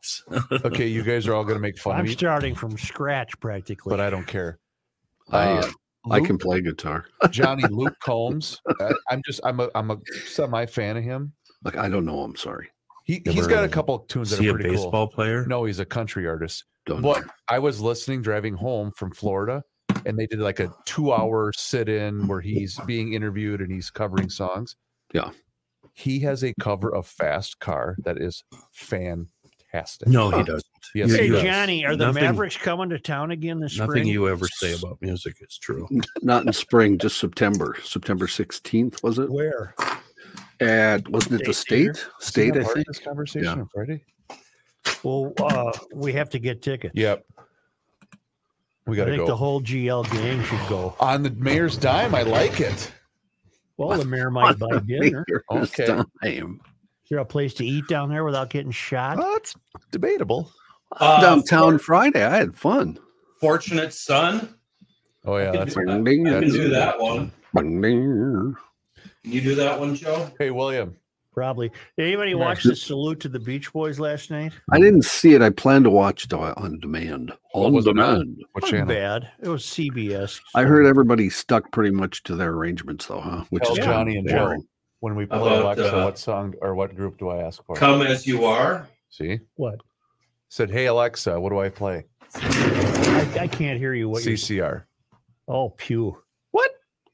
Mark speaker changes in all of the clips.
Speaker 1: okay, you guys are all going to make fun
Speaker 2: I'm
Speaker 1: of me,
Speaker 2: starting from scratch practically.
Speaker 1: but I don't care.
Speaker 3: I,
Speaker 1: Uh,
Speaker 3: uh, I
Speaker 1: Luke-
Speaker 3: can play guitar.
Speaker 1: Johnny Luke Combs. I, I'm just I'm a I'm a semi fan of him.
Speaker 3: Like I don't know. I'm sorry.
Speaker 1: He
Speaker 4: Never
Speaker 1: he's got
Speaker 4: heard of
Speaker 1: a
Speaker 4: him.
Speaker 1: couple of tunes
Speaker 4: Is
Speaker 1: that
Speaker 4: he
Speaker 1: are
Speaker 4: a
Speaker 1: pretty
Speaker 4: baseball player?
Speaker 1: cool. No, he's a country artist.
Speaker 3: Don't.
Speaker 1: But I was listening driving home from Florida, and they did like a two-hour sit-in where he's being interviewed and he's covering songs.
Speaker 3: Yeah.
Speaker 1: he has a cover of "Fast Car" that is fantastic.
Speaker 4: No, he doesn't.
Speaker 1: Yes,
Speaker 4: you-
Speaker 1: he
Speaker 2: Hey,
Speaker 1: does.
Speaker 4: you-
Speaker 2: Johnny, are the
Speaker 4: Nothing-
Speaker 2: Mavericks coming to town again this
Speaker 4: Nothing
Speaker 2: spring?
Speaker 4: you ever say about music is true.
Speaker 3: Not in spring, just September. September 16th was it?
Speaker 2: Where?
Speaker 3: At wasn't it the
Speaker 2: State
Speaker 1: Isn't
Speaker 3: state? State,
Speaker 1: that
Speaker 3: I
Speaker 1: part of
Speaker 3: think.
Speaker 1: This conversation
Speaker 3: Yeah.
Speaker 1: on Friday.
Speaker 2: Well, uh, we have to get tickets.
Speaker 1: Yep, we
Speaker 2: I
Speaker 1: gotta
Speaker 2: think
Speaker 1: go
Speaker 2: the whole GL gang should go.
Speaker 1: on the mayor's dime. I like it.
Speaker 2: Well, the mayor might buy dinner.
Speaker 3: Mayor's
Speaker 1: Okay.
Speaker 3: Dime.
Speaker 2: Is there a place to eat down there without getting shot?
Speaker 1: Well, it's debatable.
Speaker 5: Uh,
Speaker 3: Downtown
Speaker 5: For-
Speaker 3: Friday. I had fun.
Speaker 5: Fortunate Son.
Speaker 1: Oh yeah, that's
Speaker 5: I
Speaker 3: Bing, ding,
Speaker 5: You can
Speaker 1: That's-
Speaker 5: do that one.
Speaker 3: bing, ding.
Speaker 5: Can you do that one, Joe?
Speaker 1: hey William.
Speaker 2: Probably. Did anybody watch the salute to the Beach Boys last night?
Speaker 4: Mm.
Speaker 3: I didn't see it. I planned to watch it on demand.
Speaker 1: What
Speaker 3: On
Speaker 1: was it on?
Speaker 3: demand.
Speaker 1: What
Speaker 2: Wasn't
Speaker 1: channel?
Speaker 2: bad. It was CBS.
Speaker 3: I heard everybody stuck pretty much to their arrangements, though, huh? Which
Speaker 1: Tell
Speaker 3: is kinda
Speaker 1: Oh, Johnny and Joe
Speaker 3: boring.
Speaker 1: when we play
Speaker 5: About,
Speaker 1: Alexa,
Speaker 5: uh,
Speaker 1: what song or what group do I ask for?
Speaker 5: Come as you are.
Speaker 1: See,
Speaker 2: What?
Speaker 1: said, hey Alexa, what do I play?
Speaker 2: I, I can't hear you. What? you
Speaker 1: CCR.
Speaker 2: oh, pew.
Speaker 1: What?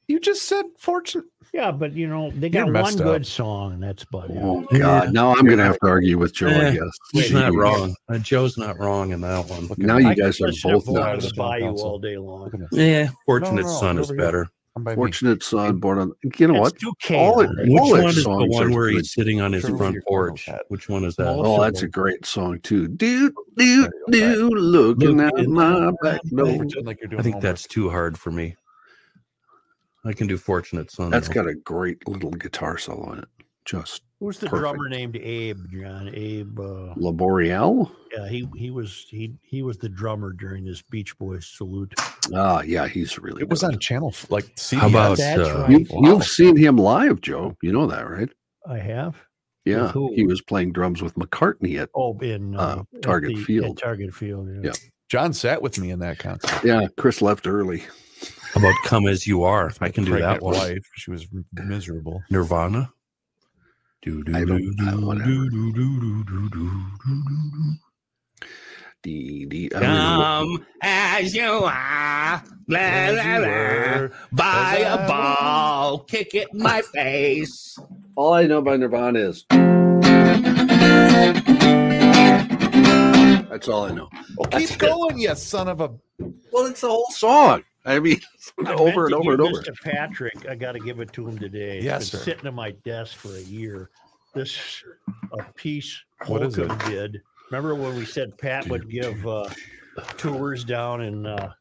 Speaker 1: You just said fortune.
Speaker 2: Yeah, but you know they
Speaker 1: You're
Speaker 2: got one
Speaker 1: messed up.
Speaker 2: good song, and that's about it.
Speaker 3: Oh God! Now I'm going to have to argue with Joe. I
Speaker 4: Eh,
Speaker 3: guess
Speaker 4: He's
Speaker 3: Jeez.
Speaker 4: not wrong. Uh, Joe's not wrong in that one.
Speaker 1: Look at
Speaker 3: Now
Speaker 1: me.
Speaker 3: you
Speaker 2: I could
Speaker 3: guys are
Speaker 2: listen to
Speaker 3: both
Speaker 2: Born
Speaker 1: not
Speaker 2: on
Speaker 1: in
Speaker 3: nuts.
Speaker 2: the
Speaker 1: the
Speaker 2: Bayou
Speaker 1: council.
Speaker 2: all day long.
Speaker 1: Look at this.
Speaker 4: Yeah, Fortunate
Speaker 1: no,
Speaker 4: Son is
Speaker 1: over here.
Speaker 4: better.
Speaker 1: Come by me.
Speaker 3: Fortunate son, born on. You know what?
Speaker 2: It's too
Speaker 3: All it-
Speaker 2: chaotic.
Speaker 4: Which
Speaker 3: All
Speaker 4: one
Speaker 3: his
Speaker 4: is the
Speaker 3: songs
Speaker 4: one
Speaker 3: are
Speaker 4: where
Speaker 3: good.
Speaker 4: he's sitting on his
Speaker 1: Turn off
Speaker 4: front
Speaker 1: your colour
Speaker 4: porch?
Speaker 1: pad.
Speaker 4: Which one is that?
Speaker 3: Oh, that's a great song too. Do do do,
Speaker 4: Looking
Speaker 3: looking out
Speaker 4: in
Speaker 3: my back
Speaker 1: Don't
Speaker 3: door.
Speaker 1: pretend like you're doing
Speaker 4: I think
Speaker 1: homework.
Speaker 4: that's too hard for me. I can do Fortunate Son.
Speaker 3: That's
Speaker 4: though.
Speaker 3: got a great little guitar solo in it. Just
Speaker 2: Who's the
Speaker 3: Perfect.
Speaker 2: drummer named Abe? John Abe. Uh,
Speaker 3: Laboriel.
Speaker 2: yeah, he he was he he was the drummer during this Beach Boys salute.
Speaker 3: Ah, yeah, he's really.
Speaker 1: it was
Speaker 3: good.
Speaker 1: on channel f- like CBS.
Speaker 4: How about
Speaker 2: That's
Speaker 4: uh,
Speaker 2: right.
Speaker 3: You,
Speaker 1: Wow.
Speaker 3: You've seen him live, Joe. You know that, right?
Speaker 2: I have.
Speaker 3: Yeah,
Speaker 2: who?
Speaker 3: he was playing drums with McCartney at.
Speaker 2: Oh, in uh,
Speaker 3: Uh,
Speaker 2: at
Speaker 3: Target
Speaker 2: the- at
Speaker 3: Field.
Speaker 2: Target Field. Yeah.
Speaker 3: Yeah.
Speaker 1: John sat with me in that concert.
Speaker 3: Yeah, Chris left early.
Speaker 4: how about Come As You Are? I can do that
Speaker 1: Pregnant
Speaker 4: one.
Speaker 1: Wife. She was m- miserable.
Speaker 4: Nirvana. Do, do,
Speaker 3: I
Speaker 4: do,
Speaker 3: don't- I-
Speaker 4: do,
Speaker 3: whatever.
Speaker 4: do, do, do, do, do, do, do, do.
Speaker 3: D D. I don't even know.
Speaker 4: Come as you are, blah, blah, blah. buy
Speaker 1: as I
Speaker 4: a ball, kick it in my face.
Speaker 3: All I know by Nirvana is. That's all I know.
Speaker 1: Oh,
Speaker 3: That's
Speaker 1: keep
Speaker 3: it.
Speaker 1: going, you son of a.
Speaker 3: Well, it's the whole song. I mean, over
Speaker 2: I
Speaker 3: and
Speaker 2: meant to
Speaker 3: over and
Speaker 2: give
Speaker 3: over.
Speaker 2: this To Patrick, I got to give it to him today. It's
Speaker 1: Yes,
Speaker 2: been
Speaker 1: sir.
Speaker 2: sitting at my desk for a year. This is a piece
Speaker 1: What is
Speaker 2: Holcomb did. Remember when we said Pat would give uh, tours down in uh,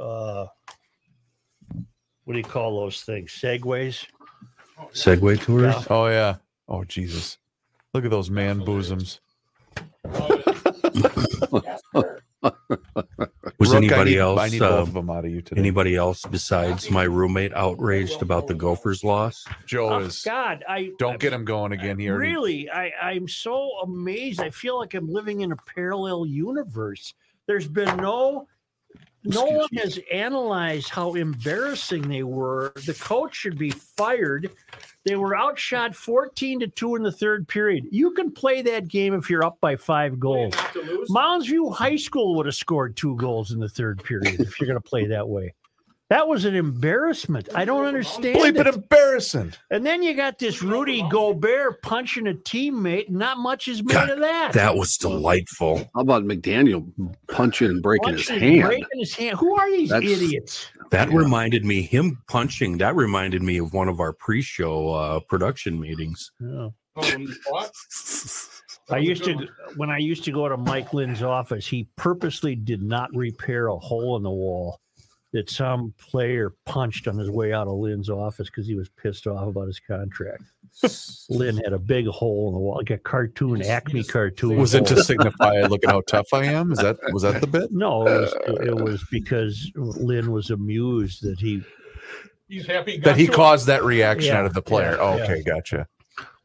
Speaker 2: uh, what do you call those things? Segways.
Speaker 4: Segway tours.
Speaker 2: Yeah.
Speaker 1: Oh yeah. Oh Jesus. Look at those man bosoms.
Speaker 4: Was
Speaker 1: Brooke,
Speaker 4: anybody
Speaker 1: I need,
Speaker 4: else?
Speaker 1: I need
Speaker 4: uh,
Speaker 1: both of them out of you today.
Speaker 4: anybody else besides my roommate outraged about the Gophers' loss?
Speaker 1: Joe
Speaker 2: Oh,
Speaker 1: is.
Speaker 2: God, I
Speaker 1: Don't get him going again here.
Speaker 2: Really, I, I'm so amazed. I feel like I'm living in a parallel universe. There's been no no
Speaker 3: Excuse
Speaker 2: one has analyzed how embarrassing they were. The coach should be fired. They were outshot 14 to 2 in the third period. You can play that game if you're up by five goals. Moundsview High School would have scored two goals in the third period if you're going to play that way. That was an embarrassment. I don't understand.
Speaker 1: Bleeping
Speaker 2: it.
Speaker 1: embarrassing.
Speaker 2: And then you got this Rudy Gobert punching a teammate, and not much is made of that.
Speaker 4: That was delightful.
Speaker 3: How about McDaniel punching and breaking his
Speaker 2: Punching,
Speaker 3: hand?
Speaker 2: breaking his hand. Who are these
Speaker 3: That's-
Speaker 2: idiots?
Speaker 4: That
Speaker 3: Yeah.
Speaker 4: reminded me him punching. That reminded me of one of our pre-show uh, production meetings.
Speaker 2: I used to when I used to go to Mike Lynn's office, he purposely did not repair a hole in the wall that some player punched on his way out of Lynn's office because he was pissed off about his contract. Lynn had a big hole in the wall, like a cartoon, Acme cartoon.
Speaker 1: Was it
Speaker 2: hole.
Speaker 1: to signify look at how tough I am? Is that was that the bit?
Speaker 2: No, it was, it was because Lynn was amused that he
Speaker 1: That he caused that reaction
Speaker 2: Yeah,
Speaker 1: out of the player.
Speaker 2: yeah,
Speaker 1: oh,
Speaker 2: yeah.
Speaker 1: okay, gotcha.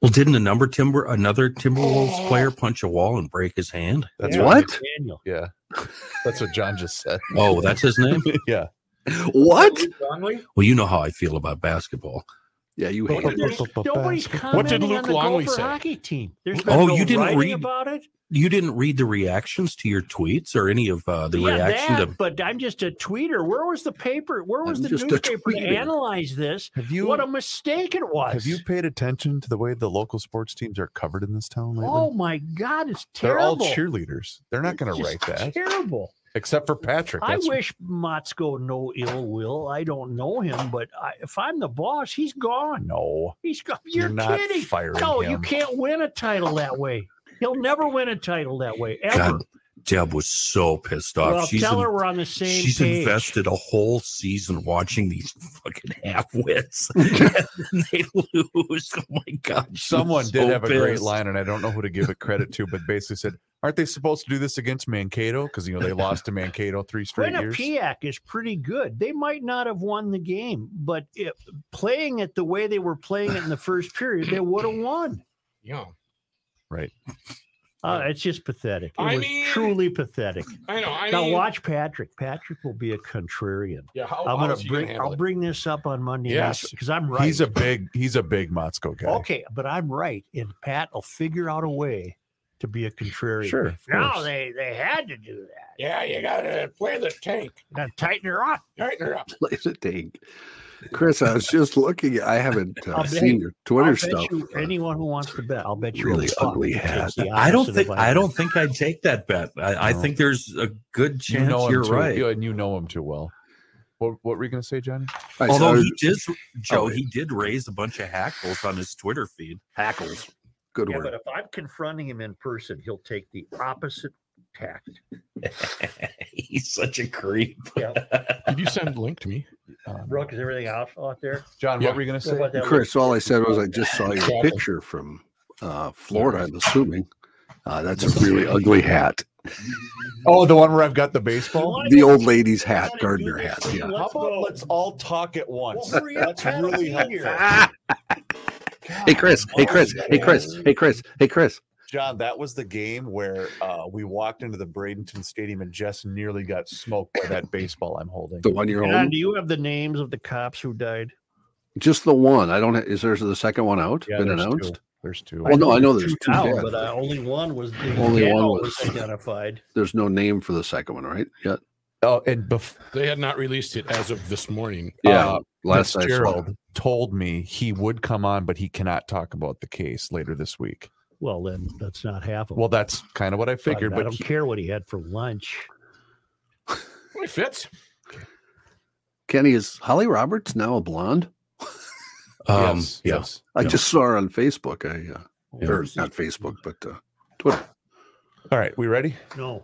Speaker 4: Well, didn't another Timber another Timberwolves player punch a wall and break his hand?
Speaker 1: That's
Speaker 2: Yeah.
Speaker 1: what?
Speaker 3: What?
Speaker 2: Daniel.
Speaker 1: Yeah, that's what John just said.
Speaker 4: Oh, that's his name.
Speaker 1: Yeah,
Speaker 3: What?
Speaker 5: Longley?
Speaker 4: Well, you know how I feel about basketball.
Speaker 3: Yeah, you
Speaker 2: But
Speaker 3: hate it.
Speaker 2: there's- Nobody's commenting
Speaker 6: What did Luke
Speaker 2: on the
Speaker 6: Longley
Speaker 2: Gopher
Speaker 6: say?
Speaker 2: hockey team. There's been
Speaker 4: Oh,
Speaker 2: no
Speaker 4: you didn't
Speaker 2: writing
Speaker 4: read-
Speaker 2: about it.
Speaker 4: You didn't read the reactions to your tweets or any of uh, the
Speaker 2: yeah,
Speaker 4: reaction
Speaker 2: that,
Speaker 4: to.
Speaker 2: but I'm just a tweeter. Where was the paper? Where was
Speaker 3: I'm
Speaker 2: the
Speaker 3: just a
Speaker 2: newspaper to
Speaker 3: tweeter.
Speaker 2: analyze this?
Speaker 1: have you
Speaker 2: what a mistake it was.
Speaker 1: have you paid attention to the way the local sports teams are covered in this town lately?
Speaker 2: Oh my God, it's
Speaker 1: They're all
Speaker 2: terrible.
Speaker 1: cheerleaders. They're not going to
Speaker 2: Just
Speaker 1: write that,
Speaker 2: Terrible.
Speaker 1: except for Patrick.
Speaker 2: I
Speaker 1: That's
Speaker 2: wish Motzko no ill will. I don't know him, but I, if I'm the boss, he's gone.
Speaker 1: no.
Speaker 2: He's gone. You're,
Speaker 1: You're, not
Speaker 2: kidding.
Speaker 1: firing
Speaker 2: No,
Speaker 1: him.
Speaker 2: you can't win a title that way. He'll never win a title that way ever.
Speaker 4: God, Deb was so pissed off.
Speaker 2: well,
Speaker 4: she's
Speaker 2: tell
Speaker 4: in-
Speaker 2: her we're on the same
Speaker 4: she's
Speaker 2: page.
Speaker 4: invested a whole season watching these fucking half-wits. and they lose. Oh my god. she was
Speaker 1: Someone did
Speaker 4: so
Speaker 1: have a great
Speaker 4: pissed.
Speaker 1: line, and I don't know who to give it credit to, but basically said, "Aren't they supposed to do this against Mankato? Because you know they lost to Mankato three straight years."
Speaker 2: Quinnipiac is pretty good. They might not have won the game, but if, playing it the way they were playing it in the first period, they would have won.
Speaker 6: Yeah.
Speaker 2: Uh, it's just pathetic. It
Speaker 6: I
Speaker 2: was
Speaker 6: mean-
Speaker 2: truly pathetic.
Speaker 6: I know. I
Speaker 2: now
Speaker 6: mean,
Speaker 2: watch Patrick. Patrick will be a contrarian.
Speaker 6: yeah, how,
Speaker 2: I'm
Speaker 6: how
Speaker 2: gonna
Speaker 6: is he
Speaker 2: bring.
Speaker 6: handle
Speaker 2: I'll
Speaker 6: it?
Speaker 2: bring this up on Monday
Speaker 6: Yes.
Speaker 2: because I'm right.
Speaker 1: He's a big, he's a big Motzko guy.
Speaker 2: okay, but I'm right, and Pat will figure out a way to be a contrarian.
Speaker 1: Sure, of
Speaker 2: No,
Speaker 1: course.
Speaker 2: they they had to do that.
Speaker 6: Yeah, you gotta play the tank,
Speaker 2: Got to tighten her up.
Speaker 6: tighten her up.
Speaker 3: Play the tank. Chris, I was just looking. I haven't uh,
Speaker 2: I'll bet-
Speaker 3: seen your
Speaker 2: I'll
Speaker 3: Twitter
Speaker 2: bet
Speaker 3: stuff. uh,
Speaker 2: you anyone who wants to bet, I'll bet you a
Speaker 3: Really
Speaker 2: buck
Speaker 3: ugly
Speaker 2: it takes
Speaker 3: hat.
Speaker 2: the
Speaker 4: I don't
Speaker 2: opposite
Speaker 4: think
Speaker 2: of
Speaker 4: I
Speaker 2: either.
Speaker 4: don't think I'd take that bet. I, I
Speaker 1: No.
Speaker 4: think there's a good
Speaker 1: you
Speaker 4: chance
Speaker 1: know
Speaker 4: you
Speaker 1: him
Speaker 4: are
Speaker 1: too,
Speaker 4: right.
Speaker 1: yeah, and you know him too well. What, what were you going to say, Johnny?
Speaker 3: I
Speaker 4: Although
Speaker 3: saw-
Speaker 4: he did, Joe,
Speaker 3: Oh,
Speaker 4: he did raise a bunch of hackles on his Twitter feed.
Speaker 3: hackles. Good
Speaker 2: Yeah,
Speaker 3: word.
Speaker 2: but if I'm confronting him in person, he'll take the opposite tact.
Speaker 4: He's such a creep.
Speaker 2: Yeah.
Speaker 6: Did you send link to me?
Speaker 1: Um,
Speaker 2: Brooke, is everything out out there?
Speaker 1: John,
Speaker 6: Yeah.
Speaker 1: what were you going to
Speaker 2: What
Speaker 1: say?
Speaker 2: about that
Speaker 3: Chris, all I said was I just saw your
Speaker 6: Exactly.
Speaker 3: picture from uh, Florida, I'm assuming. Uh, that's a really ugly hat.
Speaker 1: Oh, the one where I've got the baseball.
Speaker 2: What?
Speaker 3: The old lady's hat,
Speaker 2: Gotta do
Speaker 3: gardener
Speaker 2: this.
Speaker 3: hat. Yeah.
Speaker 1: How
Speaker 2: Let's
Speaker 1: about
Speaker 2: go.
Speaker 1: let's all talk at once?
Speaker 2: Well, hurry up,
Speaker 1: That's
Speaker 2: Pat,
Speaker 1: really
Speaker 2: I'll be
Speaker 1: helpful.
Speaker 2: here.
Speaker 3: Hey Chris, hey Chris, hey Chris, hey Chris, hey Chris.
Speaker 1: John, that was the game where uh, we walked into the Bradenton Stadium and Jess nearly got smoked by that baseball I'm holding.
Speaker 3: The one you're
Speaker 2: John,
Speaker 3: holding?
Speaker 2: do you have the names of the cops who died?
Speaker 3: Just the one. I don't. ha- Is there the second one out? Been
Speaker 1: there's
Speaker 3: announced?
Speaker 1: Two. There's two.
Speaker 3: Well, no, I know there's two.
Speaker 2: down,
Speaker 3: dead.
Speaker 2: but uh, only one was the
Speaker 3: Only
Speaker 2: gal
Speaker 3: one
Speaker 2: was
Speaker 3: was-
Speaker 2: identified.
Speaker 3: There's no name for the second one, right? Yeah.
Speaker 1: Oh, and bef-
Speaker 6: They had not released it as of this morning.
Speaker 3: Yeah.
Speaker 1: Uh,
Speaker 3: last I saw.
Speaker 1: Fitzgerald told me he would come on, but he cannot talk about the case later this week.
Speaker 2: Well, then that's not happening.
Speaker 1: Well, that's kind of what I figured,
Speaker 2: I,
Speaker 1: but
Speaker 2: don't
Speaker 1: he-
Speaker 2: care what he had for lunch.
Speaker 6: Boy, Fitz,
Speaker 3: Kenny is Holly Roberts now a blonde?
Speaker 4: Um,
Speaker 1: yes,
Speaker 4: yeah.
Speaker 1: yes.
Speaker 3: I
Speaker 4: Yeah.
Speaker 3: just saw her on Facebook. I uh,
Speaker 4: Yeah.
Speaker 3: or not Facebook, but uh, Twitter.
Speaker 1: All right, we ready?
Speaker 2: No,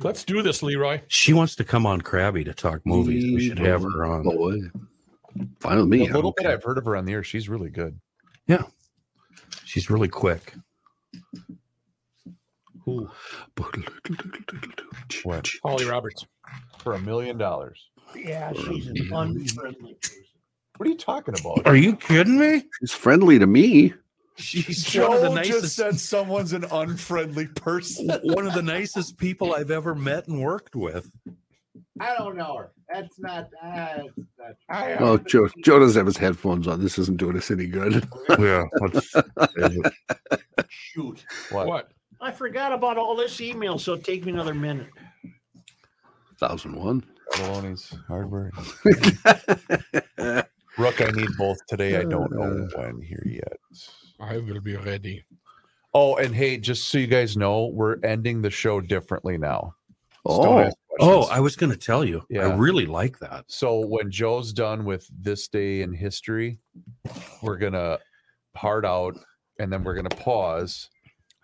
Speaker 6: let's do this, Leroy.
Speaker 4: She wants to come on Krabby to talk movies. We should have her on.
Speaker 3: Oh, Boy. Fine with me.
Speaker 1: the
Speaker 3: I
Speaker 1: little
Speaker 3: don't
Speaker 1: bit
Speaker 3: care.
Speaker 1: I've heard of her on the air, she's really good.
Speaker 4: She's really quick.
Speaker 2: who?
Speaker 1: What?
Speaker 6: Holly Roberts.
Speaker 1: For a million dollars.
Speaker 2: Yeah, she's an unfriendly person.
Speaker 1: What are you talking about?
Speaker 4: Are you kidding me?
Speaker 3: She's friendly to me.
Speaker 4: She's one of the
Speaker 1: Joe just
Speaker 4: nicest,
Speaker 1: said someone's an unfriendly person.
Speaker 4: one of the nicest people I've ever met and worked with.
Speaker 2: I don't know her. That's not. Uh,
Speaker 6: I, uh,
Speaker 3: Oh, Joe. Joe doesn't have his headphones on. This isn't doing us any good.
Speaker 4: Yeah.
Speaker 2: shoot,
Speaker 1: What?
Speaker 6: what?
Speaker 2: I forgot about all this email, so take me another minute.
Speaker 3: Thousand one.
Speaker 1: Baloney's hardware. Rook, I need both today. I don't know when here yet.
Speaker 6: I will be ready.
Speaker 1: Oh, and hey, just so you guys know, we're ending the show differently now. Just don't
Speaker 3: Oh,
Speaker 1: ask
Speaker 4: oh,
Speaker 1: questions.
Speaker 4: I was going to tell you.
Speaker 1: Yeah.
Speaker 4: I really like that.
Speaker 1: so when Joe's done with this day in history, we're gonna hard out, and then we're gonna pause,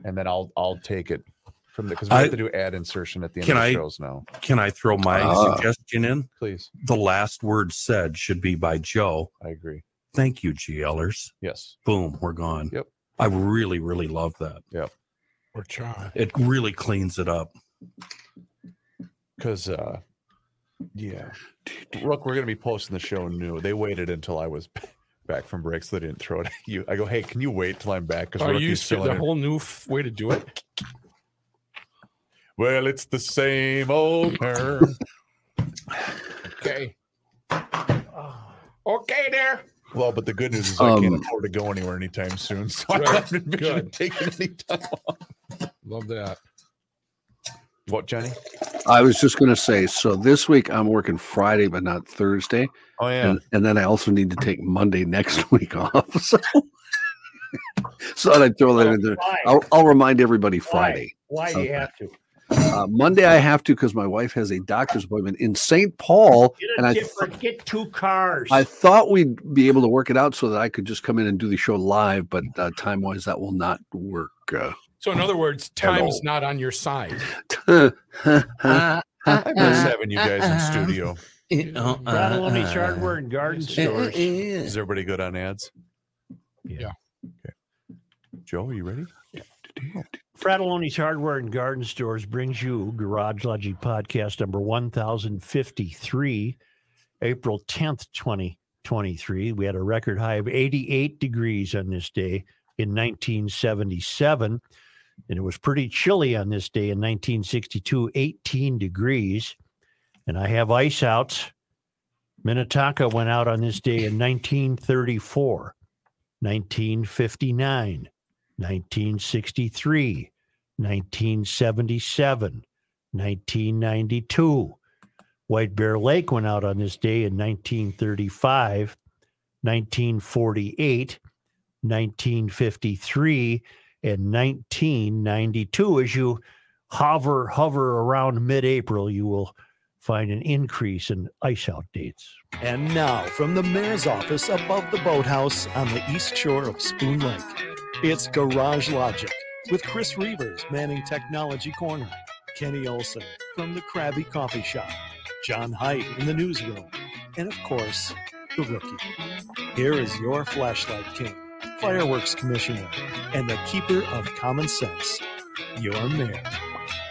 Speaker 1: and then I'll I'll take it from the because we
Speaker 4: I-
Speaker 1: have to do ad insertion at the end
Speaker 4: Can
Speaker 1: of the
Speaker 4: I-
Speaker 1: shows now.
Speaker 4: Can I throw my
Speaker 3: Ah.
Speaker 4: suggestion in?
Speaker 1: Please,
Speaker 4: The last word said should be by Joe.
Speaker 1: I agree.
Speaker 4: Thank you, GLers.
Speaker 1: Yes,
Speaker 4: Boom, we're gone.
Speaker 1: Yep.
Speaker 4: I really, really love that.
Speaker 6: Or John.
Speaker 4: It really cleans it up.
Speaker 1: because uh, yeah, Rook, we're gonna be posting the show new. They waited until I was back from break so they didn't throw it at you. I go, hey, can you wait till I'm back?
Speaker 6: Are
Speaker 1: we're
Speaker 6: Oh, you to the whole new f- way to do it?
Speaker 1: Well, it's the same old term.
Speaker 6: Okay.
Speaker 2: Ah.
Speaker 6: Okay, there.
Speaker 1: well, but the good news is I can't
Speaker 3: Um,
Speaker 1: afford to go anywhere anytime soon. So I
Speaker 6: Right.
Speaker 1: don't envision it
Speaker 6: Good.
Speaker 1: taking any time off.
Speaker 6: Love that.
Speaker 1: What, Johnny?
Speaker 3: I was just going to say, so this week I'm working Friday, but not Thursday,
Speaker 1: Oh yeah.
Speaker 3: and, and then I also need to take Monday next week off. So, so I'd throw that in there.
Speaker 2: Why?
Speaker 3: I'll, I'll remind everybody Friday.
Speaker 2: Why do you have to?
Speaker 3: Uh, Monday I have to because my wife has a doctor's appointment in St. Paul,
Speaker 2: Get
Speaker 3: and
Speaker 2: a
Speaker 3: I
Speaker 2: different. Get two cars.
Speaker 3: I thought we'd be able to work it out so that I could just come in and do the show live, but uh, time wise that will not work. Uh,
Speaker 6: So, in other words, time's
Speaker 3: Hello.
Speaker 6: not on your side.
Speaker 3: Uh,
Speaker 6: Uh,
Speaker 1: I miss having you guys in studio.
Speaker 2: uh, Bradalone's Hardware and Garden Store.
Speaker 1: Is everybody good on ads?
Speaker 6: Yeah.
Speaker 1: Okay. Joe, are you ready?
Speaker 2: Fratelloni's Hardware and Garden Stores brings you Garage Logic Podcast number 1053, April 10th, 2023. We had a record high of 88 degrees on this day in 1977. And it was pretty chilly on this day in 1962, 18 degrees. And I have ice outs. Minnetonka went out on this day in 1934, 1959. 1963, 1977, 1992. White Bear Lake went out on this day in 1935, 1948, 1953, and 1992. As you hover hover around mid-April, you will find an increase in ice out dates.
Speaker 7: And now, from the mayor's office above the boathouse on the east shore of Spoon Lake, it's Garage Logic with Chris Reavers manning Technology Corner, Kenny Olson from the Krabby Coffee Shop, John Height in the newsroom, and of course, the rookie. Here is your flashlight king, fireworks commissioner, and the keeper of common sense, your mayor,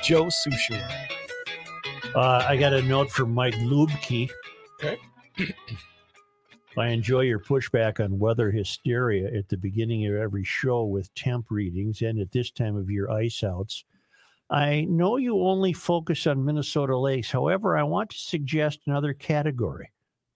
Speaker 7: Joe Sushiro.
Speaker 2: Uh, I got a note from Mike Lubke.
Speaker 6: Okay.
Speaker 2: I enjoy your pushback on weather hysteria at the beginning of every show with temp readings and at this time of year ice outs. I know you only focus on Minnesota lakes. However, I want to suggest another category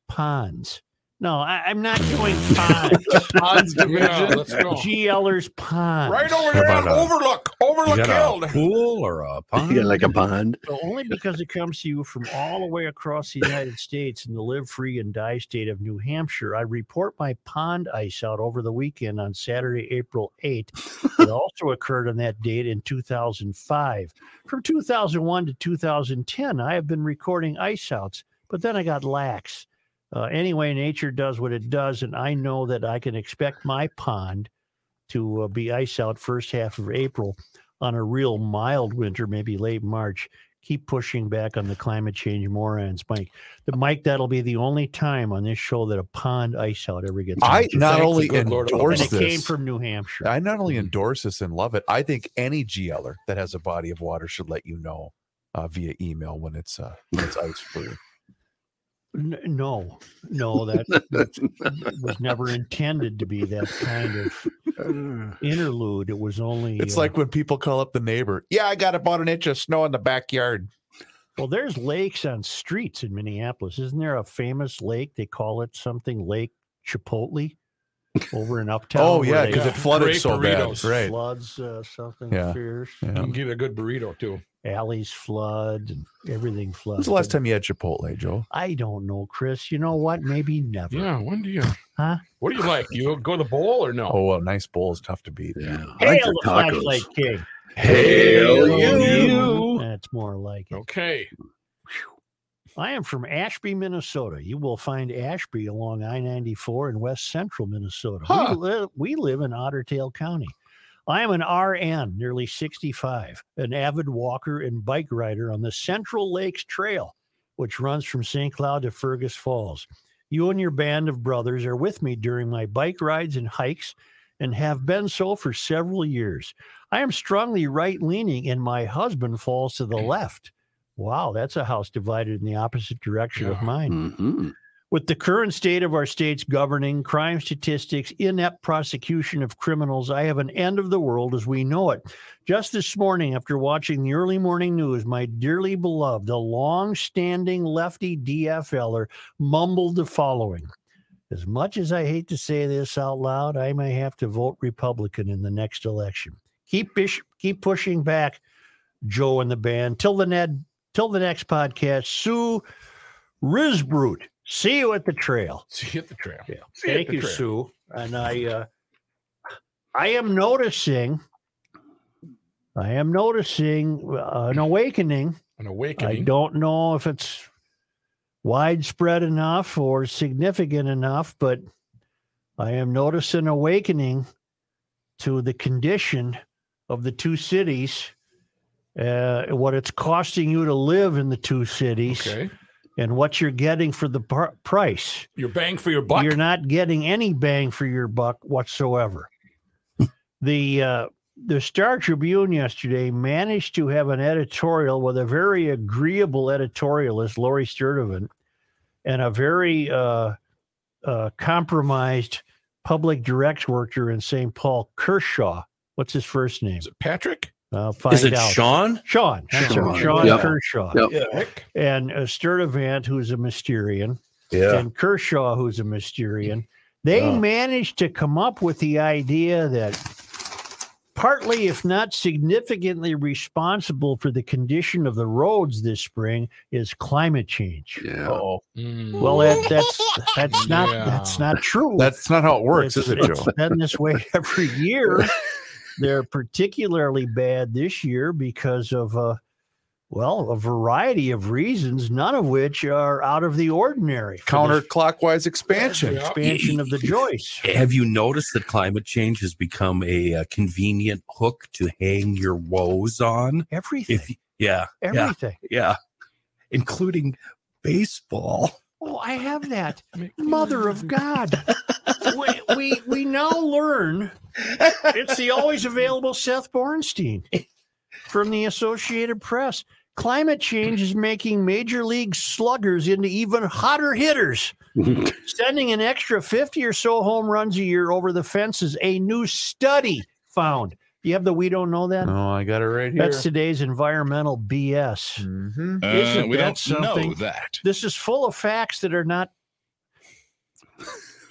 Speaker 2: ponds. No, I, I'm not doing ponds.
Speaker 1: Odds
Speaker 6: Yeah, let's go.
Speaker 2: GLers ponds.
Speaker 6: Right over there
Speaker 4: How
Speaker 6: on
Speaker 4: about uh, a-
Speaker 6: Overlook.
Speaker 4: You
Speaker 6: Overlook
Speaker 4: got
Speaker 6: Hill.
Speaker 4: a pool or a pond?
Speaker 3: Yeah, like a bond.
Speaker 2: Well, only because it comes to you from all the way across the United States in the live free and die state of New Hampshire. I report my pond ice out over the weekend on Saturday, April 8th. It also occurred on that date in 2005. From 2001 to 2010, I have been recording ice outs, but then I got lax. Uh, anyway, nature does what it does, and I know that I can expect my pond to uh, be ice out first half of April on a real mild winter, maybe late March keep pushing back on the climate change morons, Mike. The Mike, that'll be the only time on this show that a pond ice out ever gets.
Speaker 1: I
Speaker 2: mentioned.
Speaker 1: not
Speaker 6: Thank the
Speaker 1: only
Speaker 6: good Lord above.
Speaker 2: and
Speaker 1: endorse
Speaker 2: it came
Speaker 1: this.
Speaker 2: from New Hampshire.
Speaker 1: I not only endorse this and love it. I think any GLer that has a body of water should let you know uh, via email when it's uh, when it's ice free.
Speaker 2: N- no, no, that was never intended to be that kind of interlude. It was only.
Speaker 1: It's
Speaker 2: uh,
Speaker 1: like when people call up the neighbor. Yeah, I got about an inch of snow in the backyard.
Speaker 2: well, there's lakes on streets in Minneapolis. Isn't there a famous lake? They call it something Lake Chipotle over in Uptown.
Speaker 1: oh
Speaker 2: where
Speaker 1: yeah,
Speaker 2: they
Speaker 1: because it
Speaker 6: got
Speaker 1: flooded
Speaker 6: great
Speaker 1: so
Speaker 6: burritos.
Speaker 1: bad. Right.
Speaker 2: floods uh, something
Speaker 1: Yeah.
Speaker 2: fierce.
Speaker 1: Yeah.
Speaker 6: You can give it a good burrito, too.
Speaker 2: alleys flood and everything floods.
Speaker 1: When's the last time you had Chipotle, Joe?
Speaker 2: I don't know, Chris. You know what? Maybe never.
Speaker 6: Yeah, when do you?
Speaker 2: Huh?
Speaker 6: What do you like? You go to the bowl or no?
Speaker 1: Oh, well, nice bowl is tough to beat.
Speaker 3: Yeah. I like
Speaker 2: Hail
Speaker 3: your
Speaker 2: the
Speaker 3: tacos.
Speaker 2: flashlight king.
Speaker 5: Hail
Speaker 6: you.
Speaker 2: That's more like it.
Speaker 6: Okay.
Speaker 2: I am from Ashby, Minnesota. You will find Ashby along I 94 in west central Minnesota.
Speaker 1: Huh.
Speaker 2: We, li- we live in Ottertail County. I am an RN, nearly 65, an avid walker and bike rider on the Central Lakes Trail, which runs from St. Cloud to Fergus Falls. You and your band of brothers are with me during my bike rides and hikes and have been so for several years. I am strongly right leaning, and my husband falls to the left. Wow, that's a house divided in the opposite direction of
Speaker 6: Yeah.
Speaker 2: mine.
Speaker 3: Mhm.
Speaker 2: With the current state of our state's governing, crime statistics, inept prosecution of criminals, I have an end of the world as we know it. Just this morning, after watching the early morning news, my dearly beloved, a long standing lefty DFLer er mumbled the following As much as I hate to say this out loud, I may have to vote Republican in the next election. Keep, bish- keep pushing back, Joe and the band. Till the, Ned, till the next podcast, Sue Risbrute. See you at the trail.
Speaker 6: See you at the trail.
Speaker 2: Yeah.
Speaker 6: See at
Speaker 2: Thank
Speaker 6: the
Speaker 2: you,
Speaker 6: trail.
Speaker 2: Sue. And I, uh, I am noticing, I am noticing uh, an awakening.
Speaker 6: An
Speaker 2: I
Speaker 6: awakening.
Speaker 2: don't know if it's widespread enough or significant enough, but I am noticing awakening to the condition of the two cities, uh, what it's costing you to live in the two cities,
Speaker 6: Okay.
Speaker 2: and what you're getting for the par- price.
Speaker 6: You're bang for your buck.
Speaker 2: You're not getting any bang for your buck whatsoever. the uh, the Star Tribune yesterday managed to have an editorial with a very agreeable editorialist, Lori Sturdivant, and a very uh, uh, compromised public direct worker in St. Paul, Kershaw. What's his first name?
Speaker 6: Is it Patrick?
Speaker 2: I'll find
Speaker 4: Is it
Speaker 2: out.
Speaker 4: Sean?
Speaker 2: Sean. I'm
Speaker 3: Sean.
Speaker 2: sorry, Sean
Speaker 3: Yep.
Speaker 2: Kershaw.
Speaker 3: Yep.
Speaker 6: Rick?
Speaker 2: And uh, Sturdivant, who's a Mysterian
Speaker 4: Yeah.
Speaker 2: and Kershaw, who's a Mysterian, they
Speaker 4: Yeah.
Speaker 2: managed to come up with the idea that partly, if not significantly responsible for the condition of the roads this spring, is climate change.
Speaker 3: Yeah.
Speaker 1: Oh,
Speaker 6: Mm.
Speaker 2: Well, that, that's that's not
Speaker 6: Yeah.
Speaker 2: that's not true.
Speaker 1: that's not how it works,
Speaker 2: it's,
Speaker 1: is it,
Speaker 2: it's
Speaker 1: Joe?
Speaker 2: been this way every year. They're particularly bad this year because of uh, well, a variety of reasons, none of which are out of the ordinary. for this
Speaker 1: Counterclockwise expansion.
Speaker 6: Yeah.
Speaker 2: expansion of the Joyce.
Speaker 4: Have you noticed that climate change has become a, uh convenient hook to hang your woes on?
Speaker 2: Everything,
Speaker 4: If yeah,
Speaker 2: everything.
Speaker 4: yeah, including baseball.
Speaker 2: Oh, I have that. Mother of God. we, we we now learn it's the always available Seth Bornstein from the Associated Press. Climate change is making major league sluggers into even hotter hitters, sending an extra 50 or so home runs a year over the fences. A new study found. You have the we don't know that?
Speaker 1: No, Oh, I got it right here.
Speaker 2: That's today's environmental BS.
Speaker 3: Mm-hmm.
Speaker 1: Mhm.
Speaker 2: Isn't
Speaker 8: Uh, we
Speaker 2: that
Speaker 8: don't
Speaker 2: something?
Speaker 8: know that.
Speaker 2: This is full of facts that are not.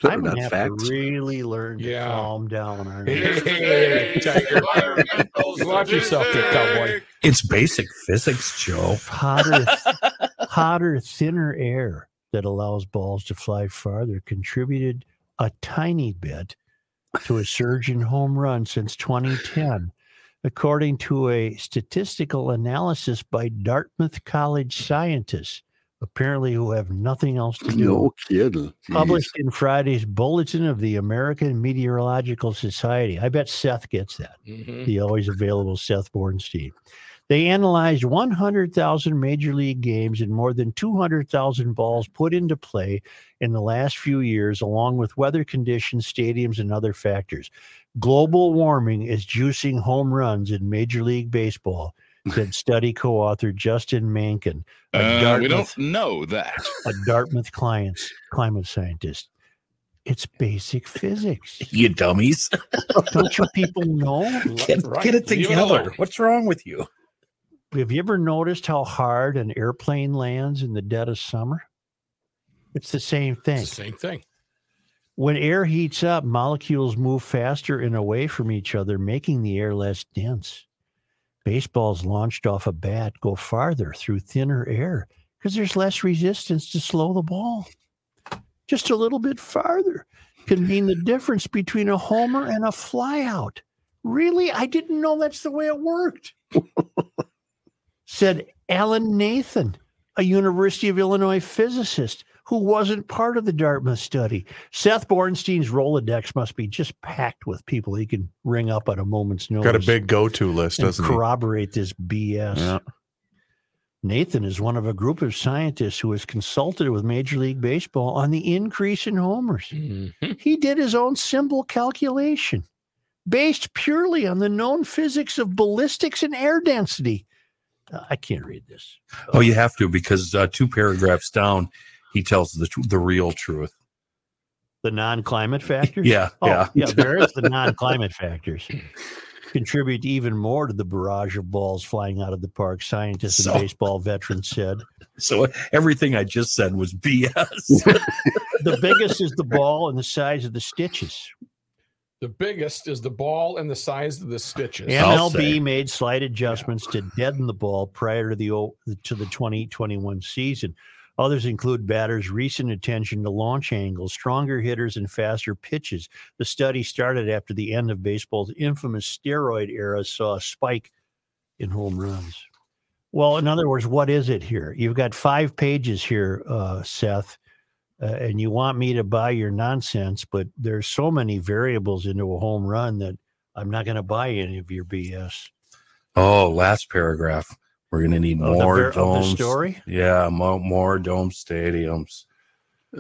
Speaker 3: They're
Speaker 2: I'm gonna
Speaker 3: not
Speaker 2: have
Speaker 3: facts.
Speaker 2: to really learn to
Speaker 6: Yeah.
Speaker 2: calm down. aren't I?
Speaker 6: Hey, Tiger. Watch yourself there, cowboy.
Speaker 4: It's basic physics, Joe.
Speaker 2: Hotter, hotter, thinner air that allows balls to fly farther contributed a tiny bit to a surge in home runs since 2010, according to a statistical analysis by Dartmouth College scientists, apparently who have nothing else to do.
Speaker 3: No kidding. Jeez.
Speaker 2: published in Friday's Bulletin of the American Meteorological Society. I bet Seth gets that,
Speaker 8: Mm-hmm.
Speaker 6: Mhm.
Speaker 2: the always available Seth Bornstein. They analyzed 100,000 major league games and more than 200,000 balls put into play in the last few years, along with weather conditions, stadiums, and other factors. Global warming is juicing home runs in Major League Baseball, said study co author Justin Mankin, a
Speaker 8: Uh, we
Speaker 2: Dartmouth-
Speaker 8: don't know that.
Speaker 2: a Dartmouth client's climate scientist. It's basic physics.
Speaker 4: You dummies.
Speaker 2: Don't you people know?
Speaker 4: Get,
Speaker 6: Right.
Speaker 4: get it
Speaker 6: Leave
Speaker 4: together.
Speaker 6: alone.
Speaker 4: What's wrong with you?
Speaker 2: Have you ever noticed how hard an airplane lands in the dead of summer? It's the same thing.
Speaker 6: It's the same thing.
Speaker 2: When air heats up, molecules move faster and away from each other, making the air less dense. Baseballs launched off a bat go farther through thinner air because there's less resistance to slow the ball. Just a little bit farther can mean the difference between a homer and a flyout. Really? I didn't know that's the way it worked, said Alan Nathan, a University of Illinois physicist who wasn't part of the Dartmouth study. Seth Bornstein's Rolodex must be just packed with people he can ring up at a moment's notice.
Speaker 1: Got a big go-to list,
Speaker 2: and
Speaker 1: doesn't it?
Speaker 2: corroborate this BS.
Speaker 1: Yeah.
Speaker 2: Nathan is one of a group of scientists who has consulted with Major League Baseball on the increase in homers.
Speaker 6: Mm-hmm.
Speaker 2: He did his own simple calculation based purely on the known physics of ballistics and air density. Uh, I can't read this.
Speaker 4: Oh, you have to because uh, two paragraphs down, He tells the tr- the real truth.
Speaker 2: The non-climate factors.
Speaker 4: Yeah,
Speaker 2: Oh,
Speaker 4: yeah.
Speaker 2: yeah. There's the non-climate factors contribute even more to the barrage of balls flying out of the park. Scientists
Speaker 4: So-
Speaker 2: and baseball veterans said
Speaker 4: So everything I just said was BS.
Speaker 2: the biggest is the ball and the size of the stitches.
Speaker 6: The biggest is the ball and the size of the stitches.
Speaker 4: Yeah. I'll say.
Speaker 2: MLB made slight adjustments to deaden the ball prior to the o- to the 2021 season. Others include batters' recent attention to launch angles, stronger hitters, and faster pitches. The study started after the end of baseball's infamous steroid era saw a spike in home runs. Well, in other words, what is it here? You've got five pages here, uh, Seth, uh, and you want me to buy your nonsense, but there's so many variables into a home run that I'm not going to buy any of your BS.
Speaker 4: oh, last paragraph. We're gonna need
Speaker 2: Of the
Speaker 4: more
Speaker 2: ver- of the
Speaker 4: domes.
Speaker 2: story.
Speaker 4: Yeah, more, more dome stadiums.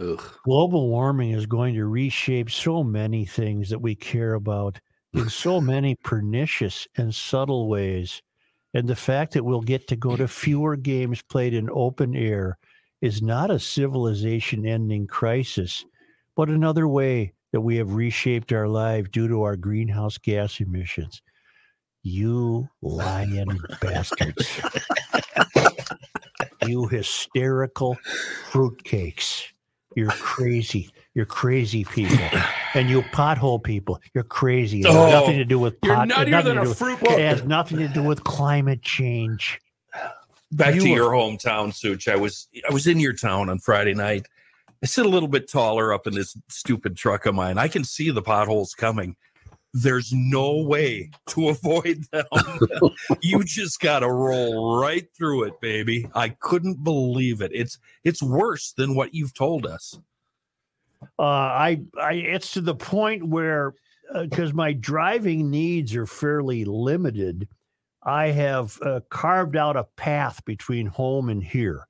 Speaker 3: Ugh.
Speaker 2: Global warming is going to reshape so many things that we care about in so many pernicious and subtle ways. And the fact that we'll get to go to fewer games played in open air is not a civilization ending crisis, but another way that we have reshaped our life due to our greenhouse gas emissions. You lying bastards. you hysterical fruitcakes. You're crazy. You're crazy people. And you pothole people. You're crazy. It has
Speaker 6: Oh,
Speaker 2: nothing to do with
Speaker 6: You're
Speaker 2: pot. it has
Speaker 6: nuttier
Speaker 2: nothing
Speaker 6: than
Speaker 2: to
Speaker 6: a
Speaker 2: do with- it
Speaker 6: fruitcake.
Speaker 2: has nothing to do with climate change.
Speaker 4: back
Speaker 2: You
Speaker 4: to
Speaker 2: were-
Speaker 4: your hometown, Such. I was I was in your town on Friday night. I sit a little bit taller up in this stupid truck of mine. I can see the potholes coming. There's no way to avoid them. you just got to roll right through it, baby. I couldn't believe it. It's it's worse than what you've told us.
Speaker 2: Uh, I, I, it's to the point where, because my driving needs are fairly limited, I have uh, carved out a path between home and here,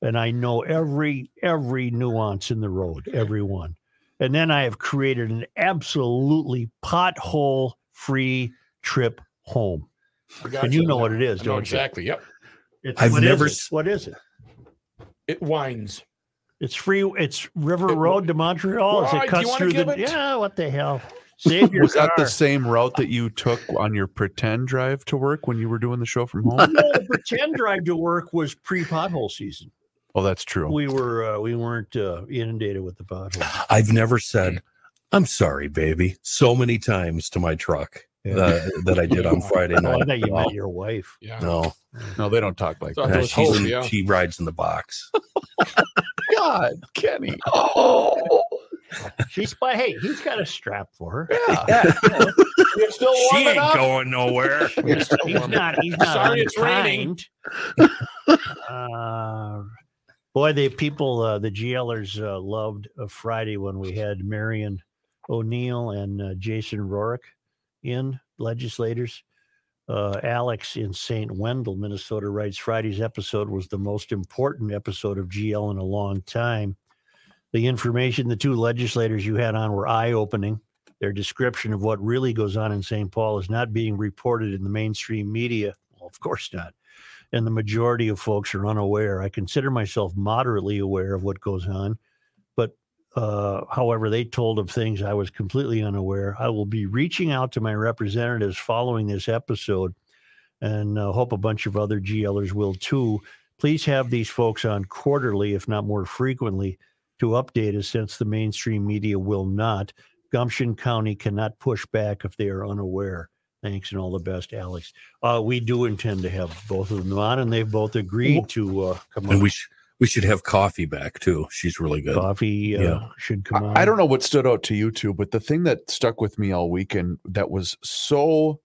Speaker 2: and I know every every nuance in the road, every one. And then I have created an absolutely pothole-free trip home.
Speaker 6: I got
Speaker 2: and you know what it is,
Speaker 6: I know
Speaker 2: don't you?
Speaker 6: exactly. Yep.
Speaker 2: It's,
Speaker 4: I've
Speaker 2: what is
Speaker 4: never
Speaker 2: it?
Speaker 4: s-
Speaker 2: What is it?
Speaker 6: It winds.
Speaker 2: It's free. It's River
Speaker 6: It-
Speaker 2: Road to Montreal. as
Speaker 6: Why,
Speaker 2: it
Speaker 6: do you
Speaker 2: cuts
Speaker 6: wanna
Speaker 2: through the.
Speaker 6: give it?
Speaker 2: Yeah, what the hell? Save your
Speaker 1: Was
Speaker 2: car.
Speaker 1: that the same route that you took on your pretend drive to work when you were doing the show from home?
Speaker 2: no, the pretend drive to work was pre pothole season.
Speaker 1: Oh, that's true.
Speaker 2: We were uh, we weren't uh, inundated with the pothole.
Speaker 4: I've never said I'm sorry, baby, so many times to my truck uh, that I did on Friday
Speaker 2: Oh, I
Speaker 4: night.
Speaker 2: thought you met your wife.
Speaker 6: Yeah.
Speaker 4: No,
Speaker 1: No, they don't talk like
Speaker 6: So-
Speaker 4: Yeah,
Speaker 1: that.
Speaker 6: those
Speaker 4: she's
Speaker 6: holes,
Speaker 4: in-
Speaker 6: yeah.
Speaker 4: she rides in the box.
Speaker 1: God, Kenny. Oh,
Speaker 2: She's by hey, he's got a strap for her.
Speaker 1: yeah.
Speaker 6: You're still
Speaker 4: She
Speaker 6: warming
Speaker 4: ain't
Speaker 6: up.
Speaker 4: going nowhere.
Speaker 2: He's not. He's not.
Speaker 6: Sorry, it's raining.
Speaker 2: unkind. Uh, boy, the people, uh, the GLers, uh, loved uh, Friday when we had Marion O'Neill and uh, Jason Rorick in legislators. Uh, Alex in St. Wendell, Minnesota, writes Friday's episode was the most important episode of GL in a long time. The information the two legislators you had on were eye opening their description of what really goes on in St. Paul is not being reported in the mainstream media. Well, of course not. And the majority of folks are unaware. I consider myself moderately aware of what goes on, but uh, however, they told of things I was completely unaware. I will be reaching out to my representatives following this episode and uh, hope a bunch of other GLers will too. Please have these folks on quarterly, if not more frequently, to update us since the mainstream media will not. Gumption County cannot push back if they are unaware. Thanks and all the best, Alex. Uh, we do intend to have both of them on, and they've both agreed to uh, come on.
Speaker 4: And we sh- we should have coffee back too. She's really good.
Speaker 2: Coffee uh,
Speaker 4: Yeah.
Speaker 2: should come on.
Speaker 1: I I don't know what stood out to you two, but the thing that stuck with me all weekend that was so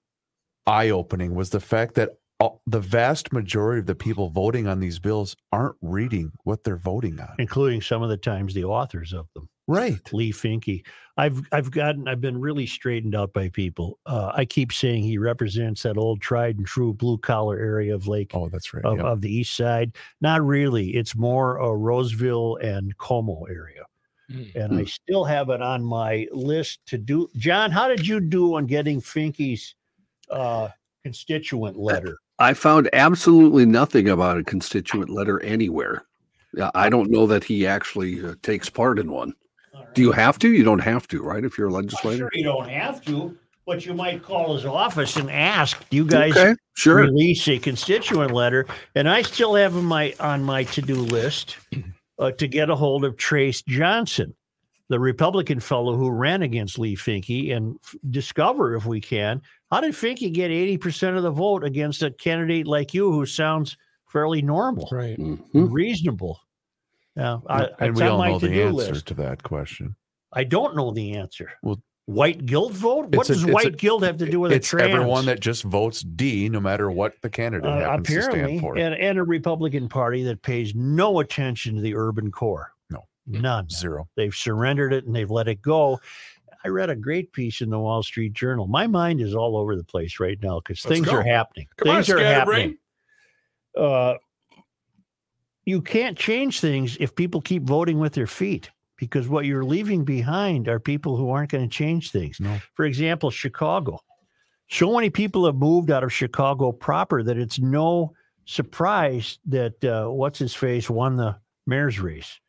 Speaker 1: eye opening was the fact that all, the vast majority of the people voting on these bills aren't reading what they're voting on.
Speaker 2: including some of the times the authors of them.
Speaker 1: Right.
Speaker 2: Lee Finke. I've I've gotten I've been really straightened out by people. Uh, I keep saying he represents that old tried and true blue collar area of Lake
Speaker 1: Oh, that's right.
Speaker 2: of,
Speaker 1: yeah.
Speaker 2: of the east side. Not really. It's more a Roseville and Como area.
Speaker 6: Mm.
Speaker 2: And I still have it on my list to do. John, how did you do on getting Finke's uh, constituent letter?
Speaker 3: I found absolutely nothing about a constituent letter anywhere. Yeah, I don't know that he actually uh, takes part in one.
Speaker 2: All right.
Speaker 3: Do you have to? You don't have to, right? If you're a
Speaker 2: Well,
Speaker 3: legislator.
Speaker 2: Oh, Sure, you don't have to, but you might call his office and ask, "Do you guys
Speaker 3: okay, sure.
Speaker 2: release a constituent letter?" And I still have in my on my to do list uh, to get a hold of Trace Johnson, the Republican fellow who ran against Lee Finke, and f- discover if we can how did Finke get eighty percent of the vote against a candidate like you who sounds fairly normal,
Speaker 6: Right.
Speaker 3: Mhm.
Speaker 2: reasonable. Yeah, I,
Speaker 1: and
Speaker 2: it's
Speaker 1: we
Speaker 2: on
Speaker 1: all
Speaker 2: my
Speaker 1: know the
Speaker 2: to-do
Speaker 1: answer
Speaker 2: list.
Speaker 1: to that question.
Speaker 2: I don't know the answer.
Speaker 1: Well-
Speaker 2: white guild vote? What
Speaker 1: It's a-
Speaker 2: does
Speaker 1: it's a-
Speaker 2: white guild have to do with
Speaker 1: it's
Speaker 2: a trans?
Speaker 1: everyone that just votes D, no matter what the candidate
Speaker 2: Uh,
Speaker 1: happens to
Speaker 2: apparently,
Speaker 1: stand for.
Speaker 2: and, and a Republican Party that pays no attention to the urban core.
Speaker 1: No.
Speaker 2: none.
Speaker 1: Zero.
Speaker 2: They've surrendered it and they've let it go. I read a great piece in the Wall Street Journal. My mind is all over the place right now because
Speaker 6: Let's
Speaker 2: things
Speaker 6: go.
Speaker 2: are happening.
Speaker 6: Come on,
Speaker 2: things are happening.
Speaker 6: Scatterbrain.
Speaker 2: Uh, you can't change things if people keep voting with their feet because what you're leaving behind are people who aren't going to change things.
Speaker 1: No.
Speaker 2: For example, Chicago. So many people have moved out of Chicago proper that it's no surprise that uh, what's his face won the mayor's race.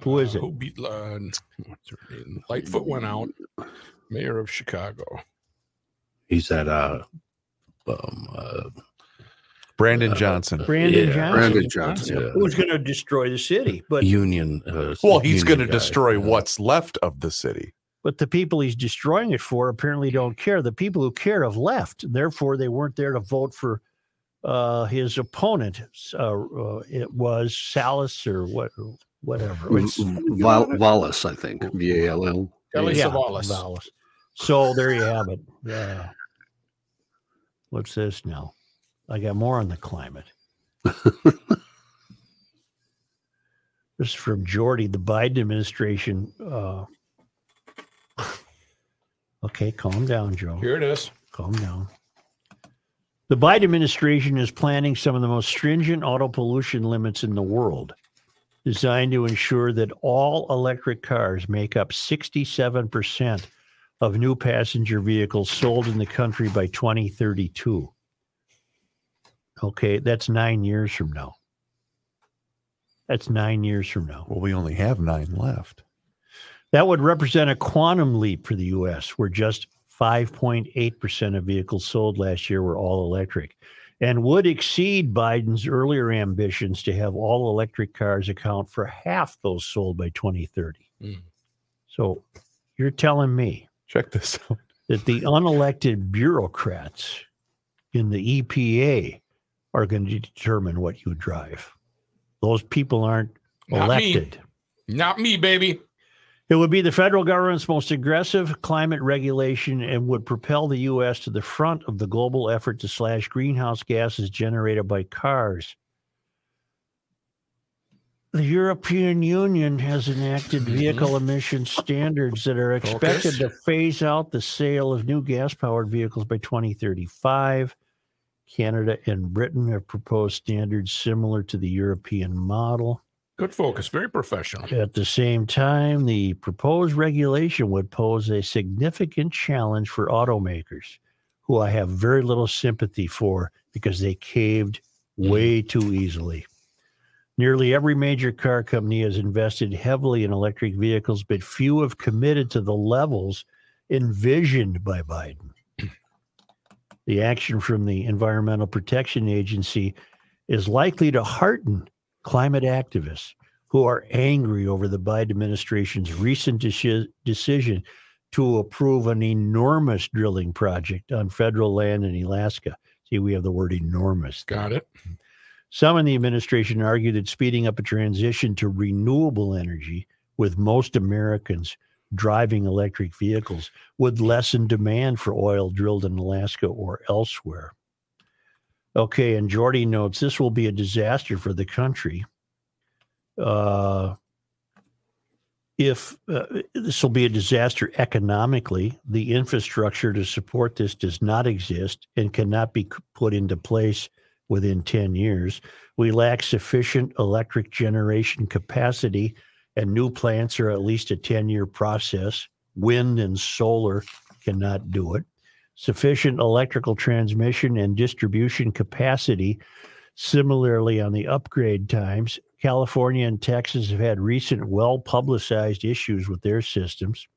Speaker 2: Who is it?
Speaker 6: Who beat uh, what's her name? Lightfoot went out, mayor of Chicago.
Speaker 4: He's at uh, um, uh,
Speaker 1: Brandon
Speaker 4: Uh,
Speaker 1: Johnson.
Speaker 2: Brandon
Speaker 4: Yeah,
Speaker 2: Johnson,
Speaker 3: Brandon Johnson.
Speaker 4: yeah,
Speaker 2: who's going to destroy the city. But
Speaker 4: uh, Union. Uh,
Speaker 1: Well, he's
Speaker 4: Union
Speaker 1: going to
Speaker 4: guy, Uh,
Speaker 1: destroy
Speaker 4: yeah.
Speaker 1: what's left of the city.
Speaker 2: but the people he's destroying it for apparently don't care. The people who care have left. Therefore, they weren't there to vote for uh, his opponent. Uh, uh, it was Salas or what, whatever.
Speaker 3: V- Val- Vallis, I think. V A L L.
Speaker 6: Ellie
Speaker 2: Yeah,
Speaker 6: Savalas.
Speaker 2: Vallis. So there you have it. Yeah. What's this now? I got more on the climate. this is from Jordy, the Biden administration. Uh, okay, calm down, Joe.
Speaker 6: Here it is.
Speaker 2: Calm down. The Biden administration is planning some of the most stringent auto pollution limits in the world, designed to ensure that all electric cars make up 67% of new passenger vehicles sold in the country by 2032. Okay, that's nine years from now. That's nine years from now.
Speaker 1: Well, we only have nine left.
Speaker 2: That would represent a quantum leap for the US, where just 5.8% of vehicles sold last year were all electric and would exceed Biden's earlier ambitions to have all electric cars account for half those sold by 2030.
Speaker 6: Hmm.
Speaker 2: So you're telling me
Speaker 1: Check this out.
Speaker 2: that the unelected bureaucrats in the EPA are going to determine what you drive. Those people aren't
Speaker 6: Not me.
Speaker 2: elected.
Speaker 6: Not me, baby.
Speaker 2: It would be the federal government's most aggressive climate regulation and would propel the U.S. to the front of the global effort to slash greenhouse gases generated by cars. The European Union has enacted vehicle emission standards that are expected to phase out the sale of new gas powered vehicles by 2035. Canada and Britain have proposed standards similar to the European model.
Speaker 6: Good focus. Very professional.
Speaker 2: At the same time, the proposed regulation would pose a significant challenge for automakers, who I have very little sympathy for because they caved way too easily. Nearly every major car company has invested heavily in electric vehicles, but few have committed to the levels envisioned by Biden. The action from the Environmental Protection Agency is likely to hearten climate activists who are angry over the Biden administration's recent deci- decision to approve an enormous drilling project on federal land in Alaska. See, we have the word enormous. there.
Speaker 6: Got it.
Speaker 2: Some in the administration argue that speeding up a transition to renewable energy, with most Americans driving electric vehicles, would lessen demand for oil drilled in Alaska or elsewhere. Okay, and Jordy notes this will be a disaster for the country. Uh, if uh, this will be a disaster economically, the infrastructure to support this does not exist and cannot be c- put into place within 10 years. We lack sufficient electric generation capacity, and new plants are at least a 10 year process. Wind and solar cannot do it. Sufficient electrical transmission and distribution capacity Similarly, on the upgrade times, California and Texas have had recent well publicized issues with their systems.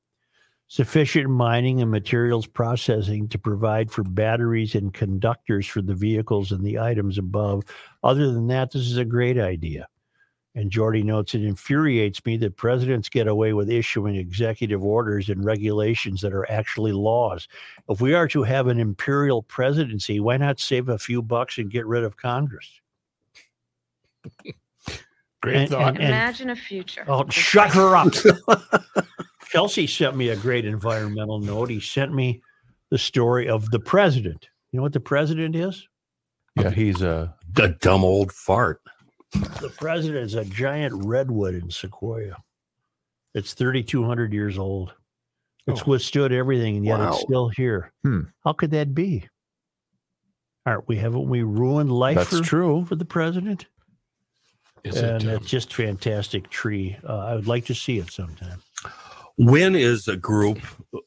Speaker 2: Sufficient mining and materials processing to provide for batteries and conductors for the vehicles and the items above. Other than that, this is a great idea. And Jordy notes it infuriates me that presidents get away with issuing executive orders and regulations that are actually laws. If we are to have an imperial presidency, why not save a few bucks and get rid of Congress?
Speaker 6: Great
Speaker 2: And-
Speaker 6: thought.
Speaker 2: and-
Speaker 8: Imagine a future.
Speaker 2: Oh, shut her up. Kelsey sent me a great environmental note. He sent me the story of the president. You know what the president is?
Speaker 1: Yeah, he's a
Speaker 4: A dumb old fart.
Speaker 2: The president is a giant redwood in Sequoia. It's 3,200 years old. It's withstood everything, and yet
Speaker 3: Wow.
Speaker 2: it's still here.
Speaker 1: Oh. Hmm.
Speaker 2: How could that be? Aren't we haven't we ruined life
Speaker 1: that's
Speaker 2: for,
Speaker 1: true.
Speaker 2: for the president?
Speaker 6: Is
Speaker 2: and
Speaker 6: it, um,
Speaker 2: it's just fantastic tree. Uh, I would like to see it sometime.
Speaker 4: When is a group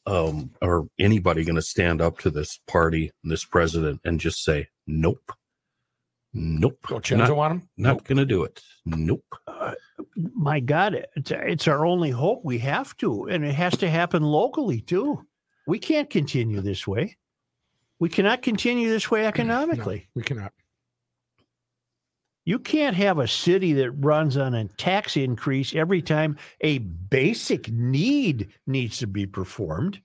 Speaker 4: um, or anybody going to stand up to this party, this president, and just say, nope, nope,
Speaker 6: go
Speaker 4: not,
Speaker 6: Chenzo on him?
Speaker 4: not going to do it? Nope.
Speaker 2: My God, it's, it's our only hope. We have to, and it has to happen locally too. We can't continue this way. We cannot continue this way economically.
Speaker 6: We cannot.
Speaker 2: You can't have a city that runs on a tax increase every time a basic need needs to be performed.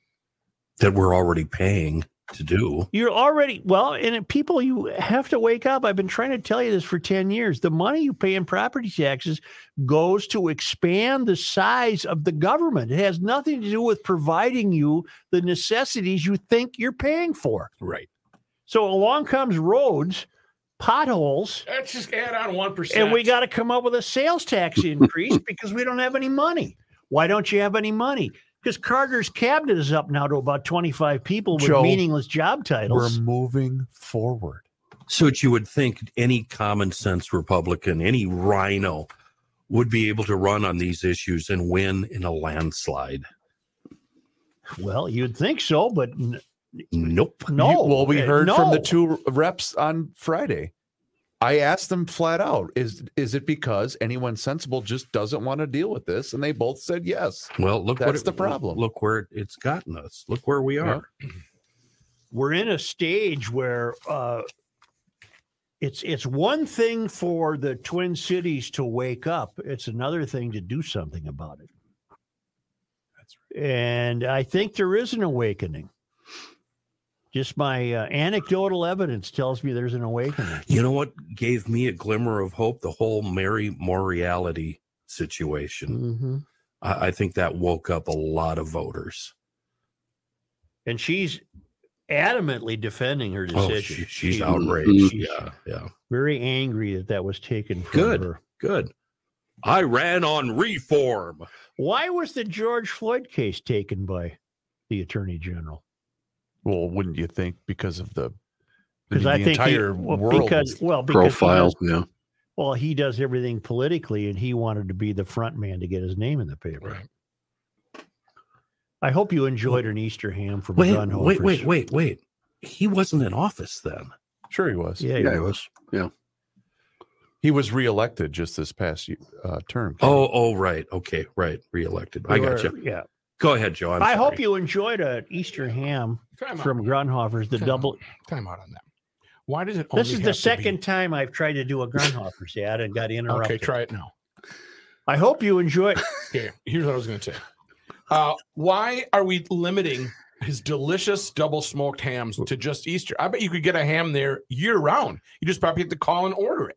Speaker 4: That we're already paying to do.
Speaker 2: You're already, well, and it- people, you have to wake up. I've been trying to tell you this for 10 years. The money you pay in property taxes goes to expand the size of the government. It has nothing to do with providing you the necessities you think you're paying for.
Speaker 6: Right.
Speaker 2: So along comes roads, potholes,
Speaker 6: Let's just add on 1%.
Speaker 2: and we got to come up with a sales tax increase because we don't have any money. Why don't you have any money? Because Carter's cabinet is up now to about 25 people with
Speaker 1: Joe,
Speaker 2: meaningless job
Speaker 1: We're
Speaker 2: titles.
Speaker 1: moving forward.
Speaker 4: So that you would think any common sense Republican, any rhino, would be able to run on these issues and win in a landslide.
Speaker 2: Well, you'd think so, but n-
Speaker 4: Nope.
Speaker 2: no.
Speaker 1: You- well, we
Speaker 2: Uh,
Speaker 1: heard from the
Speaker 2: no.
Speaker 1: two reps on Friday. I asked them flat out, is is it because anyone sensible just doesn't want to deal with this? And they both said yes.
Speaker 4: Well, look what
Speaker 1: That's the problem.
Speaker 4: Look where it's gotten us. Look where we are.
Speaker 2: We're in a stage where uh, it's it's one thing for the Twin Cities to wake up; it's another thing to do something about it. And I think there is an awakening. Just my uh, anecdotal evidence tells me there's an awakening.
Speaker 4: You know what gave me a glimmer of hope? The whole Mary Moriality situation.
Speaker 2: Mhm.
Speaker 4: I, I think that woke up a lot of voters.
Speaker 2: And she's adamantly defending her
Speaker 4: Oh,
Speaker 2: decision.
Speaker 4: she, she's
Speaker 2: She-
Speaker 4: outraged.
Speaker 2: she's
Speaker 4: Yeah, yeah.
Speaker 2: Very angry that that was taken from
Speaker 4: Good.
Speaker 2: her.
Speaker 4: Good. I ran on reform.
Speaker 2: Why was the George Floyd case taken by the Attorney General?
Speaker 1: Well, wouldn't you think because of the
Speaker 2: Because
Speaker 1: mean,
Speaker 2: I
Speaker 1: the
Speaker 2: think he-
Speaker 1: entire
Speaker 2: well,
Speaker 1: world
Speaker 2: because
Speaker 1: was-
Speaker 2: well because he
Speaker 3: Profile.
Speaker 2: does-
Speaker 3: Yeah.
Speaker 2: well, he does everything politically, and he wanted to be the front man to get his name in the paper.
Speaker 6: Right.
Speaker 2: I hope you enjoyed an Easter ham from
Speaker 4: Wait,
Speaker 2: Gunhofer's.
Speaker 4: wait, wait, wait, wait. He wasn't in office then.
Speaker 1: sure he was.
Speaker 2: Yeah,
Speaker 3: Yeah, it was.
Speaker 1: He was reelected just this past year- uh, term.
Speaker 4: Oh, oh, right. Okay, right. Reelected. I got you.
Speaker 2: Yeah,
Speaker 4: Go ahead, Joe. I'm
Speaker 2: i hope
Speaker 4: sorry.
Speaker 2: you enjoyed an Easter ham
Speaker 6: Time out.
Speaker 2: from Grunhofer's. The
Speaker 6: Time
Speaker 2: double.
Speaker 6: out. Time out on that. Why does it only
Speaker 2: This is the
Speaker 6: have to be-
Speaker 2: second time I've tried to do a Grunhofer's ad and got interrupted.
Speaker 6: Okay, try it now.
Speaker 2: I hope you enjoyed.
Speaker 6: Okay, here's what I was going to say. Uh, why are we limiting his delicious double smoked hams to just Easter? I bet you could get a ham there year round. You just probably have to call and order it.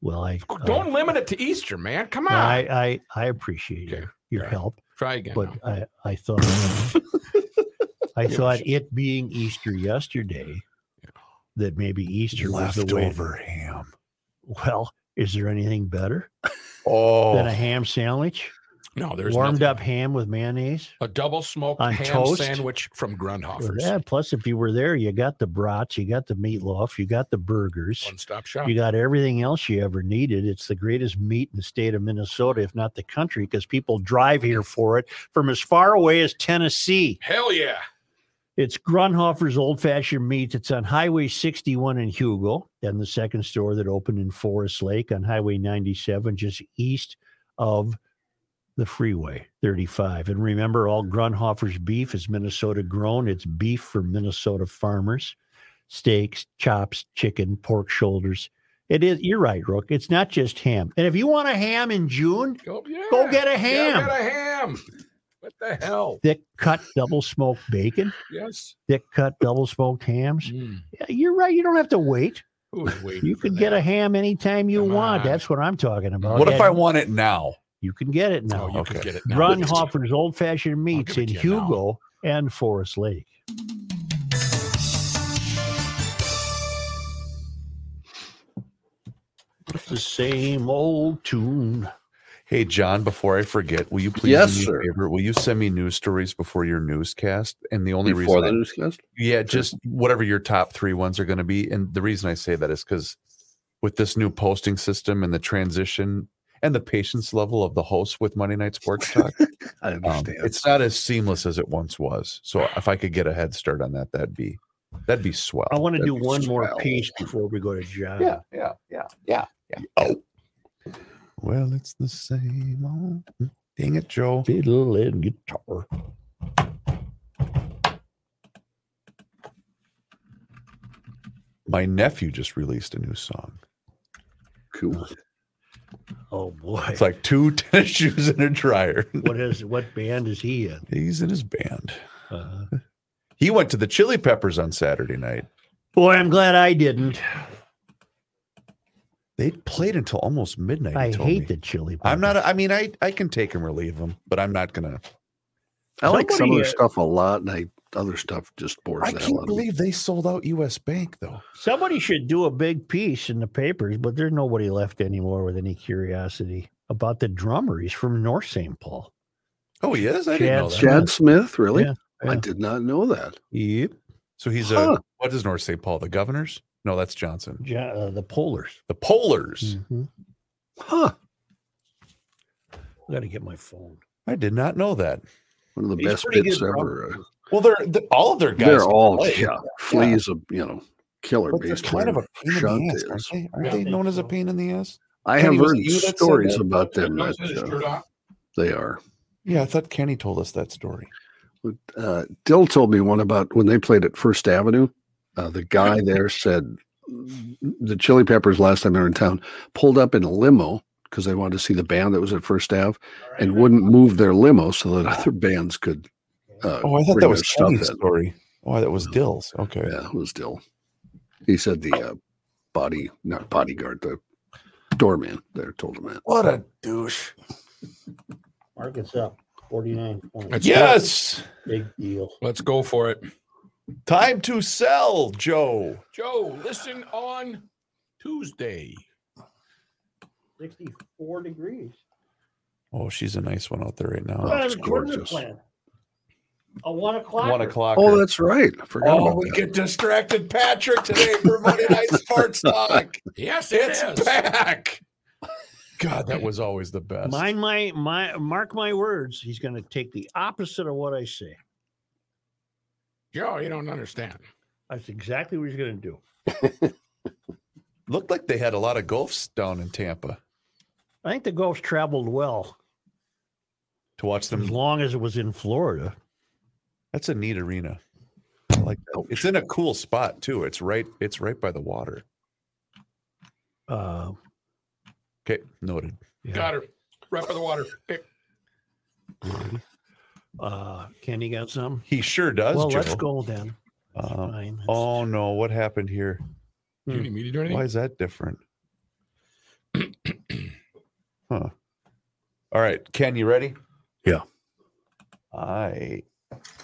Speaker 2: Well, I uh,
Speaker 6: Don't limit it to Easter, man. Come on.
Speaker 2: I, I I appreciate
Speaker 6: Okay,
Speaker 2: your, your
Speaker 6: all right.
Speaker 2: help.
Speaker 6: Try again.
Speaker 2: but
Speaker 6: now.
Speaker 2: I, I thought I thought it being Easter yesterday that maybe Easter was the way.
Speaker 1: leftover ham.
Speaker 2: Well, is there anything better than a
Speaker 1: Oh,
Speaker 2: ham sandwich?
Speaker 6: no, there's
Speaker 2: Warmed
Speaker 6: nothing.
Speaker 2: up ham with mayonnaise.
Speaker 6: a double smoked
Speaker 2: on
Speaker 6: ham
Speaker 2: toast.
Speaker 6: sandwich from
Speaker 2: Well,
Speaker 6: Grundhoffers.
Speaker 2: Yeah, plus if you were there, you got the brats, you got the meatloaf, you got the burgers.
Speaker 6: One stop shop.
Speaker 2: You got everything else you ever needed. It's the greatest meat in the state of Minnesota, if not the country, because people drive here for it from as far away as Tennessee.
Speaker 6: Hell yeah.
Speaker 2: It's Grunhofer's Old Fashioned Meats. It's on Highway 61 in Hugo, and the second store that opened in Forest Lake on Highway 97, just east of the freeway 35. And remember, all Grunhofer's beef is Minnesota grown. It's beef for Minnesota farmers, steaks, chops, chicken, pork shoulders. It is, you're right, Rook. It's not just ham. And if you want a ham in June,
Speaker 6: Go, yeah.
Speaker 2: go get a
Speaker 6: Yeah,
Speaker 2: ham.
Speaker 6: get a ham. What the hell?
Speaker 2: Thick cut double smoked bacon,
Speaker 6: Yes.
Speaker 2: thick cut double smoked hams.
Speaker 6: Mm.
Speaker 2: Yeah, You're right. You don't have to wait.
Speaker 6: Who's waiting?
Speaker 2: You
Speaker 6: for
Speaker 2: can
Speaker 6: that?
Speaker 2: get a ham anytime you
Speaker 6: Come
Speaker 2: want.
Speaker 6: on.
Speaker 2: That's what I'm talking about.
Speaker 1: What if
Speaker 2: Yeah,
Speaker 1: I want it now?
Speaker 2: You can get it now.
Speaker 6: No, Oh, you can
Speaker 1: Okay.
Speaker 6: get it. now.
Speaker 2: Grunhofer's Old Fashioned Meats
Speaker 6: give
Speaker 2: in
Speaker 6: it to you now.
Speaker 2: Hugo and Forest Lake. It's the same old tune.
Speaker 1: Hey, John, before I forget, will you please
Speaker 3: Yes,
Speaker 1: do me a
Speaker 3: sir.
Speaker 1: favor? Will you send me news stories before your newscast? And the only
Speaker 3: before
Speaker 1: reason
Speaker 3: the
Speaker 1: I-
Speaker 3: newscast.
Speaker 1: Yeah, just whatever your top three ones are going to be. And the reason I say that is because with this new posting system and the transition and the patience level of the host with Monday Night Sports Talk,
Speaker 3: I
Speaker 1: um,
Speaker 3: understand.
Speaker 1: it's not as seamless as it once was. So if I could get a head start on that, that'd be that'd be swell.
Speaker 2: I want to
Speaker 1: That'd
Speaker 2: do
Speaker 1: be
Speaker 2: one more
Speaker 1: swell.
Speaker 2: piece before we go to John.
Speaker 1: Yeah, yeah, yeah, yeah, yeah. Oh. Well, it's the same old. mm, Dang it, Joe.
Speaker 2: Fiddle and guitar.
Speaker 1: My nephew just released a new song.
Speaker 3: cool.
Speaker 2: Oh boy.
Speaker 1: It's like two tennis shoes in a dryer.
Speaker 2: what is what band is he in?
Speaker 1: He's in his band.
Speaker 2: Uh,
Speaker 1: He went to the Chili Peppers on Saturday night.
Speaker 2: boy, I'm glad I didn't.
Speaker 1: They played until almost midnight. he
Speaker 2: I
Speaker 1: told
Speaker 2: hate
Speaker 1: me.
Speaker 2: the chili.
Speaker 1: I'm not.
Speaker 2: Peppers.
Speaker 1: a- I mean, I I can take him or leave him, but I'm not gonna.
Speaker 3: I like some
Speaker 2: Somebody,
Speaker 3: of their
Speaker 2: uh,
Speaker 3: stuff a lot, and I other stuff just bores
Speaker 1: I
Speaker 3: the hell
Speaker 1: can't
Speaker 3: out of me.
Speaker 1: believe they sold out U.S. Bank though.
Speaker 2: Somebody should do a big piece in the papers, but there's nobody left anymore with any curiosity about the drummer. He's from North St. Paul.
Speaker 1: Oh, he is. I didn't know that.
Speaker 2: Chad-
Speaker 3: Chad Smith, really?
Speaker 2: Yeah,
Speaker 3: I
Speaker 2: yeah.
Speaker 3: did not know that.
Speaker 2: Yep.
Speaker 1: So he's
Speaker 3: Huh.
Speaker 1: a what is North St. Paul? The Governors? No, that's Johnson.
Speaker 2: Ja- uh, the Polars.
Speaker 1: The Polars.
Speaker 2: Hmm. Mm-hmm.
Speaker 3: Huh?
Speaker 2: I got to get my phone.
Speaker 1: I did not know that.
Speaker 3: One of the
Speaker 2: He's
Speaker 3: best
Speaker 2: pretty
Speaker 3: bits
Speaker 2: good
Speaker 3: ever. uh,
Speaker 1: Well, they're, th- all of their guys.
Speaker 3: They're all
Speaker 1: play,
Speaker 3: yeah. Flea's a you know killer
Speaker 1: but they're
Speaker 3: bass
Speaker 1: kind
Speaker 3: player.
Speaker 1: of a pain in the ass,
Speaker 3: Shante
Speaker 1: aren't
Speaker 3: is.
Speaker 1: they? Aren't
Speaker 6: Yeah.
Speaker 1: they known as a pain in the ass?
Speaker 3: I
Speaker 1: Kenny,
Speaker 3: have
Speaker 1: was it
Speaker 3: heard
Speaker 1: you that said
Speaker 3: stories
Speaker 1: that?
Speaker 3: about them.
Speaker 6: Don't
Speaker 3: That,
Speaker 6: say this,
Speaker 3: uh,
Speaker 6: Jordan.
Speaker 3: they are.
Speaker 1: Yeah, I thought Kenny told us that story.
Speaker 3: Uh, Dill told me one about when they played at First Avenue. Uh, the guy there said the Chili Peppers last time they were in town pulled up in a limo because they wanted to see the band that was at First Ave and wouldn't move their limo so that other bands could. Uh,
Speaker 1: Oh, I thought
Speaker 3: bring
Speaker 1: that
Speaker 3: their
Speaker 1: was
Speaker 3: stuff
Speaker 1: Kenny's
Speaker 3: in.
Speaker 1: story. Oh, that was Dill's. Okay.
Speaker 3: Yeah, it was Dill. He said the uh, body, not bodyguard, the doorman there told him that.
Speaker 1: What a douche.
Speaker 2: Mark, it's up. 49 points.
Speaker 6: That's
Speaker 1: Yes.
Speaker 2: Big deal.
Speaker 6: Let's go for it.
Speaker 1: Time to sell, Joe.
Speaker 6: Joe, listen on Tuesday.
Speaker 2: 64 degrees.
Speaker 1: Oh, she's a nice one out there right
Speaker 3: Oh,
Speaker 1: now.
Speaker 3: that's gorgeous.
Speaker 2: A one o'clock.
Speaker 1: One o'clock.
Speaker 3: Oh, that's right. I forgot
Speaker 1: Oh,
Speaker 3: about
Speaker 1: we
Speaker 3: that.
Speaker 1: get distracted, Patrick, today for Monday Night Sports Talk.
Speaker 6: Yes,
Speaker 1: It's
Speaker 6: it is.
Speaker 1: back. God, that was always the best.
Speaker 2: Mind my my mark my words. He's going to take the opposite of what I say.
Speaker 6: Joe, you don't understand.
Speaker 2: That's exactly what he's going to do.
Speaker 1: looked like they had a lot of golfs down in Tampa
Speaker 2: I think the Gulf's traveled well
Speaker 1: to watch
Speaker 2: as
Speaker 1: them.
Speaker 2: long as it was in Florida.
Speaker 1: That's a neat arena. I like that. It's in a cool spot too. It's right. It's right by the water.
Speaker 2: Uh,
Speaker 1: Okay, noted.
Speaker 2: yeah.
Speaker 6: Got her. Right by the water. Hey,
Speaker 2: Uh, Kenny got some.
Speaker 1: He sure does.
Speaker 2: Well,
Speaker 1: Joe.
Speaker 2: let's go then. That's
Speaker 1: Um,
Speaker 2: fine. That's-
Speaker 1: Oh no, what happened here?
Speaker 6: Do you need me to do
Speaker 1: Why
Speaker 6: anything?
Speaker 1: is that different? huh. All right, Ken, you ready?
Speaker 3: Yeah.
Speaker 1: I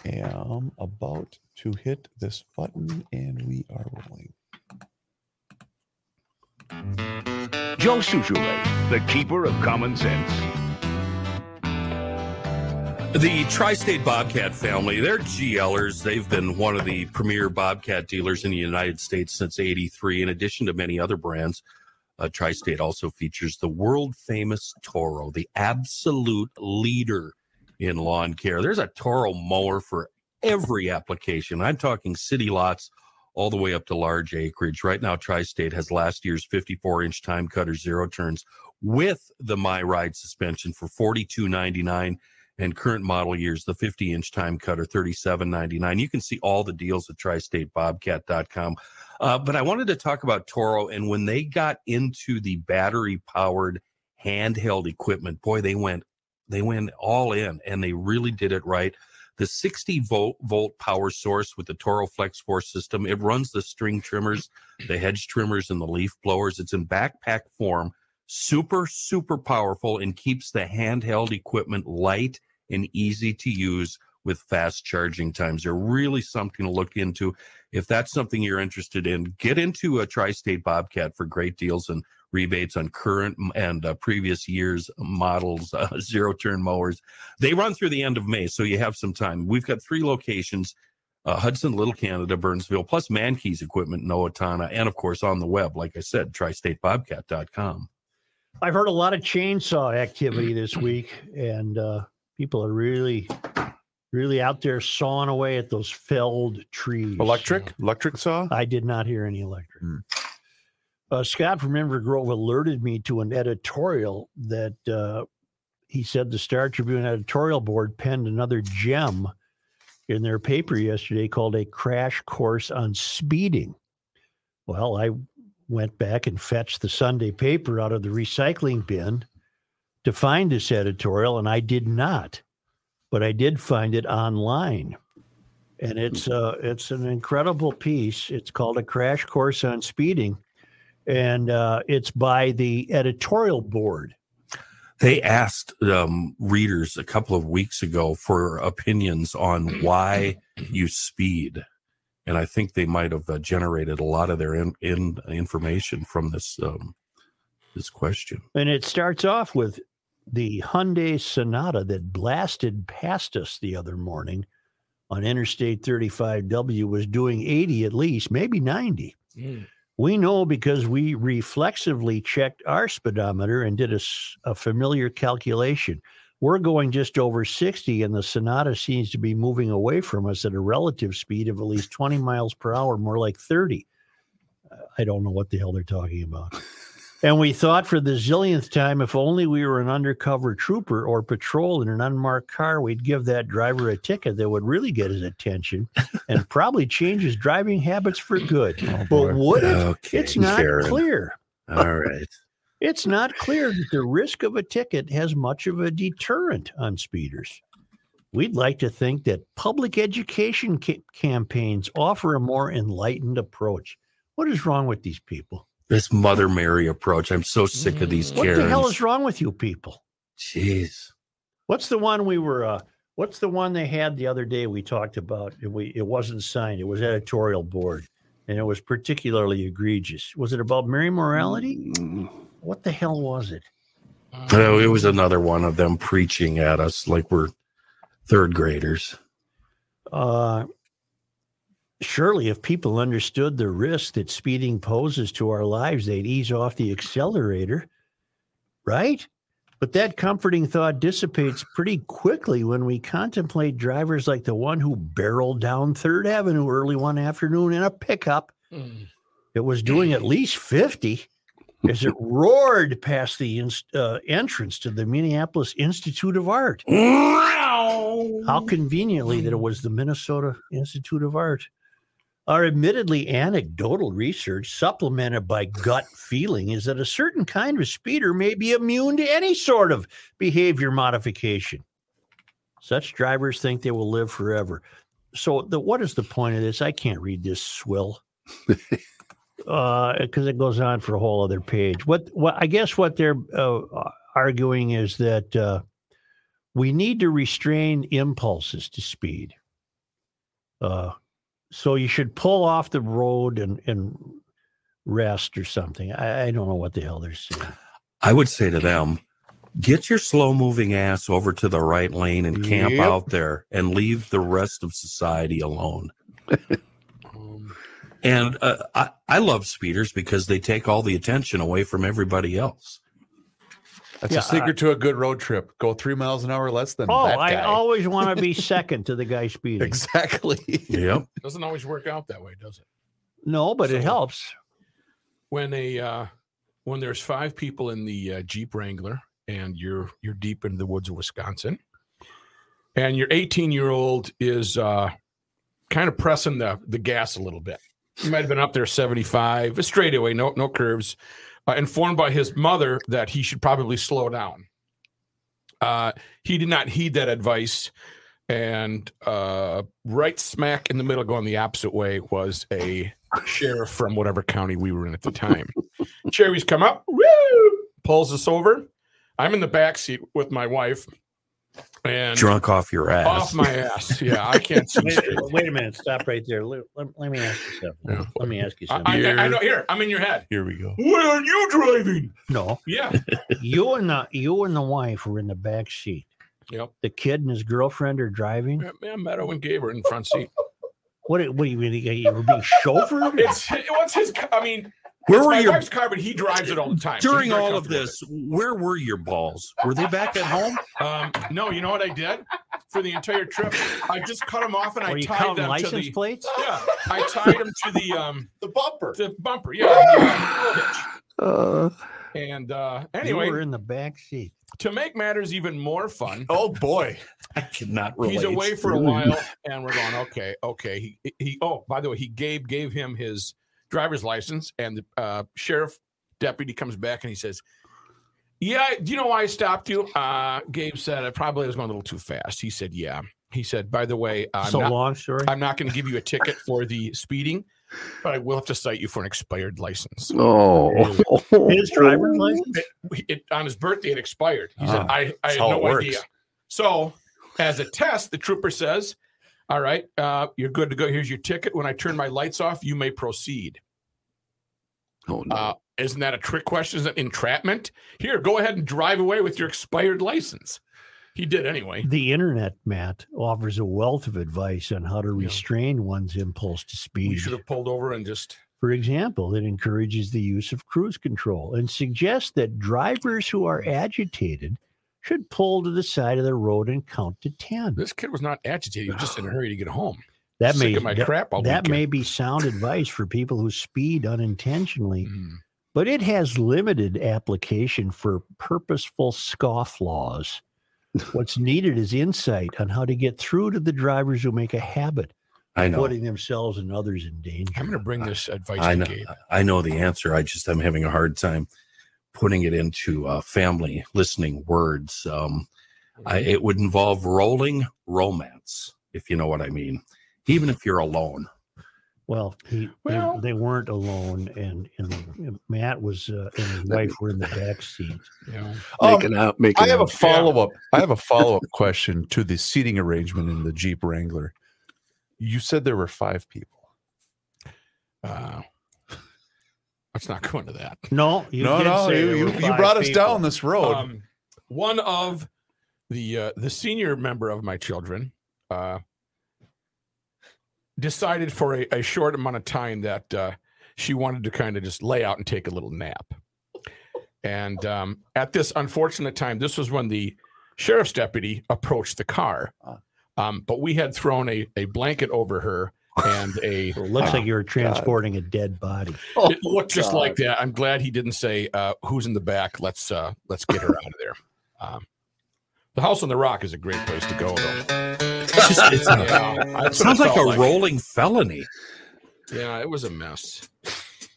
Speaker 1: am about to hit this button and we are rolling.
Speaker 8: Joe Souchere, the keeper of common sense.
Speaker 4: The Tri-State Bobcat family, they're GLers. They've been one of the premier Bobcat dealers in the United States since 83, in addition to many other brands. Uh, Tri-State also features the world famous Toro, the absolute leader in lawn care. There's a Toro mower for every application. I'm talking city lots all the way up to large acreage. Right now, Tri State has last year's 54 inch time cutter zero turns with the My Ride suspension for 42.99 and current model years the 50 inch time cutter 37.99 you can see all the deals at tristatebobcat.com uh, but i wanted to talk about toro and when they got into the battery powered handheld equipment boy they went they went all in and they really did it right the 60 volt volt power source with the toro flex force system it runs the string trimmers the hedge trimmers and the leaf blowers it's in backpack form super super powerful and keeps the handheld equipment light and easy to use with fast charging times they're really something to look into if that's something you're interested in get into a tri-state bobcat for great deals and rebates on current m- and uh, previous years models uh, zero turn mowers they run through the end of may so you have some time we've got three locations uh, hudson little canada burnsville plus mankey's equipment in owatonna and of course on the web like i said tristatebobcat.com
Speaker 2: I've heard a lot of chainsaw activity this week, and uh, people are really, really out there sawing away at those felled trees.
Speaker 1: Electric, electric saw.
Speaker 2: I did not hear any electric.
Speaker 1: Hmm.
Speaker 2: Uh, Scott from Denver Grove alerted me to an editorial that uh, he said the Star Tribune editorial board penned another gem in their paper yesterday called a crash course on speeding. Well, I went back and fetched the Sunday paper out of the recycling bin to find this editorial, and I did not, but I did find it online and it's uh, it's an incredible piece. It's called a crash course on speeding, and uh, it's by the editorial board.
Speaker 4: they asked um, readers a couple of weeks ago for opinions on why you speed and i think they might have uh, generated a lot of their in, in information from this um, this question
Speaker 2: And it starts off with the Hyundai Sonata that blasted past us the other morning on Interstate 35W was doing 80 at least, maybe 90.
Speaker 6: Mm.
Speaker 2: We know because we reflexively checked our speedometer and did a, s- a familiar calculation. We're going just over 60, and the Sonata seems to be moving away from us at a relative speed of at least 20 miles per hour, more like 30. Uh, I don't know what the hell they're talking about. And we thought for the zillionth time, if only we were an undercover trooper or patrol in an unmarked car, we'd give that driver a ticket that would really get his attention and probably change his driving habits for good. but would it?
Speaker 4: okay
Speaker 2: It's not
Speaker 4: Karen.
Speaker 2: clear.
Speaker 4: all right
Speaker 2: It's not clear that the risk of a ticket has much of a deterrent on speeders. We'd like to think that public education ca- campaigns offer a more enlightened approach. What is wrong with these people?
Speaker 4: this mother mary approach i'm so sick of these
Speaker 2: What
Speaker 4: Karens.
Speaker 2: the hell is wrong with you people?
Speaker 4: jeez
Speaker 2: What's the one we were? Uh, what's the one they had the other day? We talked about. It, we it wasn't signed. It was editorial board, and it was particularly egregious. Was it about marine morality?
Speaker 3: Mm.
Speaker 2: What the hell was it?
Speaker 6: Uh,
Speaker 4: no it was another one of them preaching at us like we're third graders
Speaker 2: Uh, surely, if people understood the risk that speeding poses to our lives, they'd ease off the accelerator, right? But that comforting thought dissipates pretty quickly when we contemplate drivers like the one who barreled down Third Avenue early one afternoon in a pickup.
Speaker 6: hmm,
Speaker 2: It was doing at least 50 as it roared past the inst- uh, entrance to the Minneapolis Institute of Art. How conveniently that it was the Minnesota Institute of Art. Our admittedly anecdotal research, supplemented by gut feeling, is that a certain kind of speeder may be immune to any sort of behavior modification. Such drivers think they will live forever. So, the, what is the point of this? I can't read this swill because uh, it goes on for a whole other page. What, what I guess what they're uh, arguing is that uh, we need to restrain impulses to speed. Uh, so you should pull off the road and, and rest or something. I, I don't know what the hell they're saying.
Speaker 4: I would say to them, get your slow moving ass over to the right lane and camp
Speaker 2: Yep.
Speaker 4: out there and leave the rest of society alone.
Speaker 6: um,
Speaker 4: and uh, I, I love speeders because they take all the attention away from everybody else.
Speaker 1: That's
Speaker 2: Yeah, uh,
Speaker 1: a secret to a good road trip. Go three miles an hour less than.
Speaker 2: Oh,
Speaker 1: that
Speaker 2: I
Speaker 1: guy.
Speaker 2: always want to be second to the guy speeding.
Speaker 1: exactly.
Speaker 4: Yep.
Speaker 6: Doesn't always work out that way, does it?
Speaker 2: No, but
Speaker 6: So-
Speaker 2: it helps.
Speaker 6: When a uh, when there's five people in the uh, Jeep Wrangler and you're you're deep in the woods of Wisconsin, and your 18 year old is uh, kind of pressing the the gas a little bit. He might have been up there 75 a straightaway, no no curves. Uh, informed by his mother that he should probably slow down. Uh, he did not heed that advice, and uh, right smack in the middle, going the opposite way, was a sheriff from whatever county we were in at the time. Cherries come up, woo, pulls us over. I'm in the back seat with my wife, and
Speaker 4: Drunk off your ass.
Speaker 6: off my ass. Yeah, I can't see
Speaker 2: Wait,
Speaker 6: straight.
Speaker 2: wait a minute. Stop right there. Let, let- let me ask you something.
Speaker 6: Yeah.
Speaker 2: Let me ask you
Speaker 6: I,
Speaker 2: something.
Speaker 6: I, I know. Here, I'm in your head.
Speaker 1: Here we go.
Speaker 6: Where are you driving?
Speaker 2: no,
Speaker 6: Yeah.
Speaker 2: you and the you and the wife were in the back seat.
Speaker 6: Yep.
Speaker 2: The kid and his girlfriend are driving.
Speaker 6: Yeah, Meadow and Gabe are in front seat.
Speaker 2: What? What do you mean? You were being chauffeured?
Speaker 6: It's what's his. I mean,
Speaker 4: Where
Speaker 6: it's
Speaker 4: were
Speaker 6: my
Speaker 4: your
Speaker 6: wife's car, but he drives it all the time. so he's
Speaker 4: during
Speaker 6: very
Speaker 4: all of
Speaker 6: comfortable with
Speaker 4: this? Where were your balls? Were they back at home?
Speaker 6: it. Um, no, you know what I did for the entire trip? I just cut him off and
Speaker 2: Were
Speaker 6: I
Speaker 2: you
Speaker 6: tied
Speaker 2: counting
Speaker 6: them to
Speaker 2: license
Speaker 6: the.
Speaker 2: plates?
Speaker 6: Yeah, I tied him to the um
Speaker 5: The bumper.
Speaker 6: the bumper. Yeah.
Speaker 3: Uh,
Speaker 6: and uh,
Speaker 2: you were
Speaker 6: anyway,
Speaker 2: in the back seat.
Speaker 6: to make matters even more fun,
Speaker 1: Oh boy.
Speaker 4: I cannot relate.
Speaker 6: he's away for a
Speaker 3: Really?
Speaker 6: while, and we're going. Okay, okay. He, he. Oh, by the way, he Gabe gave him his driver's license, and the uh, sheriff deputy comes back and he says, "Yeah, do you know why I stopped you?" Uh, Gabe said, "I probably was going a little too fast." He said, "Yeah." He said, "By the way, I'm
Speaker 2: so
Speaker 6: not,
Speaker 2: long story.
Speaker 6: I'm not going to give you a ticket for the speeding, but I will have to cite you for an expired license."
Speaker 3: oh,
Speaker 2: His driver's license.
Speaker 6: it, on his birthday it expired. He said,
Speaker 1: Ah,
Speaker 6: I, I
Speaker 1: that's
Speaker 6: had
Speaker 1: how it
Speaker 6: no
Speaker 1: works.
Speaker 6: idea. So as a test, the trooper says, All right, uh, you're good to go. Here's your ticket. When I turn my lights off, you may proceed.
Speaker 3: Oh, no.
Speaker 6: Uh, isn't that a trick question? Is that entrapment? Here, go ahead and drive away with your expired license. He did anyway.
Speaker 2: The internet, Matt, offers a wealth of advice on how to
Speaker 6: Yeah.
Speaker 2: restrain one's impulse to
Speaker 6: We
Speaker 2: speed.
Speaker 6: should have pulled over and just
Speaker 2: For example, it encourages the use of cruise control and suggests that drivers who are agitated should pull to the side of the road and count to 10.
Speaker 6: this kid was not agitated, he was just in a hurry to get home.
Speaker 2: That
Speaker 6: Sick
Speaker 2: may
Speaker 6: of my
Speaker 2: that,
Speaker 6: crap all
Speaker 2: that
Speaker 6: weekend.
Speaker 2: may be sound advice for people who speed
Speaker 1: Hmm.
Speaker 2: unintentionally,
Speaker 6: Mm.
Speaker 2: but it has limited application for purposeful scoff laws. What's needed is insight on how to get through to the drivers who make a habit
Speaker 4: I know.
Speaker 2: putting themselves and others in danger.
Speaker 6: I'm gonna bring this advice
Speaker 4: I
Speaker 6: to
Speaker 4: know.
Speaker 6: Gabe.
Speaker 4: I know the answer. I just I'm having a hard time putting it into uh, family listening words. Um, I, it would involve rolling romance, if you know what I mean. Even if you're alone,
Speaker 2: Well, he, they-
Speaker 6: Well-
Speaker 2: they, weren't alone, and, and Matt was uh, and his wife were in the back seat.
Speaker 6: Yeah.
Speaker 1: Um,
Speaker 3: making out, making
Speaker 1: I have a
Speaker 3: out.
Speaker 1: follow up. I have a follow up question to the seating arrangement in the Jeep Wrangler. You said there were five people.
Speaker 6: Uh, let's not go into that.
Speaker 2: No, you
Speaker 1: no,
Speaker 2: did
Speaker 1: no,
Speaker 2: say
Speaker 1: you,
Speaker 2: there
Speaker 1: you,
Speaker 2: were
Speaker 1: you
Speaker 2: five
Speaker 1: brought us
Speaker 2: people.
Speaker 1: down this road.
Speaker 6: Um, one of the uh, the senior member of my children uh, decided for a, a short amount of time that uh, she wanted to kind of just lay out and take a little nap. And um, at this unfortunate time, this was when the sheriff's deputy approached the car. Um, but we had thrown a, a blanket over her and a
Speaker 2: Well, it looks like you were transporting a dead body.
Speaker 1: Oh,
Speaker 6: it looked just like that. I'm glad he didn't say uh, who's in the back. Let's uh, let's get her out of there. Um, the House on the Rock is a great place to go, though.
Speaker 4: it's just, it's
Speaker 6: Yeah,
Speaker 4: a,
Speaker 6: that's what it
Speaker 4: it sounds like
Speaker 6: felt
Speaker 4: a rolling felony.
Speaker 6: Yeah, it was a mess.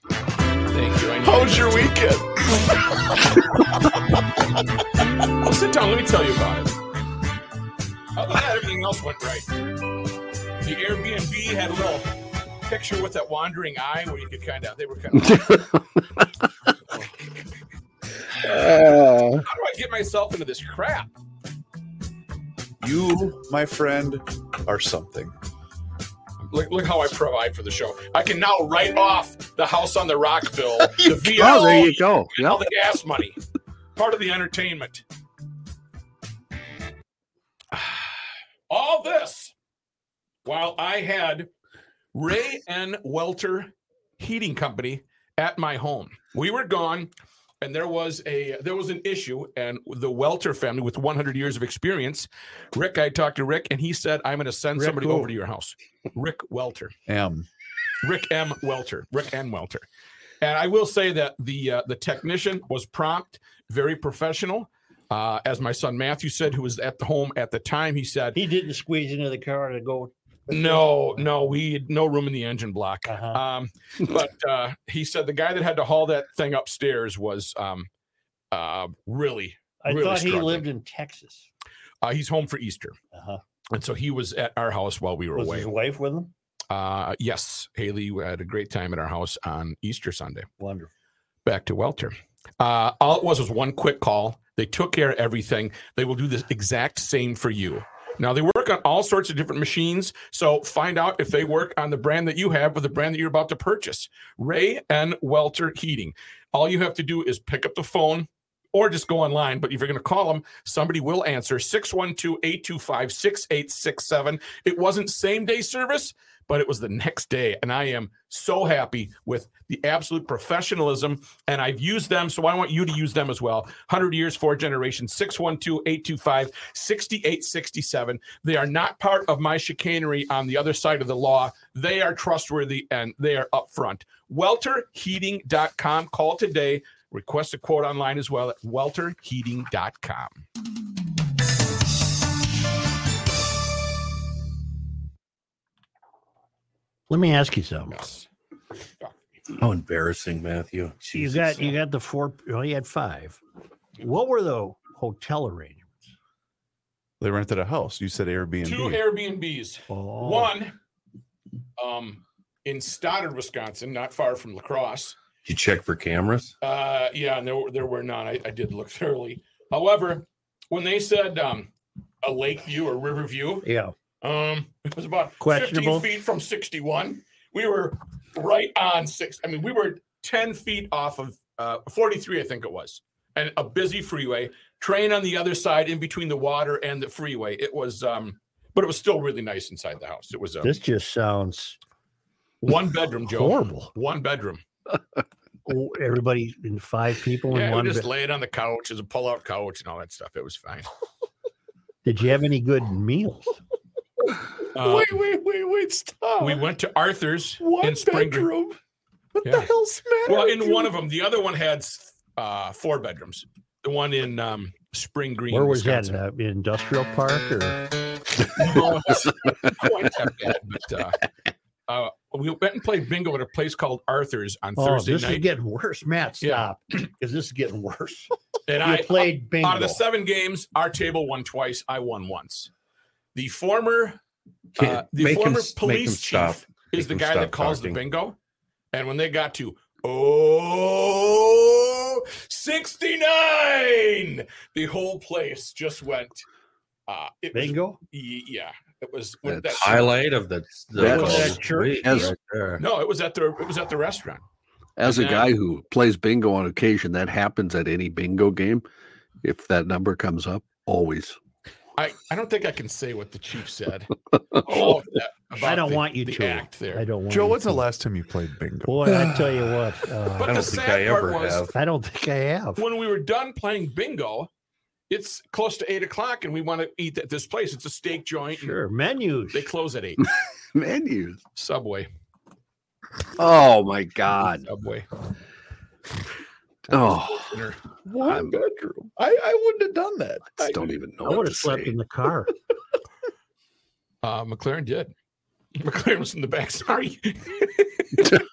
Speaker 6: Thank you. I know.
Speaker 1: How's your weekend?
Speaker 6: Well, sit down. Let me tell you about it. Other than that, everything else went right. The Airbnb had a little picture with that wandering eye where you could kind of they were kind of.
Speaker 3: Uh,
Speaker 6: How do I get myself into this crap?
Speaker 1: You, my friend, are something.
Speaker 6: Look, look how I provide for the show. I can now write off the house on the rock bill, the VO,
Speaker 3: oh, there you go.
Speaker 6: and all
Speaker 3: Yep.
Speaker 6: the gas money. Part of the entertainment. All this while I had Ray and Welter Heating Company at my home. We were gone. and there was a there was an issue, and the Welter family with 100 years of experience, Rick, I talked to Rick, and he said, "I'm going to send
Speaker 1: Rick
Speaker 6: somebody
Speaker 1: who?
Speaker 6: over to your house." Rick Welter,
Speaker 1: M.
Speaker 6: Rick M. Welter, Rick N. Welter, and I will say that the uh, the technician was prompt, very professional. Uh, as my son Matthew said, who was at the home at the time, he said,
Speaker 2: He didn't squeeze into the car to go.
Speaker 6: no, no, we had no room in the engine block.
Speaker 2: Uh-huh.
Speaker 6: Um, but uh, he said the guy that had to haul that thing upstairs was um, uh, really
Speaker 2: I
Speaker 6: really
Speaker 2: thought he
Speaker 6: struggling.
Speaker 2: lived in Texas.
Speaker 6: uh, he's home for Easter,
Speaker 2: Uh-huh.
Speaker 6: and so he was at our house while we were
Speaker 2: Was
Speaker 6: away.
Speaker 2: his wife with him?
Speaker 6: Uh, yes, Haley had a great time at our house on Easter Sunday.
Speaker 2: Wonderful.
Speaker 6: Back to Welter. Uh, all it was was one quick call. They took care of everything. They will do the exact same for you. Now they work on all sorts of different machines, so find out if they work on the brand that you have or the brand that you're about to purchase. Ray and Welter Heating. All you have to do is pick up the phone or just go online, but if you're going to call them, somebody will answer 612-825-6867. It wasn't same-day service, but it was the next day, and I am so happy with the absolute professionalism and I've used them, so I want you to use them as well. 100 years, four generations, 612 825 6867. They are not part of my chicanery on the other side of the law. They are trustworthy and they are upfront. WelterHeating.com. Call today. Request a quote online as well at welterheating.com.
Speaker 2: Let me ask you something.
Speaker 4: How embarrassing, Matthew.
Speaker 2: You got you got the four. Well, you had five. What were the hotel arrangements?
Speaker 1: They rented a house. You said Airbnb.
Speaker 6: Two Airbnbs.
Speaker 2: Oh,
Speaker 6: One um, in Stoddard, Wisconsin, not far from lacrosse.
Speaker 4: You check for cameras?
Speaker 6: Uh, yeah, and there were- there were none. I, I did look thoroughly. However, when they said um, a lake view or river view,
Speaker 2: Oh, yeah.
Speaker 6: um, it was about
Speaker 2: Questionable.
Speaker 6: 15 feet from 61. We were right on six. I mean, we were 10 feet off of uh, 43, I think it was, and a busy freeway. Train on the other side, in between the water and the freeway. It was, um, but it was still really nice inside the house. It was a
Speaker 2: This just sounds
Speaker 6: one bedroom, Joe.
Speaker 2: horrible.
Speaker 6: One bedroom.
Speaker 2: Oh, everybody in five people in
Speaker 6: Yeah, we
Speaker 2: one.
Speaker 6: just
Speaker 2: bed.
Speaker 6: lay it on the couch as a pull out couch and all that stuff. It was fine.
Speaker 2: Did you have any good meals?
Speaker 6: Uh,
Speaker 4: wait, wait, wait, stop.
Speaker 6: we went to Arthur's in Spring Grove.
Speaker 4: What
Speaker 6: the Yeah.
Speaker 4: hell's
Speaker 6: Well, in one of them, the other one had uh, four bedrooms. The one in um, Spring Green.
Speaker 2: Where was that?
Speaker 6: Wisconsin.
Speaker 2: In an industrial park or
Speaker 6: No, not quite that bad, but, uh, uh, we went and played bingo at a place called Arthur's on
Speaker 2: oh,
Speaker 6: Thursday
Speaker 2: this is
Speaker 6: night,
Speaker 2: getting worse, Matt.
Speaker 6: Yeah.
Speaker 2: Stop, because this is getting worse.
Speaker 6: and
Speaker 2: You
Speaker 6: I
Speaker 2: played bingo.
Speaker 6: out of the seven games, our table won twice. I won once. The former uh, the
Speaker 4: Make him
Speaker 6: former
Speaker 4: s- make him
Speaker 6: police
Speaker 4: stop.
Speaker 6: chief is
Speaker 4: Make
Speaker 6: the
Speaker 4: him
Speaker 6: guy
Speaker 4: stop
Speaker 6: that calls
Speaker 4: talking.
Speaker 6: the bingo. And when they got to oh 69, the whole place just went uh it was-
Speaker 2: bingo.
Speaker 6: y- yeah. It was when
Speaker 3: That's
Speaker 6: that,
Speaker 4: highlight of the, the
Speaker 3: That
Speaker 4: of
Speaker 3: was
Speaker 4: the
Speaker 2: that church
Speaker 4: week
Speaker 3: deal?
Speaker 4: right there.
Speaker 6: no, it was at the it was at the restaurant.
Speaker 3: As a
Speaker 6: Yeah.
Speaker 3: guy who plays bingo on occasion, that happens at any bingo game. If that number comes up, always.
Speaker 6: I, I don't think I can say what the chief said. All of that
Speaker 2: I
Speaker 6: about
Speaker 2: don't
Speaker 6: the-
Speaker 2: want you
Speaker 6: the
Speaker 2: to.
Speaker 6: act there.
Speaker 2: I don't want.
Speaker 1: Joe,
Speaker 2: you
Speaker 1: when's the
Speaker 2: to.
Speaker 1: last time you played bingo?
Speaker 2: Boy, I tell you what. Uh,
Speaker 6: But
Speaker 4: I
Speaker 6: the
Speaker 4: don't think
Speaker 6: sad
Speaker 4: I
Speaker 6: part
Speaker 4: ever
Speaker 6: was-
Speaker 4: have.
Speaker 2: I don't think I have.
Speaker 6: when we were done playing bingo, it's close to eight o'clock, and we want to eat at this place. It's a steak joint. and
Speaker 2: Sure, menus.
Speaker 6: They close at eight.
Speaker 3: Menus.
Speaker 6: Subway.
Speaker 3: Oh my God.
Speaker 6: Subway.
Speaker 3: Oh,
Speaker 1: One
Speaker 3: I'm-
Speaker 1: bedroom. I, I wouldn't have done that.
Speaker 3: I don't even know.
Speaker 2: I
Speaker 3: what
Speaker 2: would
Speaker 3: to
Speaker 2: have slept
Speaker 3: say.
Speaker 2: in the car.
Speaker 6: Uh, McLaren did. McLaren was in the back. Sorry.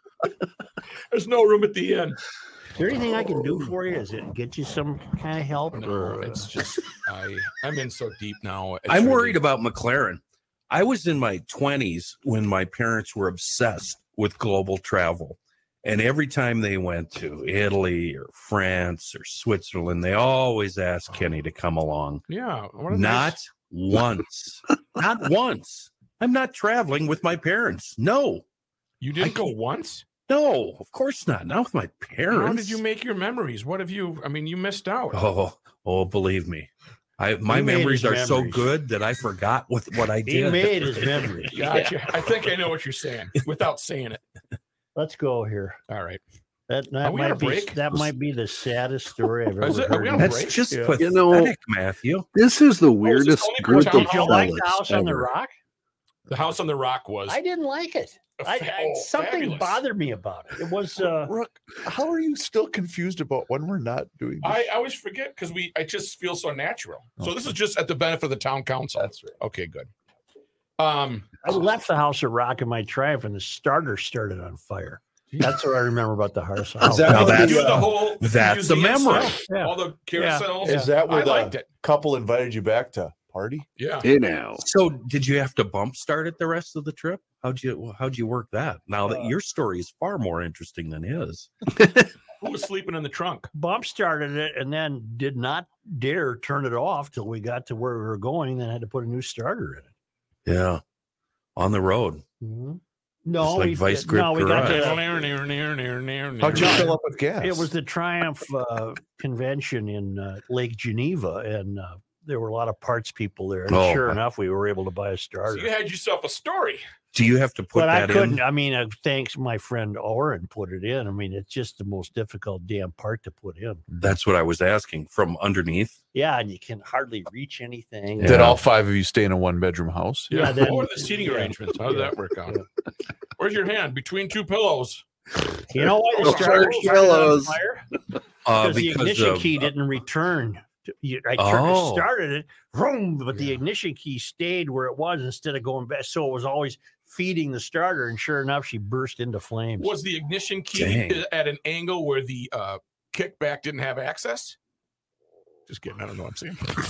Speaker 6: There's no room at the end.
Speaker 2: Is there anything I can do for you? Is it get you some kind of help?
Speaker 6: Oh. No,
Speaker 2: or,
Speaker 6: it's just I. I'm in so deep now. It's
Speaker 4: Uh. I'm
Speaker 6: really-
Speaker 4: worried about McLaren. I was in my 20s when my parents were obsessed with global travel. And every time they went to Italy or France or Switzerland, they always asked Kenny to come along.
Speaker 6: Yeah. what a
Speaker 4: Not once. Not once. I'm not traveling with my parents. No,
Speaker 6: You didn't
Speaker 4: I
Speaker 6: go once.
Speaker 4: no, of course not. Not with my parents.
Speaker 6: How did you make your memories? What have you? I mean, you missed out.
Speaker 4: Oh, oh, believe me. I my
Speaker 2: made
Speaker 4: memories
Speaker 2: his
Speaker 4: are so
Speaker 2: memories.
Speaker 4: good that I forgot what, what I
Speaker 2: he
Speaker 4: did.
Speaker 2: made his memory.
Speaker 6: Gotcha. I think I know what you're saying without saying it.
Speaker 2: Let's go here.
Speaker 6: All right.
Speaker 2: Uh, That,
Speaker 6: Are
Speaker 2: that
Speaker 6: we on a
Speaker 2: might be
Speaker 6: break? Oh,
Speaker 2: that might be the saddest story I've
Speaker 6: Is
Speaker 2: ever
Speaker 6: it? Are we on
Speaker 2: heard.
Speaker 6: a
Speaker 4: That's
Speaker 6: break?
Speaker 4: just
Speaker 2: Yeah.
Speaker 4: pathetic,
Speaker 3: You know-
Speaker 4: Matthew.
Speaker 3: This is the
Speaker 6: this is
Speaker 3: weirdest
Speaker 6: Tony
Speaker 3: group
Speaker 6: Cortado.
Speaker 3: of
Speaker 2: Did you like the
Speaker 3: fellas
Speaker 2: house on the
Speaker 3: ever.
Speaker 2: rock?
Speaker 6: The house on the rock was
Speaker 2: I didn't like it.
Speaker 6: a
Speaker 2: I,
Speaker 6: fa-
Speaker 2: I,
Speaker 6: oh,
Speaker 2: something
Speaker 6: fabulous.
Speaker 2: bothered me about it. It was uh,
Speaker 1: Rook, how are you still confused about when we're not doing this?
Speaker 6: I I always forget because we. I just feel so natural. So this is just at the benefit of the town council.
Speaker 1: That's right.
Speaker 6: Okay, good. Um,
Speaker 2: I left the house of rock in my triumph, and the starter started on fire. That's what I remember about the house. Oh. house.
Speaker 1: that
Speaker 4: Now
Speaker 1: what
Speaker 4: that's-
Speaker 6: you had the whole.
Speaker 4: that's the
Speaker 6: museum
Speaker 4: memory.
Speaker 6: stuff,
Speaker 2: Yeah.
Speaker 6: All the carousels.
Speaker 1: Is that where
Speaker 6: I
Speaker 1: the
Speaker 6: liked it.
Speaker 1: couple invited you back to party?
Speaker 6: Yeah.
Speaker 3: Hey now.
Speaker 4: So, did you have to bump start it the rest of the trip? How'd you How'd you work that? Now that
Speaker 2: Uh,
Speaker 4: your story is far more interesting than his.
Speaker 6: Who was sleeping in the trunk?
Speaker 2: Bump started it and then did not dare turn it off till we got to where we were going, and then had to put a new starter in it.
Speaker 4: Yeah, on the road.
Speaker 2: Mhm. No,
Speaker 4: like
Speaker 2: we,
Speaker 4: vice
Speaker 2: did-
Speaker 4: grip
Speaker 2: no, we got to
Speaker 4: garage.
Speaker 2: the-
Speaker 1: How'd you
Speaker 6: How'd
Speaker 1: fill up with gas?
Speaker 2: It was the Triumph uh, convention in uh, Lake Geneva, and uh, there were a lot of parts people there. And
Speaker 4: Oh,
Speaker 2: sure
Speaker 4: I-
Speaker 2: enough, we were able to buy a
Speaker 6: So
Speaker 2: starter.
Speaker 6: you had yourself a story.
Speaker 4: Do you have to put
Speaker 2: but I
Speaker 4: that
Speaker 2: couldn't.
Speaker 4: in?
Speaker 2: I mean, uh, thanks my friend Oren put it in. I mean, it's just the most difficult damn part to put in.
Speaker 4: That's what I was asking. From underneath.
Speaker 2: Yeah, and you can hardly reach anything. Uh,
Speaker 1: Did
Speaker 4: Yeah.
Speaker 1: all five of you stay in a one bedroom house?
Speaker 2: Yeah,
Speaker 6: Yeah.
Speaker 2: then-
Speaker 6: What were the seating
Speaker 2: yeah.
Speaker 6: arrangements? How did
Speaker 2: Yeah.
Speaker 6: that work out? Where's your hand? Between two pillows.
Speaker 2: You know why the
Speaker 6: Those
Speaker 2: starter
Speaker 3: are
Speaker 2: started on
Speaker 3: pillows.
Speaker 2: fire?
Speaker 4: Uh,
Speaker 2: Because the
Speaker 4: because
Speaker 2: ignition
Speaker 4: of,
Speaker 2: key didn't return. You- I turned,
Speaker 4: Oh.
Speaker 2: started it, vroom, but the
Speaker 6: Yeah.
Speaker 2: ignition key stayed where it was instead of going back. So it was always feeding the starter, and sure enough, she burst into flames.
Speaker 6: Was the ignition key
Speaker 4: Dang.
Speaker 6: at an angle where the uh, kickback didn't have access? Just kidding. I don't know what I'm saying.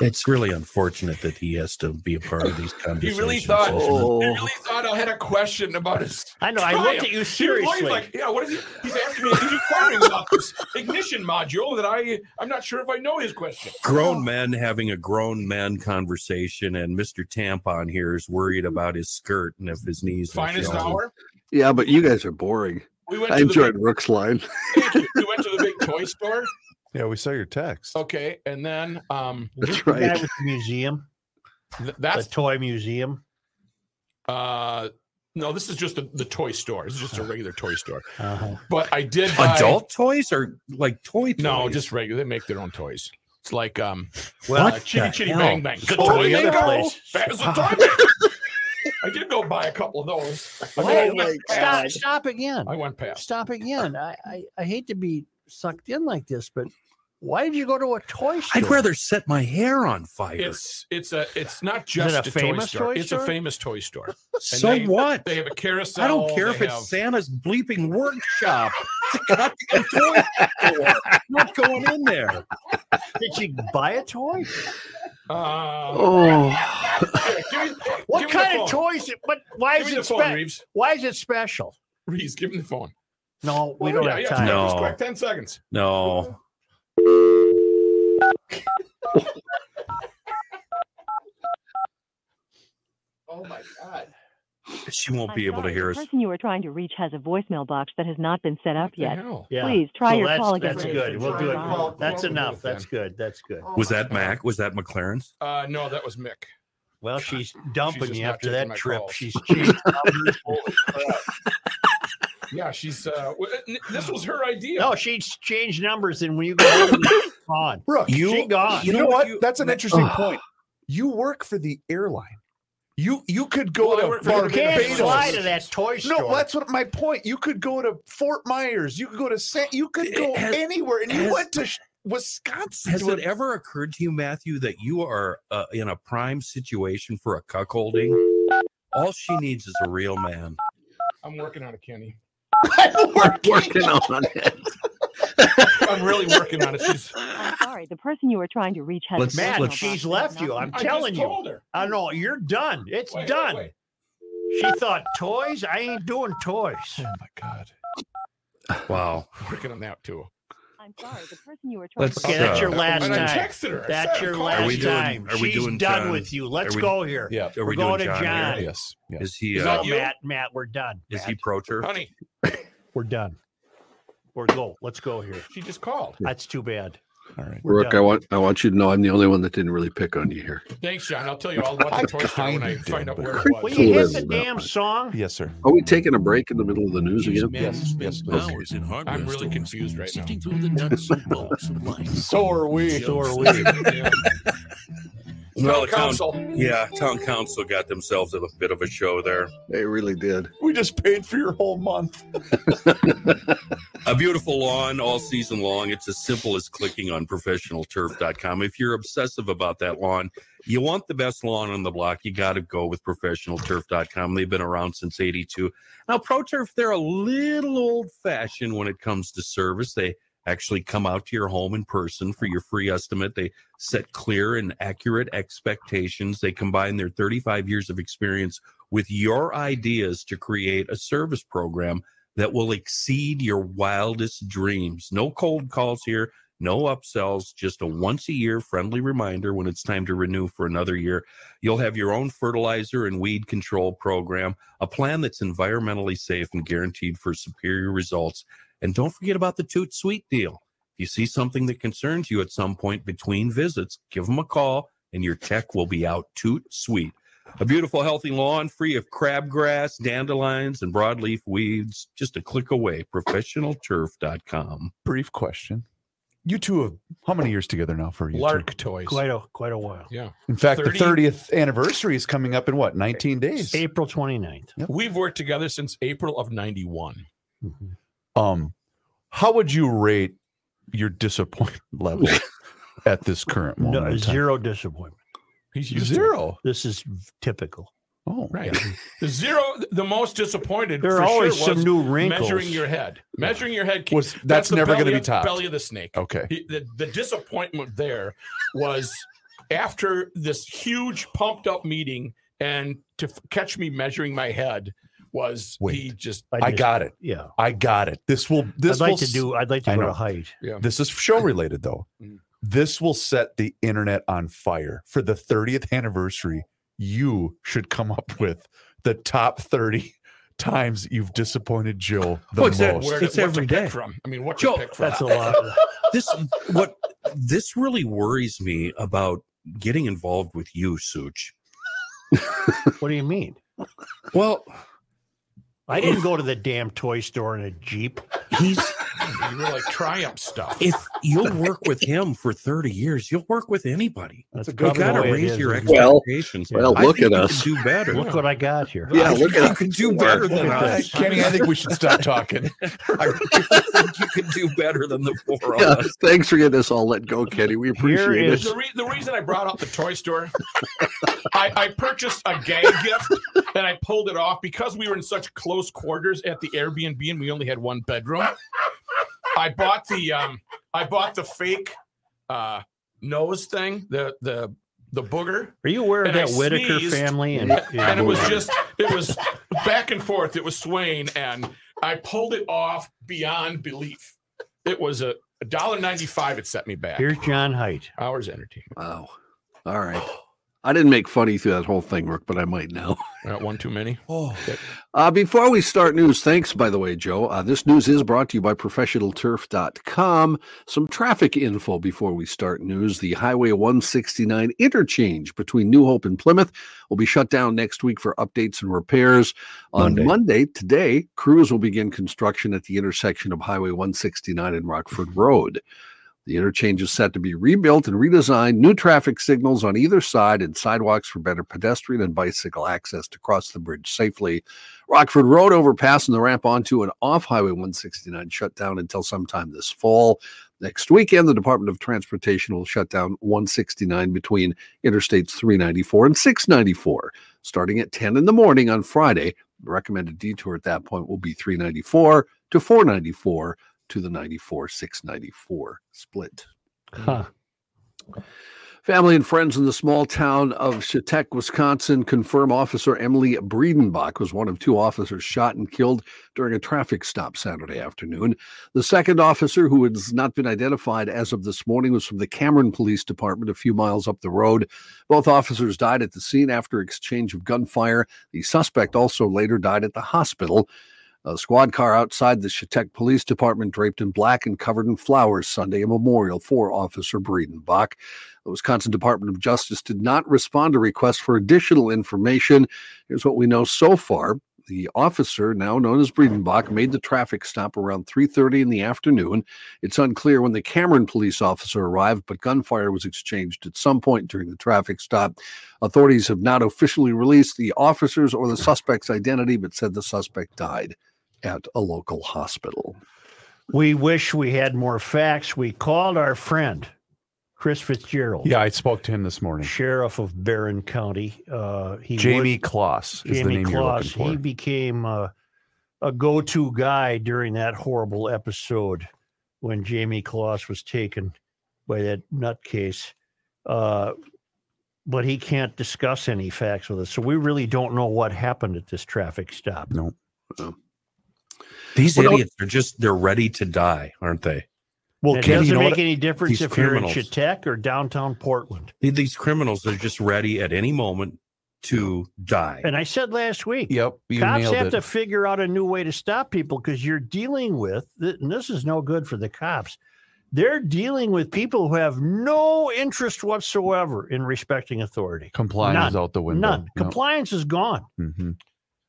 Speaker 4: It's really unfortunate that he has to be a part of these
Speaker 6: He
Speaker 4: conversations.
Speaker 6: really thought.
Speaker 4: isn't
Speaker 2: "Oh."
Speaker 3: Oh.
Speaker 6: He really thought I had a question about his.
Speaker 2: I know. I looked at you
Speaker 6: He was like-
Speaker 2: seriously.
Speaker 6: like, yeah, what is he? He's asking me. He's inquiring about this ignition module that I. I'm not sure if I know his question.
Speaker 4: it? Grown men having a grown men conversation, and Mr. Tampon here is worried about his skirt and if his knees. and
Speaker 6: Finest
Speaker 4: shoulders-
Speaker 6: hour.
Speaker 3: Yeah, but you guys are boring.
Speaker 6: We went.
Speaker 3: I
Speaker 6: To the
Speaker 3: enjoyed
Speaker 6: big,
Speaker 3: Rook's line.
Speaker 6: thank you. we went to the big toy store.
Speaker 1: Yeah, we saw your text.
Speaker 6: Okay, and then um,
Speaker 3: That's
Speaker 2: The guy
Speaker 3: right.
Speaker 2: with the museum,
Speaker 6: th-
Speaker 2: the
Speaker 6: that's
Speaker 2: toy museum.
Speaker 6: uh, no. This is just a, the toy store. It's just a regular toy store.
Speaker 2: Uh-huh.
Speaker 6: But I did buy,
Speaker 4: Adult toys or like toy? Toys?
Speaker 6: No, just regular. They make their own toys. It's like um,
Speaker 2: Well,
Speaker 6: uh, chitty chitty bang bang. Good
Speaker 2: Go to
Speaker 6: toy
Speaker 2: the other
Speaker 6: bingo.
Speaker 2: place.
Speaker 6: That Ah. is a toy bingo. I did go buy a couple of those. I, mean, I went
Speaker 2: Stop,
Speaker 6: past.
Speaker 2: stop again.
Speaker 6: I went past.
Speaker 2: Stop again. I, I, I hate to be sucked in like this, but why did you go to a toy store?
Speaker 4: I'd rather set my hair on fire.
Speaker 6: It's it's a it's not just
Speaker 2: it a
Speaker 6: a,
Speaker 2: famous
Speaker 6: toy store.
Speaker 2: toy
Speaker 6: it's
Speaker 2: store?
Speaker 6: a famous toy store.
Speaker 4: so
Speaker 6: they-
Speaker 4: what?
Speaker 6: They have a carousel.
Speaker 4: I don't care
Speaker 6: they
Speaker 4: if it's
Speaker 6: have-
Speaker 4: Santa's bleeping workshop. It's a goddamn toy store. Not going in there.
Speaker 2: Did you buy a toy?
Speaker 6: Uh,
Speaker 3: Oh,
Speaker 6: here, give me-
Speaker 2: What
Speaker 6: give me the
Speaker 2: kind of
Speaker 6: phone.
Speaker 2: toys? But why
Speaker 6: Give
Speaker 2: is
Speaker 6: me the
Speaker 2: it
Speaker 6: phone,
Speaker 2: special?
Speaker 6: Reeves.
Speaker 2: Why is it special?
Speaker 6: Reeves, give me the phone.
Speaker 2: No, we don't
Speaker 6: Yeah,
Speaker 2: have
Speaker 6: yeah,
Speaker 2: time.
Speaker 6: just
Speaker 4: No.
Speaker 6: quick, Ten seconds.
Speaker 4: No.
Speaker 1: Oh my god.
Speaker 4: She won't
Speaker 9: I'm
Speaker 4: be able to
Speaker 9: sorry,
Speaker 4: hear us.
Speaker 9: The person you are trying to reach has a voicemail box that has not been set up
Speaker 6: What the
Speaker 9: yet.
Speaker 6: hell?
Speaker 2: Yeah.
Speaker 9: Please try
Speaker 2: So
Speaker 9: your
Speaker 2: that's,
Speaker 9: call again.
Speaker 2: that's
Speaker 9: later.
Speaker 2: good. We'll do
Speaker 9: Bye.
Speaker 2: it. That's
Speaker 6: Well,
Speaker 2: enough.
Speaker 6: then.
Speaker 2: That's good. That's good.
Speaker 4: Was that Mac? Was that McLaren's?
Speaker 6: Uh, no, that was Mick.
Speaker 2: Well, she's dumping
Speaker 6: just
Speaker 2: you
Speaker 6: not
Speaker 2: after
Speaker 6: taking
Speaker 2: that
Speaker 6: my
Speaker 2: trip.
Speaker 6: calls.
Speaker 2: She's cheating.
Speaker 6: Yeah, she's. Uh, w- n- this was her idea.
Speaker 2: no, she's changed numbers, and when you go home, she's gone,
Speaker 1: Brooke, you,
Speaker 2: you, she gone.
Speaker 1: you know what?
Speaker 6: Uh, you-
Speaker 1: That's an interesting point. You work for the airline. You you could go
Speaker 6: Well, I work
Speaker 1: to
Speaker 6: for the
Speaker 2: You
Speaker 1: Barbados.
Speaker 2: can't
Speaker 6: Barbados.
Speaker 2: fly to that toy store.
Speaker 1: No, that's what my point. You could go to Fort Myers. You could go to San. You could
Speaker 4: It
Speaker 1: go
Speaker 4: has-
Speaker 1: anywhere, and you
Speaker 4: has-
Speaker 1: went to sh- Wisconsin.
Speaker 4: Has
Speaker 1: to
Speaker 4: it
Speaker 1: a-
Speaker 4: ever occurred to you, Matthew, that you are uh, in a prime situation for a cuckolding? All she needs is a real man.
Speaker 6: I'm working on it, Kenny.
Speaker 3: working on it.
Speaker 6: I'm really working on it. She's.
Speaker 9: I'm sorry. The person you are trying to reach has
Speaker 4: Let's-
Speaker 9: a
Speaker 2: Matt,
Speaker 9: voicemail
Speaker 4: let's-
Speaker 9: box
Speaker 2: she's
Speaker 9: that
Speaker 2: left
Speaker 9: has not
Speaker 2: you.
Speaker 9: been
Speaker 2: I'm
Speaker 6: I
Speaker 2: telling
Speaker 6: just
Speaker 2: you.
Speaker 6: told her.
Speaker 2: I know you're done. It's
Speaker 6: Wait, wait,
Speaker 2: done.
Speaker 6: wait.
Speaker 2: She thought toys. I ain't doing toys.
Speaker 1: oh my god!
Speaker 4: Wow.
Speaker 6: Working on that too.
Speaker 9: I'm sorry. The person you are trying
Speaker 4: Let's-
Speaker 9: to
Speaker 2: Okay,
Speaker 9: reach.
Speaker 2: that's your
Speaker 4: Uh,
Speaker 2: last
Speaker 6: and I
Speaker 2: time.
Speaker 6: texted her. I
Speaker 2: That's
Speaker 6: said,
Speaker 2: your
Speaker 6: "Call
Speaker 4: Are we
Speaker 2: last
Speaker 6: me."
Speaker 4: doing-
Speaker 2: time.
Speaker 4: are we
Speaker 2: She's
Speaker 4: doing
Speaker 2: done
Speaker 4: John?
Speaker 2: with you. Let's
Speaker 4: we-
Speaker 2: go here.
Speaker 1: Yeah.
Speaker 4: Are
Speaker 2: We're
Speaker 4: we
Speaker 2: going
Speaker 4: doing
Speaker 2: to
Speaker 4: John?
Speaker 2: John.
Speaker 4: here?
Speaker 1: Yes. Yeah.
Speaker 4: Is he?
Speaker 6: Is
Speaker 4: uh,
Speaker 2: No,
Speaker 6: you?
Speaker 2: Matt, Matt, we're done.
Speaker 4: is
Speaker 2: Matt.
Speaker 4: he pro-turf?
Speaker 6: Honey,
Speaker 2: We're done. We're go. Let's go here.
Speaker 6: she just called.
Speaker 2: That's too bad.
Speaker 1: All right.
Speaker 2: We're
Speaker 3: Brooke, I
Speaker 2: done.
Speaker 3: want I want you to know I'm the only one that didn't really pick on you here.
Speaker 6: Thanks, John. I'll tell you all about the Toy Story when I
Speaker 1: kinda
Speaker 6: find
Speaker 1: did,
Speaker 6: out
Speaker 1: but-
Speaker 6: where it
Speaker 2: Will
Speaker 6: was.
Speaker 3: Wait,
Speaker 2: you hit the
Speaker 3: Little bit.
Speaker 2: damn song?
Speaker 1: Yes, sir.
Speaker 3: Are we taking a break in the middle of the news again?
Speaker 1: Yes, yes, please.
Speaker 10: Hours in hardware
Speaker 6: I'm really
Speaker 10: stores,
Speaker 6: confused right now.
Speaker 10: sifting through the nuts and bolts of life.
Speaker 1: So are we.
Speaker 10: So are
Speaker 2: we.
Speaker 6: Yeah.
Speaker 4: Well,
Speaker 6: Town
Speaker 4: it sounds-
Speaker 6: council.
Speaker 4: Yeah, town council got themselves a bit of a show there.
Speaker 3: They really did.
Speaker 1: We just paid for your whole month.
Speaker 4: A beautiful lawn all season long. It's as simple as clicking on professionalturf.com. If you're obsessive about that lawn, you want the best lawn on the block, you got to go with professionalturf.com. They've been around since 82. Now, ProTurf, they're a little old fashioned when it comes to service. They actually come out to your home in person for your free estimate. They set clear and accurate expectations. They combine their 35 years of experience with your ideas to create a service program that will exceed your wildest dreams. No cold calls here, no upsells, just a once a year friendly reminder when it's time to renew for another year. You'll have your own fertilizer and weed control program, a plan that's environmentally safe and guaranteed for superior results. And don't forget about the Toot Sweet deal. If you see something that concerns you at some point between visits, give them a call and your tech will be out toot sweet. A beautiful, healthy lawn free of crabgrass, dandelions, and broadleaf weeds. Just a click away, professionalturf.com.
Speaker 1: Brief question. You two have how many years together now for you? two?
Speaker 6: Lark toys.
Speaker 2: Quite a quite a while.
Speaker 6: Yeah.
Speaker 1: In fact,
Speaker 6: 30
Speaker 1: the 30th anniversary is coming up in what, 19 days?
Speaker 2: April 29th.
Speaker 6: We've worked together since April of 91.
Speaker 1: Um, how would you rate your disappointment level at this current moment?
Speaker 2: No,
Speaker 1: in time?
Speaker 2: zero disappointment.
Speaker 6: He's used to it.
Speaker 1: Zero.
Speaker 2: This is typical.
Speaker 1: Oh,
Speaker 6: Right. the zero, the most disappointed
Speaker 2: There
Speaker 6: for
Speaker 2: are always
Speaker 6: sure
Speaker 2: some
Speaker 6: was
Speaker 2: new wrinkles.
Speaker 6: measuring your head. Measuring your head.
Speaker 1: Was that's,
Speaker 6: the
Speaker 1: never going
Speaker 6: belly
Speaker 1: to be
Speaker 6: of-
Speaker 1: topped?
Speaker 6: Belly of the snake.
Speaker 1: Okay.
Speaker 6: He- the, the disappointment there was after this huge pumped up meeting and to f- catch me measuring my head was he
Speaker 1: Wait.
Speaker 6: just
Speaker 1: I
Speaker 2: just-
Speaker 1: got it.
Speaker 2: Yeah.
Speaker 1: I got it. This will this
Speaker 2: I'd like
Speaker 1: will
Speaker 2: to
Speaker 1: s-
Speaker 2: do. I'd like to
Speaker 1: I
Speaker 2: go
Speaker 1: know.
Speaker 2: to height.
Speaker 1: This is show related though.
Speaker 6: Mm.
Speaker 1: This will set the internet on fire for the 30th anniversary. You should come up with the top 30 times you've disappointed Joe the
Speaker 4: Oh,
Speaker 1: most.
Speaker 4: it's that
Speaker 6: where
Speaker 4: It's
Speaker 6: to, what
Speaker 4: every
Speaker 6: to
Speaker 4: day.
Speaker 6: pick from. I mean, what
Speaker 4: Joe,
Speaker 6: to pick from?
Speaker 2: That's a lot.
Speaker 4: This what this really worries me about getting involved with you, Such.
Speaker 2: what do you mean?
Speaker 4: Well,
Speaker 2: I didn't go to the damn toy store in a jeep.
Speaker 4: he's
Speaker 6: you were like triumph stuff.
Speaker 4: if you'll work with him for 30 years, you'll work with anybody.
Speaker 2: That's a
Speaker 4: You
Speaker 2: good
Speaker 4: gotta raise your expectations.
Speaker 3: Well,
Speaker 4: I
Speaker 3: look
Speaker 4: think
Speaker 3: at
Speaker 4: you
Speaker 3: us.
Speaker 4: can Do better.
Speaker 2: Look what I got here.
Speaker 3: Yeah, look at
Speaker 4: you can do better than us.
Speaker 1: Uh, Kenny, I think we should stop talking.
Speaker 4: I really think you can do better than the four of
Speaker 3: Yeah,
Speaker 4: us.
Speaker 3: thanks for getting us all let go, Kenny. We appreciate
Speaker 2: is-
Speaker 3: it.
Speaker 6: the, re- the reason I brought up the toy store, I, I purchased a gag gift and I pulled it off because we were in such close quarters at the Airbnb and we only had one bedroom. I bought the um, I bought the fake uh, nose thing, the the the booger,
Speaker 2: Are you aware of
Speaker 6: And I
Speaker 2: that Whitaker
Speaker 6: sneezed,
Speaker 2: family? And,
Speaker 6: and it was just it was back and forth. It was swaying, and I pulled it off beyond belief. It was a dollar ninety five. It set me back.
Speaker 2: here's John Height.
Speaker 6: Hours entertainment.
Speaker 3: Wow. All right. I didn't make funny through that whole thing, Rook, but I might now.
Speaker 6: Not one too many.
Speaker 3: Uh, before we start news, thanks, by the way, Joe. Uh, this news is brought to you by ProfessionalTurf.com. Some traffic info before we start news. The Highway 169 interchange between New Hope and Plymouth will be shut down next week for updates and repairs. On
Speaker 4: Monday.
Speaker 3: Monday, today, crews will begin construction at the intersection of Highway 169 and Rockford Road. The interchange is set to be rebuilt and redesigned, new traffic signals on either side, and sidewalks for better pedestrian and bicycle access to cross the bridge safely. Rockford Road overpass and the ramp onto and off Highway 169 shut down until sometime this fall. Next weekend, the Department of Transportation will shut down 169 between Interstates 394 and 694, starting at 10 in the morning on Friday. The recommended detour at that point will be 394 to 494 to the 94 694 split.
Speaker 2: Huh.
Speaker 3: Family and friends in the small town of Chautauqua, Wisconsin, confirm Officer Emily Breidenbach was one of two officers shot and killed during a traffic stop Saturday afternoon. The second officer, who has not been identified as of this morning, was from the Cameron Police Department a few miles up the road. Both officers died at the scene after exchange of gunfire. The suspect also later died at the hospital. A squad car outside the Chautauqua Police Department, draped in black and covered in flowers, Sunday, a memorial for Officer Breidenbach. The Wisconsin Department of Justice did not respond to requests for additional information. Here's what we know so far. The officer, now known as Breidenbach, made the traffic stop around 3:30 in the afternoon. It's unclear when the Cameron police officer arrived, but gunfire was exchanged at some point during the traffic stop. Authorities have not officially released the officer's or the suspect's identity, but said the suspect died at a local hospital.
Speaker 2: We wish we had more facts. We called our friend, Chris Fitzgerald,
Speaker 1: Yeah, I spoke to him this morning.
Speaker 2: sheriff of Barron County. Uh, he
Speaker 1: Jamie Kloss is
Speaker 2: was,
Speaker 1: the
Speaker 2: Jamie
Speaker 1: name you're
Speaker 2: Claus.
Speaker 1: looking
Speaker 2: He
Speaker 1: for.
Speaker 2: became uh, a go-to guy during that horrible episode when Jamie Claus was taken by that nutcase. Uh, but he can't discuss any facts with us, so we really don't know what happened at this traffic stop.
Speaker 4: These
Speaker 3: Well, no-
Speaker 4: idiots are just, they're ready to die, aren't they?
Speaker 1: Well,
Speaker 2: it
Speaker 1: Ken,
Speaker 2: doesn't
Speaker 1: you know
Speaker 2: make
Speaker 1: what?
Speaker 2: any difference
Speaker 4: These
Speaker 2: if
Speaker 4: criminals.
Speaker 2: you're in Chautauqua or downtown Portland.
Speaker 4: These criminals are just ready at any moment to die.
Speaker 2: And I said last week,
Speaker 1: Yep, you
Speaker 2: cops
Speaker 1: nailed
Speaker 2: have
Speaker 1: it.
Speaker 2: to figure out a new way to stop people because you're dealing with, th- and this is no good for the cops. They're dealing with people who have no interest whatsoever in respecting authority.
Speaker 1: Compliance is out the window.
Speaker 2: None. Compliance is gone.
Speaker 1: hmm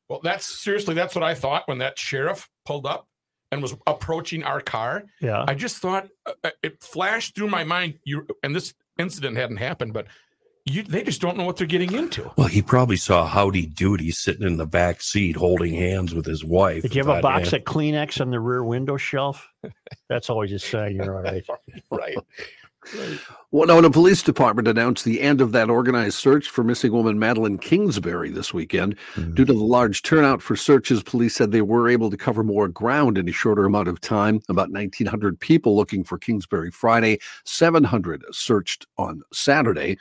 Speaker 6: Well, that's seriously, that's what I thought when that sheriff pulled up and was approaching our car.
Speaker 2: Yeah.
Speaker 6: I just thought uh, uh, it flashed through my mind. You and this incident hadn't happened, but you they just don't know what they're getting into.
Speaker 4: Well, he probably saw Howdy Doody sitting in the back seat holding hands with his wife.
Speaker 2: Did you have a
Speaker 4: and
Speaker 2: box
Speaker 4: thought,
Speaker 2: of Kleenex on the rear window shelf? That's always a sign you're all right.
Speaker 6: Right.
Speaker 3: Winona Police Department announced the end of that organized search for missing woman Madeline Kingsbury this weekend. Due to the large turnout for searches, police said they were able to cover more ground in a shorter amount of time. About 1,900 people looking for Kingsbury Friday, 700 searched on Saturday.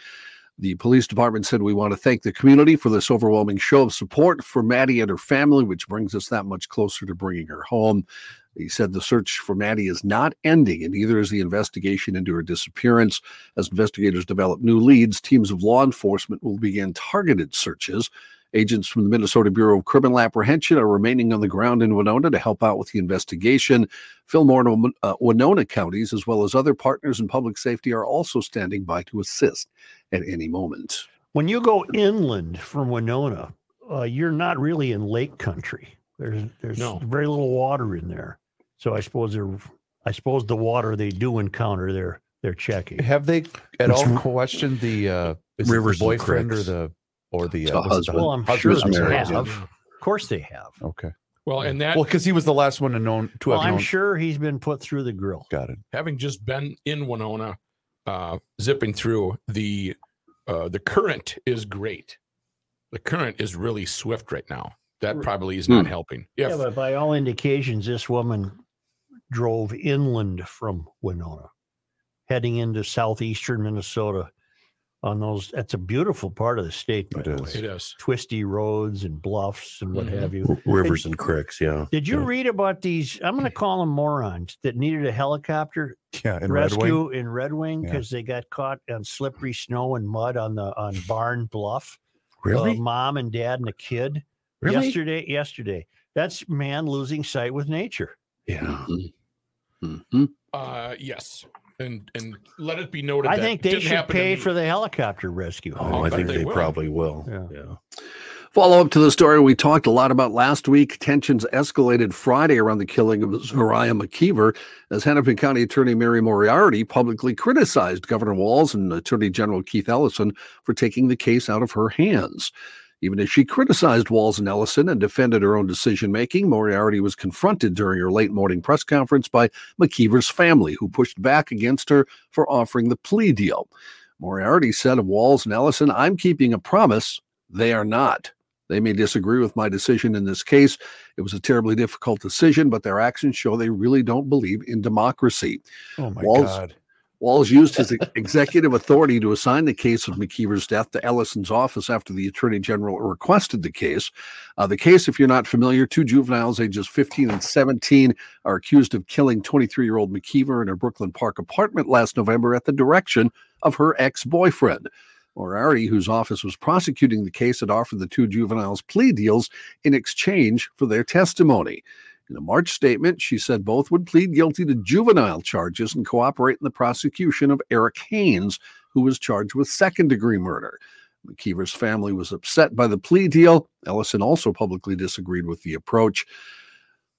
Speaker 3: The police department said, We want to thank the community for this overwhelming show of support for Maddie and her family, which brings us that much closer to bringing her home. He said the search for Maddie is not ending, and neither is the investigation into her disappearance. As investigators develop new leads, teams of law enforcement will begin targeted searches. Agents from the Minnesota Bureau of Criminal Apprehension are remaining on the ground in Winona to help out with the investigation. Fillmore and Win- uh, Winona counties, as well as other partners in public safety, are also standing by to assist at any moment.
Speaker 2: When you go inland from Winona, uh, you're not really in lake country. There's there's
Speaker 6: No.
Speaker 2: very little water in there. So I suppose they're I suppose the water they do encounter they're they're checking.
Speaker 1: Have they at
Speaker 4: It's
Speaker 1: all
Speaker 4: r-
Speaker 1: questioned the uh, is it
Speaker 4: Rivers
Speaker 1: the
Speaker 4: and
Speaker 1: boyfriend or
Speaker 4: creeks.
Speaker 1: the or the,
Speaker 3: The
Speaker 1: uh, was it the
Speaker 3: husband.
Speaker 2: Well, I'm
Speaker 1: husband?
Speaker 2: sure
Speaker 3: I'm
Speaker 2: they
Speaker 3: sorry,
Speaker 2: have.
Speaker 3: yeah.
Speaker 2: Of course they have.
Speaker 1: Okay.
Speaker 6: Well, and that
Speaker 1: Well, because he was the last one to know to
Speaker 2: Well,
Speaker 1: have
Speaker 2: I'm
Speaker 1: known.
Speaker 2: sure he's been put through the grill.
Speaker 1: Got it.
Speaker 6: having just been in Winona, uh, zipping through the uh, the current is great. The current is really swift right now. That probably is not
Speaker 3: Hmm.
Speaker 6: helping. If,
Speaker 2: Yeah, but by all indications, this woman drove inland from Winona, heading into southeastern Minnesota. On those, that's a beautiful part of the state. By
Speaker 1: It
Speaker 2: the way.
Speaker 1: is. Mm-hmm.
Speaker 6: it is.
Speaker 2: twisty roads and bluffs and what
Speaker 6: Mhm.
Speaker 2: have you.
Speaker 4: Rivers and cricks, yeah.
Speaker 2: Did you
Speaker 4: Yeah.
Speaker 2: read about these? I'm going to call them morons that needed a helicopter
Speaker 1: Yeah, in Red Wing.
Speaker 2: rescue in Red Wing
Speaker 1: Yeah.
Speaker 2: because they got caught on slippery snow and mud on the on Barn Bluff.
Speaker 4: Really?
Speaker 2: A mom and dad and a kid.
Speaker 4: Really?
Speaker 2: Yesterday, yesterday. That's man losing sight with nature.
Speaker 4: yeah.
Speaker 3: Mhm.
Speaker 6: Uh, yes, and and let it be noted.
Speaker 2: I
Speaker 6: that
Speaker 2: think they
Speaker 6: didn't
Speaker 2: should
Speaker 6: happen to
Speaker 2: pay
Speaker 6: me.
Speaker 2: for the helicopter rescue.
Speaker 4: Oh, I
Speaker 6: bet
Speaker 4: think
Speaker 6: they
Speaker 4: they,
Speaker 6: will.
Speaker 4: probably will.
Speaker 2: Yeah.
Speaker 4: yeah.
Speaker 3: Follow up to the story we talked a lot about last week. Tensions escalated Friday around the killing of Zariah McKeever as Hennepin County Attorney Mary Moriarty publicly criticized Governor Walls and Attorney General Keith Ellison for taking the case out of her hands. Even as she criticized Walls and Ellison and defended her own decision making, Moriarty was confronted during her late morning press conference by McKeever's family, who pushed back against her for offering the plea deal. Moriarty said of Walls and Ellison, I'm keeping a promise. They are not. They may disagree with my decision in this case. It was a terribly difficult decision, but their actions show they really don't believe in democracy.
Speaker 1: Oh my
Speaker 3: Walls-
Speaker 1: god.
Speaker 3: Walls used his executive authority to assign the case of McKeever's death to Ellison's office after the attorney general requested the case. Uh, the case, if you're not familiar, two juveniles ages 15 and 17 are accused of killing 23 year old McKeever in her Brooklyn Park apartment last November at the direction of her ex boyfriend. Morari, whose office was prosecuting the case, had offered the two juveniles plea deals in exchange for their testimony. In a March statement, she said both would plead guilty to juvenile charges and cooperate in the prosecution of Eric Haynes, who was charged with second degree murder. McKeever's family was upset by the plea deal. Ellison also publicly disagreed with the approach.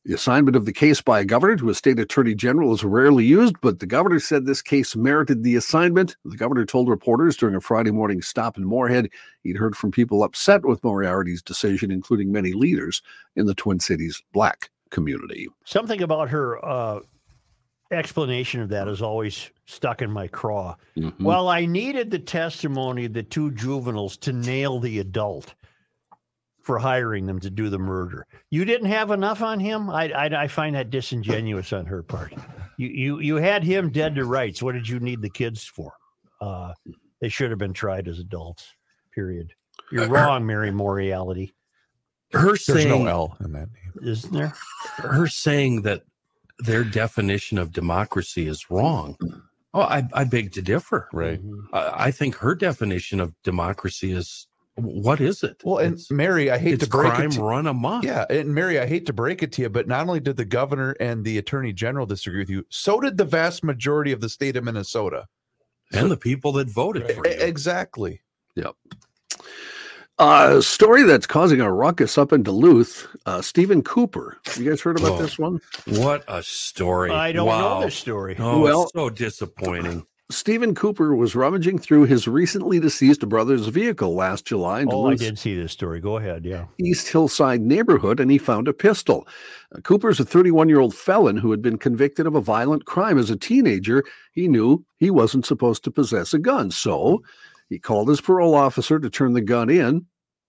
Speaker 3: The assignment of the case by a governor to a state attorney general is rarely used, but the governor said this case merited the assignment. The governor told reporters during a Friday morning stop in Moorhead he'd heard from people upset with Moriarty's decision, including many leaders in the Twin Cities black community.
Speaker 2: Something about her uh, explanation of that is always stuck in my craw.
Speaker 3: Mm-hmm.
Speaker 2: Well, I needed the testimony of the two juveniles to nail the adult for hiring them to do the murder. You didn't have enough on him. I I, I find that disingenuous on her part. You you you had him dead to rights. What did you need the kids for? Uh, they should have been tried as adults. Period. You're
Speaker 3: Uh,
Speaker 2: wrong, Mary Moriality.
Speaker 4: Her
Speaker 1: There's
Speaker 4: saying
Speaker 1: no L in that name.
Speaker 2: Isn't there?
Speaker 4: her saying that their definition of democracy is wrong. Oh, I, I beg to differ.
Speaker 2: Mm.
Speaker 1: Right.
Speaker 4: I, I think her definition of democracy is what is it?
Speaker 1: Well, and
Speaker 4: it's,
Speaker 1: Mary, I hate
Speaker 4: it's
Speaker 1: to break
Speaker 4: crime
Speaker 1: it to
Speaker 4: run amok.
Speaker 1: Yeah, and Mary, I hate to break it to you, but not only did the governor and the attorney general disagree with you, so did the vast majority of the state of Minnesota.
Speaker 4: and the people that voted
Speaker 6: Right.
Speaker 4: for
Speaker 1: E-
Speaker 4: you.
Speaker 1: Exactly.
Speaker 3: A story that's causing a ruckus up in Duluth. Uh, Stephen Cooper. You guys heard about
Speaker 4: Oh.
Speaker 3: this one?
Speaker 4: What a story!
Speaker 2: I don't
Speaker 4: Wow.
Speaker 2: know this story.
Speaker 4: Oh,
Speaker 3: Well-
Speaker 4: so disappointing.
Speaker 3: Stephen Cooper was rummaging through his recently deceased brother's vehicle last July in
Speaker 2: Oh, I
Speaker 3: Duluth's
Speaker 2: did see this story. Go ahead. Yeah.
Speaker 3: East Hillside neighborhood and he found a pistol. Uh, Cooper's a 31 year old felon who had been convicted of a violent crime as a teenager. He knew he wasn't supposed to possess a gun, so he called his parole officer to turn the gun in.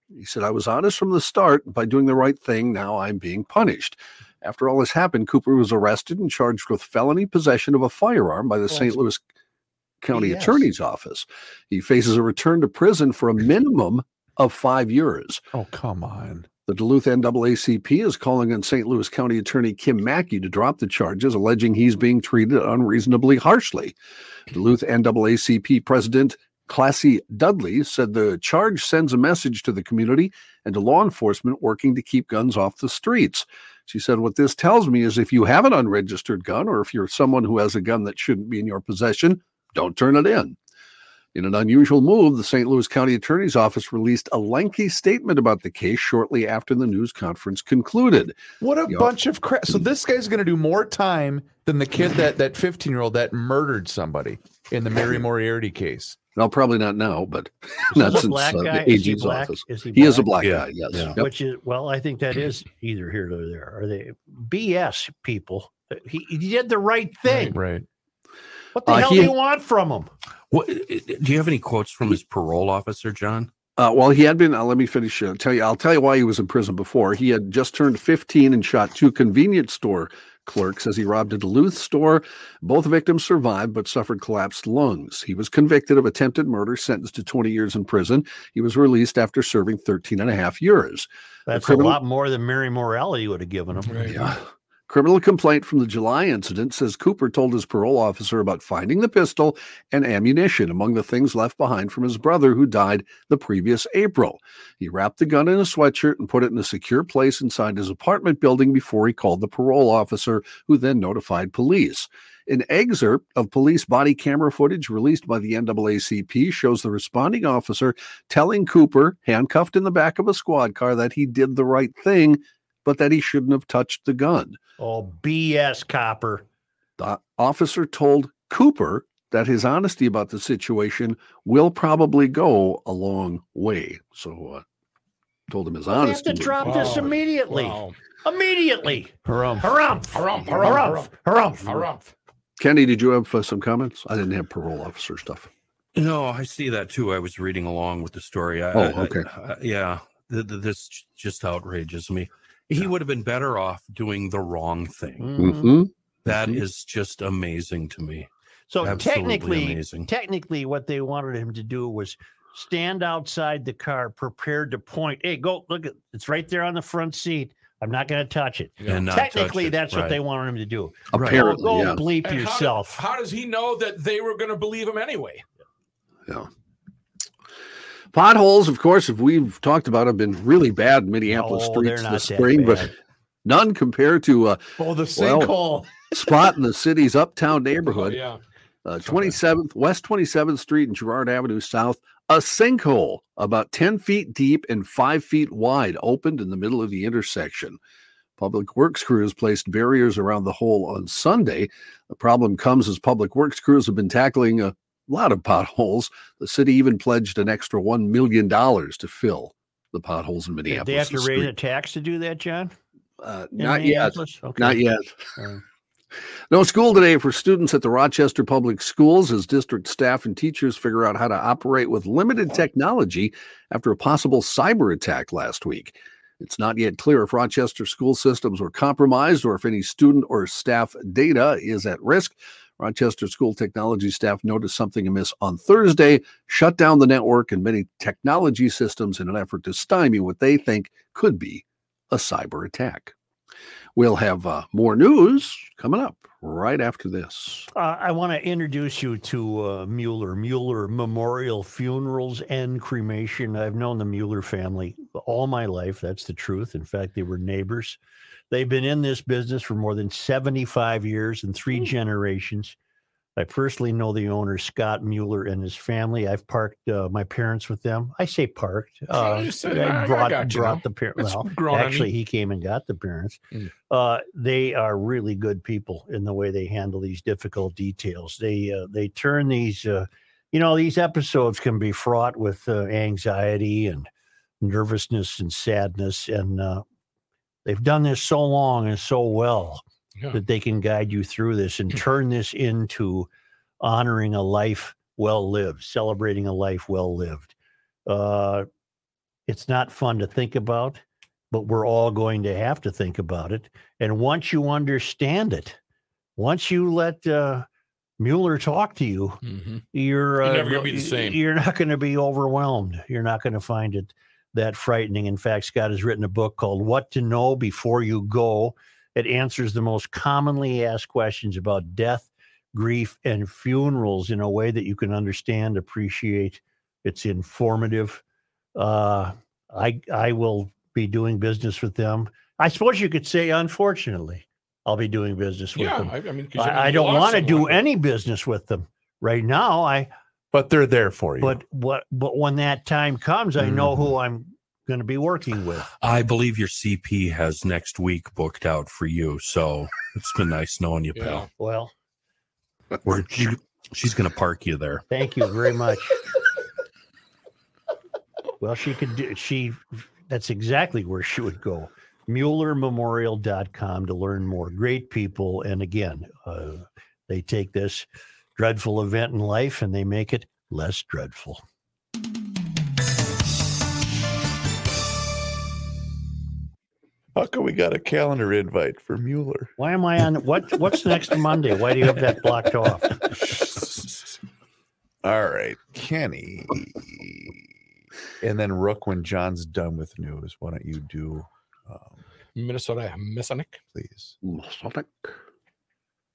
Speaker 3: He said, I was honest from the start. By doing the right thing, now I'm being punished. After all this happened, Cooper was arrested and charged with felony possession of a firearm by the
Speaker 2: Well,
Speaker 3: St. Louis County
Speaker 2: BS.
Speaker 3: Attorney's Office. He faces a return to prison for a minimum of five years.
Speaker 1: Oh, come on.
Speaker 3: The Duluth NAACP is calling on St. Louis County Attorney Kim Mackey to drop the charges, alleging he's being treated unreasonably harshly. Duluth NAACP President Classy Dudley said the charge sends a message to the community and to law enforcement working to keep guns off the streets. She said, What this tells me is if you have an unregistered gun or if you're someone who has a gun that shouldn't be in your possession, don't turn it in. In an unusual move, the St. Louis County Attorney's Office released a lengthy statement about the case shortly after the news conference concluded.
Speaker 1: What a
Speaker 3: Yeah.
Speaker 1: bunch of crap. So this guy's going to do more time than the kid that that 15-year-old that murdered somebody in the Mary Moriarty case.
Speaker 3: Well, probably not now, but
Speaker 2: Is
Speaker 3: not
Speaker 2: he a
Speaker 3: since
Speaker 2: black
Speaker 3: uh,
Speaker 2: guy?
Speaker 3: the
Speaker 2: Is he
Speaker 3: AG's
Speaker 2: black?
Speaker 3: office.
Speaker 2: Is
Speaker 3: He is a black
Speaker 4: Yeah,
Speaker 3: guy, yes.
Speaker 4: yeah.
Speaker 3: Yep.
Speaker 2: which is well i think that is either here or there are they bs people Uh, he, he did the right thing
Speaker 1: Right.
Speaker 2: what the
Speaker 3: Uh,
Speaker 2: hell
Speaker 3: he-
Speaker 2: do you want from him
Speaker 4: What, do you have any quotes from his parole officer, John?
Speaker 3: Uh, well, he had been. Uh, let me finish. Uh, tell you, I'll tell you why he was in prison before. He had just turned 15 and shot two convenience store clerks as he robbed a Duluth store. Both victims survived but suffered collapsed lungs. He was convicted of attempted murder, sentenced to 20 years in prison. He was released after serving 13 and a half years.
Speaker 2: that's a
Speaker 3: criminal-
Speaker 2: lot more than mary morality would have given him
Speaker 6: Right.
Speaker 3: Yeah. Criminal complaint from the July incident says Cooper told his parole officer about finding the pistol and ammunition among the things left behind from his brother who died the previous April. He wrapped the gun in a sweatshirt and put it in a secure place inside his apartment building before he called the parole officer, who then notified police. An excerpt of police body camera footage released by the NAACP shows the responding officer telling Cooper, handcuffed in the back of a squad car, that he did the right thing, but that he shouldn't have touched the gun.
Speaker 2: oh bs copper
Speaker 3: The officer told Cooper that his honesty about the situation will probably go a long way. So, uh, told him his
Speaker 2: they have
Speaker 3: honesty.
Speaker 2: to
Speaker 3: would-
Speaker 2: drop this
Speaker 6: Wow.
Speaker 2: immediately
Speaker 6: Wow.
Speaker 2: immediately
Speaker 1: Harumph.
Speaker 2: harumph
Speaker 6: Harumph,
Speaker 2: harumph
Speaker 6: harumph,
Speaker 2: harumph
Speaker 6: Harumph.
Speaker 3: Kenny, did you have uh, some comments? I didn't have parole officer stuff.
Speaker 4: No, I see that too. I was reading along with the story. I,
Speaker 3: Oh,
Speaker 4: I-
Speaker 3: okay.
Speaker 4: I- yeah, th- th- this j- just outrages me. He would have been better off doing the wrong thing.
Speaker 2: Mhm.
Speaker 3: hmm
Speaker 4: That is
Speaker 3: Mhm.
Speaker 4: just amazing to me.
Speaker 2: so
Speaker 4: Absolutely
Speaker 2: technically
Speaker 4: amazing.
Speaker 2: technically what they wanted him to do was stand outside the car prepared to point hey go look at it's right there on the front seat i'm not going to touch it
Speaker 6: Yeah.
Speaker 4: And not touch
Speaker 2: technically
Speaker 4: it.
Speaker 2: that's what
Speaker 4: Right.
Speaker 2: they wanted him to do
Speaker 4: Right.
Speaker 2: go,
Speaker 3: Apparently,
Speaker 2: go
Speaker 3: yeah.
Speaker 2: bleep
Speaker 6: And how do-
Speaker 2: yourself
Speaker 6: How, does he know that they were going to believe him anyway?
Speaker 3: Potholes, of course, if we've talked about, have been really bad in Minneapolis
Speaker 2: No,
Speaker 3: streets
Speaker 2: Oh, they're
Speaker 3: this
Speaker 2: not that
Speaker 3: spring, but
Speaker 2: bad.
Speaker 3: none compared to a
Speaker 1: Oh, the
Speaker 3: Well,
Speaker 1: sinkhole.
Speaker 3: spot in the city's uptown neighborhood.
Speaker 6: yeah.
Speaker 3: Uh, 27th West 27th Street and Girard Avenue South. A sinkhole about 10 feet deep and 5 feet wide opened in the middle of the intersection. Public Works crews placed barriers around the hole on Sunday. The problem comes as Public Works crews have been tackling a lot of potholes. The city even pledged an extra $1 million to fill the potholes in
Speaker 2: Did
Speaker 3: Minneapolis.
Speaker 2: they have to raise
Speaker 3: street.
Speaker 2: a tax to do that, John?
Speaker 3: Uh,
Speaker 2: In
Speaker 3: not yet.
Speaker 2: Minneapolis? Okay.
Speaker 3: Not yet.
Speaker 2: Uh,
Speaker 3: No school today for students at the Rochester Public Schools as district staff and teachers figure out how to operate with limited technology after a possible cyber attack last week. It's not yet clear if Rochester school systems were compromised or if any student or staff data is at risk. Rochester school technology staff noticed something amiss on Thursday, shut down the network and many technology systems in an effort to stymie what they think could be a cyber attack. We'll have uh, more news coming up right after this.
Speaker 2: Uh, I want to introduce you to uh, Mueller, Mueller Memorial Funerals and Cremation. I've known the Mueller family all my life. That's the truth. In fact, they were neighbors. They've been in this business for more than 75 years and three generations. I personally know the owner, Scott Mueller, and his family. I've parked uh, my parents with them. I say parked. Uh,
Speaker 6: you said, I-
Speaker 2: I
Speaker 6: I
Speaker 2: brought,
Speaker 6: got you.
Speaker 2: brought the parents.
Speaker 6: It's
Speaker 2: Well,
Speaker 6: grown on me.
Speaker 2: actually, he came and got the parents.
Speaker 6: Mm.
Speaker 2: Uh, they are really good people in the way they handle these difficult details. They uh, they turn these, uh, you know, these episodes can be fraught with uh, anxiety and nervousness and sadness, and uh, they've done this so long and so well
Speaker 6: Yeah. Mm.
Speaker 2: that they can guide you through this and turn this into honoring a life well lived, celebrating a life well lived. Uh, it's not fun to think about, but we're all going to have to think about it. And once you understand it, once you let uh, Mueller talk to you,
Speaker 6: Mhm.
Speaker 2: you're,
Speaker 6: You're
Speaker 2: uh,
Speaker 6: never gonna be the
Speaker 2: y-
Speaker 6: same.
Speaker 2: You're not going to be overwhelmed. You're not going to find it that frightening. In fact, Scott has written a book called "What to Know Before You Go." It answers the most commonly asked questions about death, grief, and funerals in a way that you can understand, appreciate. It's informative. Uh, I I will be doing business with them. I suppose you could say, unfortunately, I'll be doing business with
Speaker 6: Yeah.
Speaker 2: them.
Speaker 6: I, I mean, 'cause
Speaker 2: I, I
Speaker 6: you
Speaker 2: don't
Speaker 6: lost
Speaker 2: want to do
Speaker 6: someone.
Speaker 2: any business with them right now. I
Speaker 1: But they're there for you.
Speaker 2: but what but when that time comes, I know
Speaker 6: Mm-hmm.
Speaker 2: who I'm going to be working with.
Speaker 4: I believe your CP has next week booked out for you. So it's been nice knowing you,
Speaker 6: Yeah.
Speaker 4: pal.
Speaker 2: Well,
Speaker 4: We're, she, she's going to park you there.
Speaker 2: thank you very much. well, she could do she that's exactly where she would go. MuellerMemorial.com to learn more. Great people. And again, uh, they take this dreadful event in life and they make it less dreadful.
Speaker 1: How come we got a calendar invite for Mueller?
Speaker 2: Why am I on? What What's next Monday? Why do you have that blocked off?
Speaker 1: All right, Kenny. And then Rook, when John's done with news, why don't you do, um,
Speaker 6: Minnesota Masonic.
Speaker 1: please?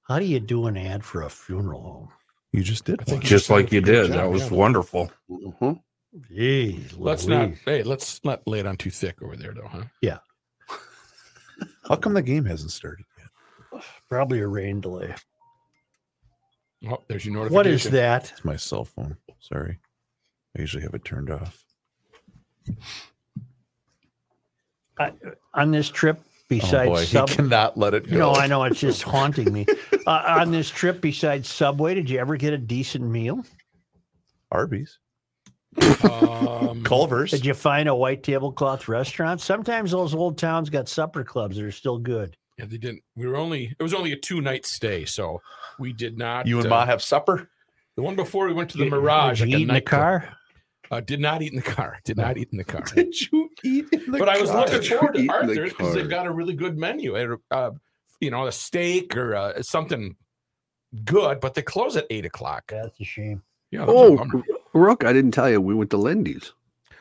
Speaker 2: How do you do an ad for a funeral home?
Speaker 1: You just did. one.
Speaker 4: Just like you did.
Speaker 6: job,
Speaker 4: that was
Speaker 6: yeah.
Speaker 4: wonderful.
Speaker 3: Mhm.
Speaker 2: Jeez,
Speaker 6: Let's not.
Speaker 2: Louise.
Speaker 6: Hey, let's not lay it on too thick over there, though, huh?
Speaker 1: How come the game hasn't started yet?
Speaker 2: Probably a rain delay.
Speaker 6: Oh, there's your notification.
Speaker 2: What is that?
Speaker 1: It's my cell phone. Sorry. I usually have it turned off.
Speaker 2: On this trip,
Speaker 1: oh boy,
Speaker 2: besides sub,
Speaker 1: he cannot let it go.
Speaker 2: no, I know it's just haunting me. Uh, on this trip, besides Subway, did you ever get a decent meal?
Speaker 1: Arby's,
Speaker 6: Um,
Speaker 1: Culver's.
Speaker 2: Did you find a white tablecloth restaurant? Sometimes those old towns got supper clubs that are still good.
Speaker 6: yeah, they didn't. We were only. It was only a two night stay, so we did not.
Speaker 1: You and
Speaker 6: uh,
Speaker 1: Ma have supper.
Speaker 6: The one before we went to the
Speaker 2: You-
Speaker 6: Mirage.
Speaker 2: Did
Speaker 6: like
Speaker 2: you
Speaker 6: a
Speaker 2: eat in the
Speaker 6: nightclub.
Speaker 2: car?
Speaker 6: Uh, did not eat in the car. Did not eat in the car.
Speaker 1: Did you eat in the
Speaker 6: but I was
Speaker 1: car?
Speaker 6: looking forward
Speaker 3: Eat
Speaker 6: to
Speaker 3: in the
Speaker 6: Arthur's because
Speaker 3: car.
Speaker 6: they've got a really good menu. They had, Uh, you know, a steak or uh, something good, but they close at eight o'clock.
Speaker 2: That's a shame.
Speaker 6: Yeah, that was a
Speaker 3: Oh,
Speaker 6: bummer.
Speaker 3: Rook, I didn't tell you we went to Lindy's.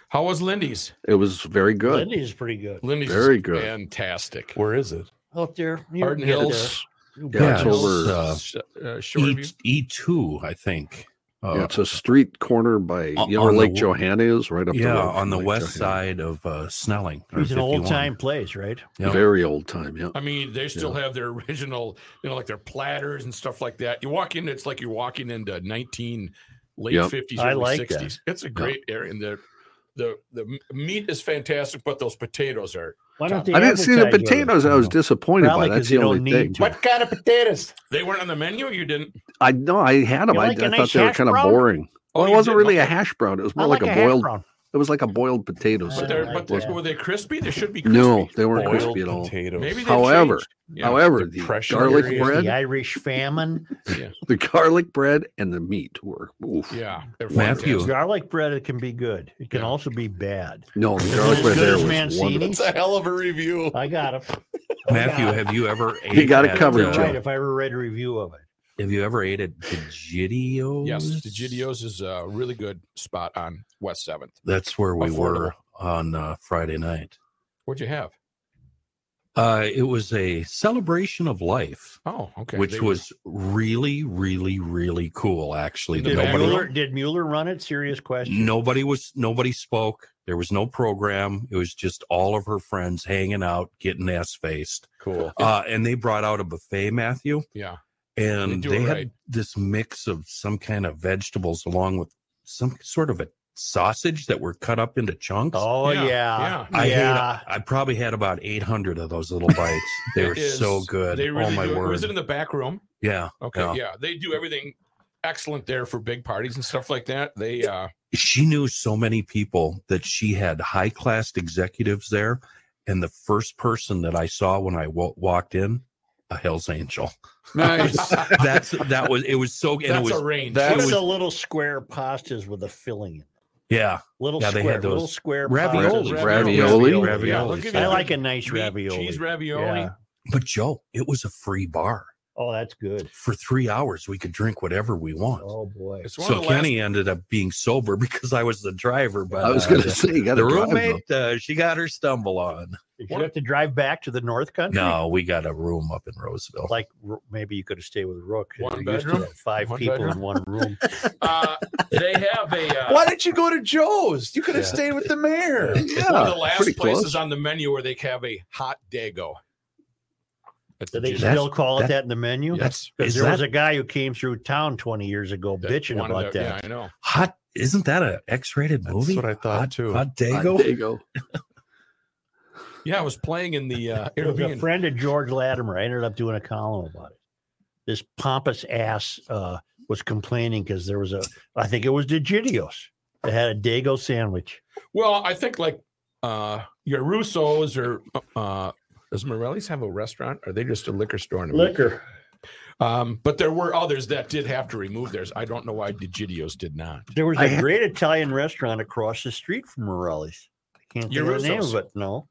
Speaker 6: how was Lindy's?
Speaker 3: It was very good.
Speaker 2: Lindy's pretty good
Speaker 6: Lindy's is
Speaker 3: Very good.
Speaker 6: fantastic.
Speaker 1: Where is it?
Speaker 2: out there. you
Speaker 6: Arden
Speaker 2: get
Speaker 6: Hills.
Speaker 2: there.
Speaker 3: Yeah, it's
Speaker 4: Hills,
Speaker 3: over.
Speaker 4: uh,
Speaker 6: Sh- uh, Shoreview.
Speaker 4: E, E2, I think.
Speaker 3: Yeah,
Speaker 4: Uh,
Speaker 3: it's a street corner by
Speaker 4: on-
Speaker 3: you know where
Speaker 4: on the
Speaker 3: Lake
Speaker 4: w-
Speaker 3: Johanna is, right up
Speaker 4: yeah,
Speaker 3: the road
Speaker 4: on
Speaker 3: from
Speaker 4: the
Speaker 3: Lake
Speaker 4: west
Speaker 3: Johanna.
Speaker 4: side of uh, Snelling.
Speaker 2: It was an old time place, right?
Speaker 4: Yeah.
Speaker 3: Very old time, yeah.
Speaker 6: I mean, they still have their original, you know, like their platters and stuff like that. You walk in, it's like you're walking into 19 late
Speaker 3: Yep.
Speaker 6: 50s,
Speaker 2: I
Speaker 6: early
Speaker 2: like that.
Speaker 6: 60s. It's a great area, and the the the m- meat is fantastic, but those potatoes are.
Speaker 2: Why don't they
Speaker 3: I didn't see the
Speaker 2: advertise with it?
Speaker 3: potatoes. I was disappointed
Speaker 2: Probably
Speaker 3: by.
Speaker 2: 'cause
Speaker 3: That's
Speaker 2: you
Speaker 3: the only
Speaker 2: don't need
Speaker 3: thing.
Speaker 2: to.
Speaker 10: What kind of potatoes?
Speaker 6: They weren't on the menu. You didn't.
Speaker 3: I know I had them.
Speaker 2: You
Speaker 3: I,
Speaker 2: like a
Speaker 3: I
Speaker 2: nice
Speaker 3: thought they were
Speaker 2: hash
Speaker 3: kind of
Speaker 2: brown?
Speaker 3: boring. Well, it
Speaker 6: Oh, you
Speaker 3: wasn't
Speaker 6: didn't?
Speaker 3: really a hash brown. It was
Speaker 2: I
Speaker 3: more like,
Speaker 2: like
Speaker 3: a
Speaker 2: half
Speaker 3: boiled.
Speaker 2: brown.
Speaker 3: It was like a boiled potato.
Speaker 2: I
Speaker 6: But,
Speaker 3: sandwich.
Speaker 6: they're,
Speaker 2: like
Speaker 6: but
Speaker 2: that.
Speaker 6: were they crispy? They should be crispy.
Speaker 3: No, they weren't
Speaker 6: Boiled
Speaker 3: crispy at all.
Speaker 1: potatoes.
Speaker 6: Maybe they
Speaker 3: However,
Speaker 6: changed. Yeah.
Speaker 3: However, the
Speaker 1: Depression
Speaker 3: garlic
Speaker 6: period.
Speaker 3: bread,
Speaker 2: The Irish famine.
Speaker 3: the garlic bread, and the meat were. Oof.
Speaker 6: yeah, they're
Speaker 4: Matthew.
Speaker 6: fantastic.
Speaker 2: Garlic bread it can be good. It can
Speaker 6: Yeah.
Speaker 2: also be bad.
Speaker 3: No,
Speaker 2: Is
Speaker 3: the
Speaker 2: it
Speaker 3: garlic
Speaker 2: as
Speaker 3: bread
Speaker 2: good
Speaker 3: there
Speaker 2: as
Speaker 3: was
Speaker 2: Mancini's?
Speaker 3: wonderful.
Speaker 1: It's a hell of a review.
Speaker 2: I got it.
Speaker 4: Matthew, have you ever ate?
Speaker 3: You got it
Speaker 4: at,
Speaker 3: covered,
Speaker 4: uh,
Speaker 3: Joe.
Speaker 2: Right, if I ever read a review of it.
Speaker 4: Have you ever ate at Gidio's?
Speaker 6: Yes, the Gidios is a really good spot on West Seventh.
Speaker 4: That's where we
Speaker 6: Affordable.
Speaker 4: were on uh, Friday night.
Speaker 6: What'd you have?
Speaker 4: Uh, it was a celebration of life,
Speaker 6: Oh, okay.
Speaker 4: which
Speaker 6: They were-
Speaker 4: was really, really, really cool. Actually,
Speaker 6: In the
Speaker 2: Did
Speaker 6: back
Speaker 4: nobody,
Speaker 2: Mueller, did Mueller run it? Serious question.
Speaker 4: nobody was nobody spoke. There was no program. It was just all of her friends hanging out, getting ass faced.
Speaker 1: Cool.
Speaker 4: Uh, and they brought out a buffet, Matthew,
Speaker 6: yeah.
Speaker 4: and
Speaker 6: do
Speaker 4: they,
Speaker 6: it
Speaker 4: had
Speaker 6: right.
Speaker 4: this mix of some kind of vegetables along with some sort of a sausage that were cut up into chunks.
Speaker 2: Oh
Speaker 6: Yeah,
Speaker 2: yeah.
Speaker 6: yeah.
Speaker 4: I ate-
Speaker 2: Yeah.
Speaker 4: I probably had about 800 of those little bites. They
Speaker 6: It
Speaker 4: were so
Speaker 6: is-
Speaker 4: good.
Speaker 6: They really
Speaker 4: oh my
Speaker 6: do.
Speaker 4: word.
Speaker 6: Was it in the back room?
Speaker 4: yeah.
Speaker 6: Okay,
Speaker 4: Yeah.
Speaker 6: yeah. they do everything excellent there for big parties and stuff like that. They uh
Speaker 4: She knew so many people that she had high class executives there. And the first person that I saw when I wa- walked in, a Hell's Angel.
Speaker 1: Nice.
Speaker 4: That's that was it was so and
Speaker 6: that's
Speaker 4: it was
Speaker 6: a range.
Speaker 1: that
Speaker 2: That
Speaker 1: was-
Speaker 2: was the little square pastas with a filling in. them.
Speaker 4: yeah
Speaker 2: Little
Speaker 4: Yeah, they
Speaker 2: square,
Speaker 4: had
Speaker 2: little
Speaker 4: those
Speaker 2: square
Speaker 4: ravioli,
Speaker 2: pastas.
Speaker 3: Ravioli?
Speaker 4: ravioli.
Speaker 6: Yeah, look at
Speaker 2: I
Speaker 6: you.
Speaker 2: like a nice
Speaker 6: Meat,
Speaker 2: ravioli.
Speaker 6: cheese ravioli.
Speaker 2: Yeah.
Speaker 4: But Joe, it was a free bar
Speaker 2: Oh, that's good.
Speaker 4: for three hours. We could drink whatever we want.
Speaker 2: Oh boy.
Speaker 6: It's one
Speaker 4: so
Speaker 6: of the
Speaker 4: Kenny ended up being sober because I was the driver. But
Speaker 3: I was
Speaker 4: uh,
Speaker 3: going to say, you got
Speaker 4: the
Speaker 3: to drive though.
Speaker 4: roommate, uh, she got her stumble on.
Speaker 2: Did you have to drive back to the North Country?
Speaker 4: No, we got a room up in Roseville.
Speaker 2: Like Ro- maybe you could have stayed with Rook.
Speaker 6: One
Speaker 2: They're used to
Speaker 6: bedroom?
Speaker 2: that, Five
Speaker 6: One
Speaker 2: people
Speaker 6: bedroom?
Speaker 2: in one room.
Speaker 6: last- uh, they have a uh,
Speaker 1: Why didn't you go to Joe's? You could have stayed with the mayor.
Speaker 6: it's one of
Speaker 4: Ah,
Speaker 6: the
Speaker 3: Yeah,
Speaker 6: last
Speaker 3: pretty
Speaker 6: places
Speaker 3: close.
Speaker 6: on the menu where they have a hot dago. At
Speaker 2: Do
Speaker 6: the
Speaker 2: they
Speaker 6: gym.
Speaker 4: That's-
Speaker 2: still call it
Speaker 4: that-
Speaker 2: that, in the menu?
Speaker 6: That's-
Speaker 4: is
Speaker 2: because there
Speaker 4: that-
Speaker 2: was a guy who came through town 20 years ago
Speaker 6: that-
Speaker 2: bitching
Speaker 6: one of
Speaker 2: about
Speaker 6: the-
Speaker 2: that.
Speaker 6: Yeah, I know.
Speaker 4: Hot isn't that an X-rated
Speaker 1: That's
Speaker 4: movie?
Speaker 1: what I thought,
Speaker 4: Hot,
Speaker 1: too.
Speaker 4: Hot
Speaker 3: Ah,
Speaker 4: Dago.
Speaker 3: Dago.
Speaker 6: Yeah, I was playing in the uh,
Speaker 2: It was a
Speaker 6: Airbnb.
Speaker 2: friend of George Latimer. I ended up doing a column about it. This pompous ass uh, was complaining because there was a, I think it was DeGidios that had a Dago sandwich.
Speaker 6: Well, I think like uh your Russos or uh does Morelli's have a restaurant? Are they just a liquor store? And a
Speaker 2: Liquor.
Speaker 6: Um, but there were others that did have to remove theirs. I don't know why Digidios did not.
Speaker 2: There was a
Speaker 3: I had-
Speaker 2: great Italian restaurant across the street from Morelli's. I can't think of the name
Speaker 6: Yerusso's.
Speaker 2: of it. No,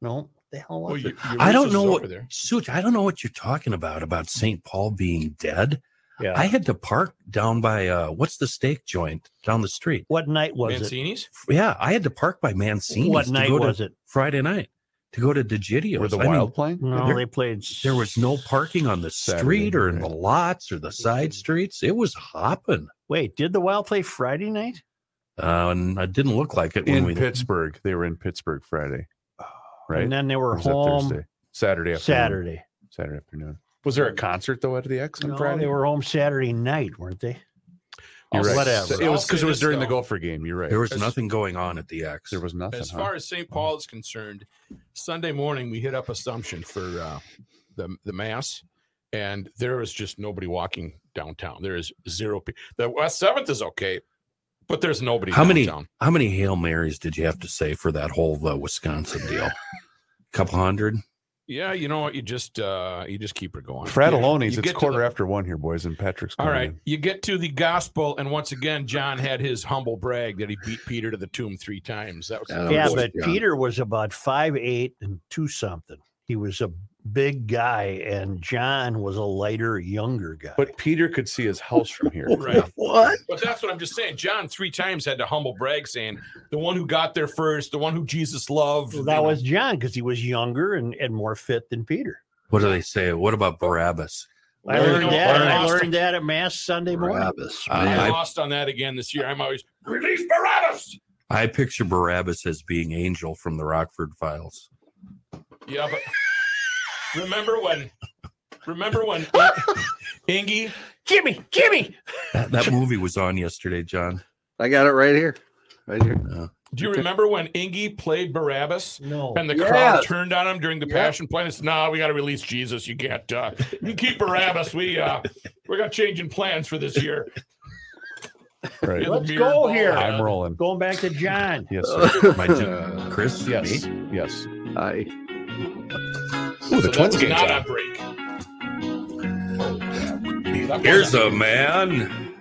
Speaker 2: no. The hell was it?
Speaker 4: I don't know what
Speaker 6: over there.
Speaker 4: Such, I don't know what you're talking about about St. Paul being dead.
Speaker 2: Yeah.
Speaker 4: I had to park down by uh what's the steak joint down the street.
Speaker 2: what night was
Speaker 6: Mancini's.
Speaker 4: Yeah, I had to park by
Speaker 2: it?
Speaker 4: Mancini's.
Speaker 2: What
Speaker 4: to
Speaker 2: night
Speaker 4: go to
Speaker 2: was it?
Speaker 4: Friday night to go to DeGidio.
Speaker 1: Were the wild playing?
Speaker 2: No,
Speaker 4: There-
Speaker 2: they played.
Speaker 4: there was no parking on the
Speaker 1: Saturday
Speaker 4: street or in the
Speaker 1: night. Mm-hmm.
Speaker 4: lots or the side streets. It was hopping.
Speaker 2: Wait, did the Wild play Friday night?
Speaker 4: Uh, and it didn't look like it when
Speaker 1: In
Speaker 4: we
Speaker 1: Pittsburgh. They were in Pittsburgh Friday. Right?
Speaker 2: And then they were
Speaker 1: Or was that
Speaker 2: home
Speaker 1: Thursday? Saturday afternoon.
Speaker 2: Saturday.
Speaker 1: Saturday afternoon. Was there a concert though at the X on
Speaker 2: No,
Speaker 1: Friday?
Speaker 2: they were home Saturday night, weren't they?
Speaker 1: You're
Speaker 6: I'll
Speaker 1: right.
Speaker 2: Whatever.
Speaker 1: It
Speaker 6: I'll
Speaker 1: was because
Speaker 6: say
Speaker 1: it was
Speaker 6: this,
Speaker 1: during the
Speaker 6: though.
Speaker 1: Gopher game. You're right.
Speaker 4: there was
Speaker 6: As-
Speaker 4: nothing going on at the X.
Speaker 1: There was nothing.
Speaker 6: As
Speaker 1: huh?
Speaker 6: far as St. Paul is concerned, Sunday morning we hit up Assumption for uh, the the mass, and there is just nobody walking downtown. There is zero. Pe- the West Seventh is okay, but there's nobody.
Speaker 4: How many-
Speaker 6: downtown.
Speaker 4: How many Hail Marys did you have to say for that whole uh, Wisconsin deal? couple hundred?
Speaker 6: Yeah, you know what? You just uh you just keep her going. You-
Speaker 1: Fratelloni's,
Speaker 6: you
Speaker 1: it's
Speaker 6: get to
Speaker 1: quarter
Speaker 6: the-
Speaker 1: after one here, boys, and Patrick's.
Speaker 6: All
Speaker 1: coming
Speaker 6: right,
Speaker 1: in.
Speaker 6: you get to the gospel, and once again, John had his humble brag that he beat Peter to the tomb three times. That was
Speaker 3: Yeah, that
Speaker 2: yeah,
Speaker 3: was-
Speaker 2: but
Speaker 3: yeah.
Speaker 2: Peter was about five eight and two something. He was a big guy, and John was a lighter, younger guy.
Speaker 1: But Peter could see his house from here.
Speaker 6: right.
Speaker 3: What?
Speaker 6: But that's what I'm just saying. John three times had to humble brag, saying the one who got there first, the one who Jesus loved.
Speaker 2: Well,
Speaker 6: you know.
Speaker 2: that was John because he was younger and, and more fit than Peter.
Speaker 4: What do they say? What about Barabbas?
Speaker 2: I
Speaker 6: Larry-
Speaker 2: learned that.
Speaker 6: Larry-
Speaker 2: I learned that at mass Sunday morning.
Speaker 3: Travis, man.
Speaker 6: Uh, I lost on that again this year. I'm always release Barabbas.
Speaker 4: I picture Barabbas as being Angel from the Rockford Files.
Speaker 6: Yeah, but remember when? Remember when? Ingy.
Speaker 2: Jimmy, Jimmy.
Speaker 4: That, that movie was on yesterday, John.
Speaker 3: I got it right here. Right here.
Speaker 6: Do you remember when Ingy played Barabbas?
Speaker 2: No.
Speaker 6: And the crowd turned on him during the Passion Play. It's no, we got to release Jesus. You can't. Uh, you keep Barabbas. We uh, we got changing plans for this year.
Speaker 1: Right.
Speaker 6: You're the
Speaker 2: Let's
Speaker 6: beard
Speaker 2: go
Speaker 6: ball.
Speaker 2: here.
Speaker 1: I'm rolling.
Speaker 2: Going back to John.
Speaker 1: Yes, sir.
Speaker 4: My
Speaker 8: Uh,
Speaker 4: Jim- Chris,
Speaker 1: Yes.
Speaker 4: me?
Speaker 1: Yes.
Speaker 3: I,
Speaker 1: Ooh, the
Speaker 6: So
Speaker 1: Twins
Speaker 6: that's
Speaker 1: game's
Speaker 6: not
Speaker 1: on.
Speaker 6: a break. That was
Speaker 4: Here's a man.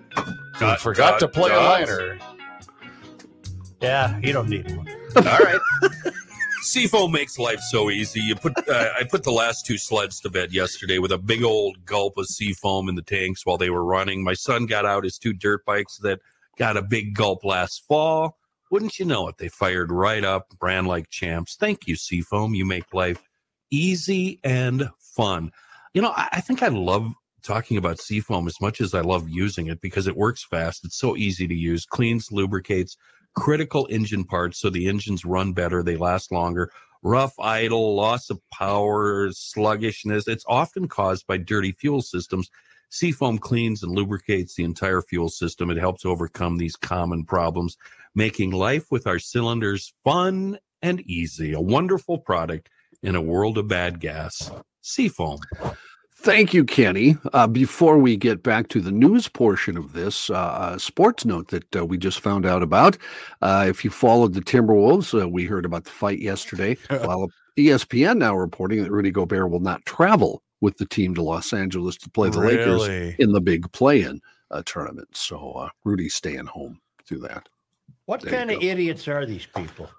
Speaker 8: I forgot to play a liner.
Speaker 2: Yeah, you don't need one.
Speaker 4: All right. CFO makes life so easy. You put uh, I put the last two sleds to bed yesterday with a big old gulp of sea foam in the tanks while they were running. My son got out his two dirt bikes that got a big gulp last fall. Wouldn't you know it? They fired right up, ran like champs. Thank you, Seafoam. You make life easy and fun. You know, I, I think I love talking about Seafoam as much as I love using it because it works fast. It's so easy to use, cleans, lubricates, critical engine parts so the engines run better, they last longer. Rough idle, loss of power, sluggishness. It's often caused by dirty fuel systems. Seafoam cleans and lubricates the entire fuel system. It helps overcome these common problems, making life with our cylinders fun and easy. A wonderful product in a world of bad gas. Seafoam.
Speaker 3: Thank you, Kenny. Uh, before we get back to the news portion of this, uh, a sports note that uh, we just found out about. Uh, if you followed the Timberwolves, uh, we heard about the fight yesterday. While E ESPN now reporting that Rudy Gobert will not travel with the team to Los Angeles to play the Lakers in the big play-in uh, tournament. So uh, Rudy's staying home through that.
Speaker 2: What
Speaker 3: There you
Speaker 2: kind of
Speaker 3: go.
Speaker 2: idiots are these people?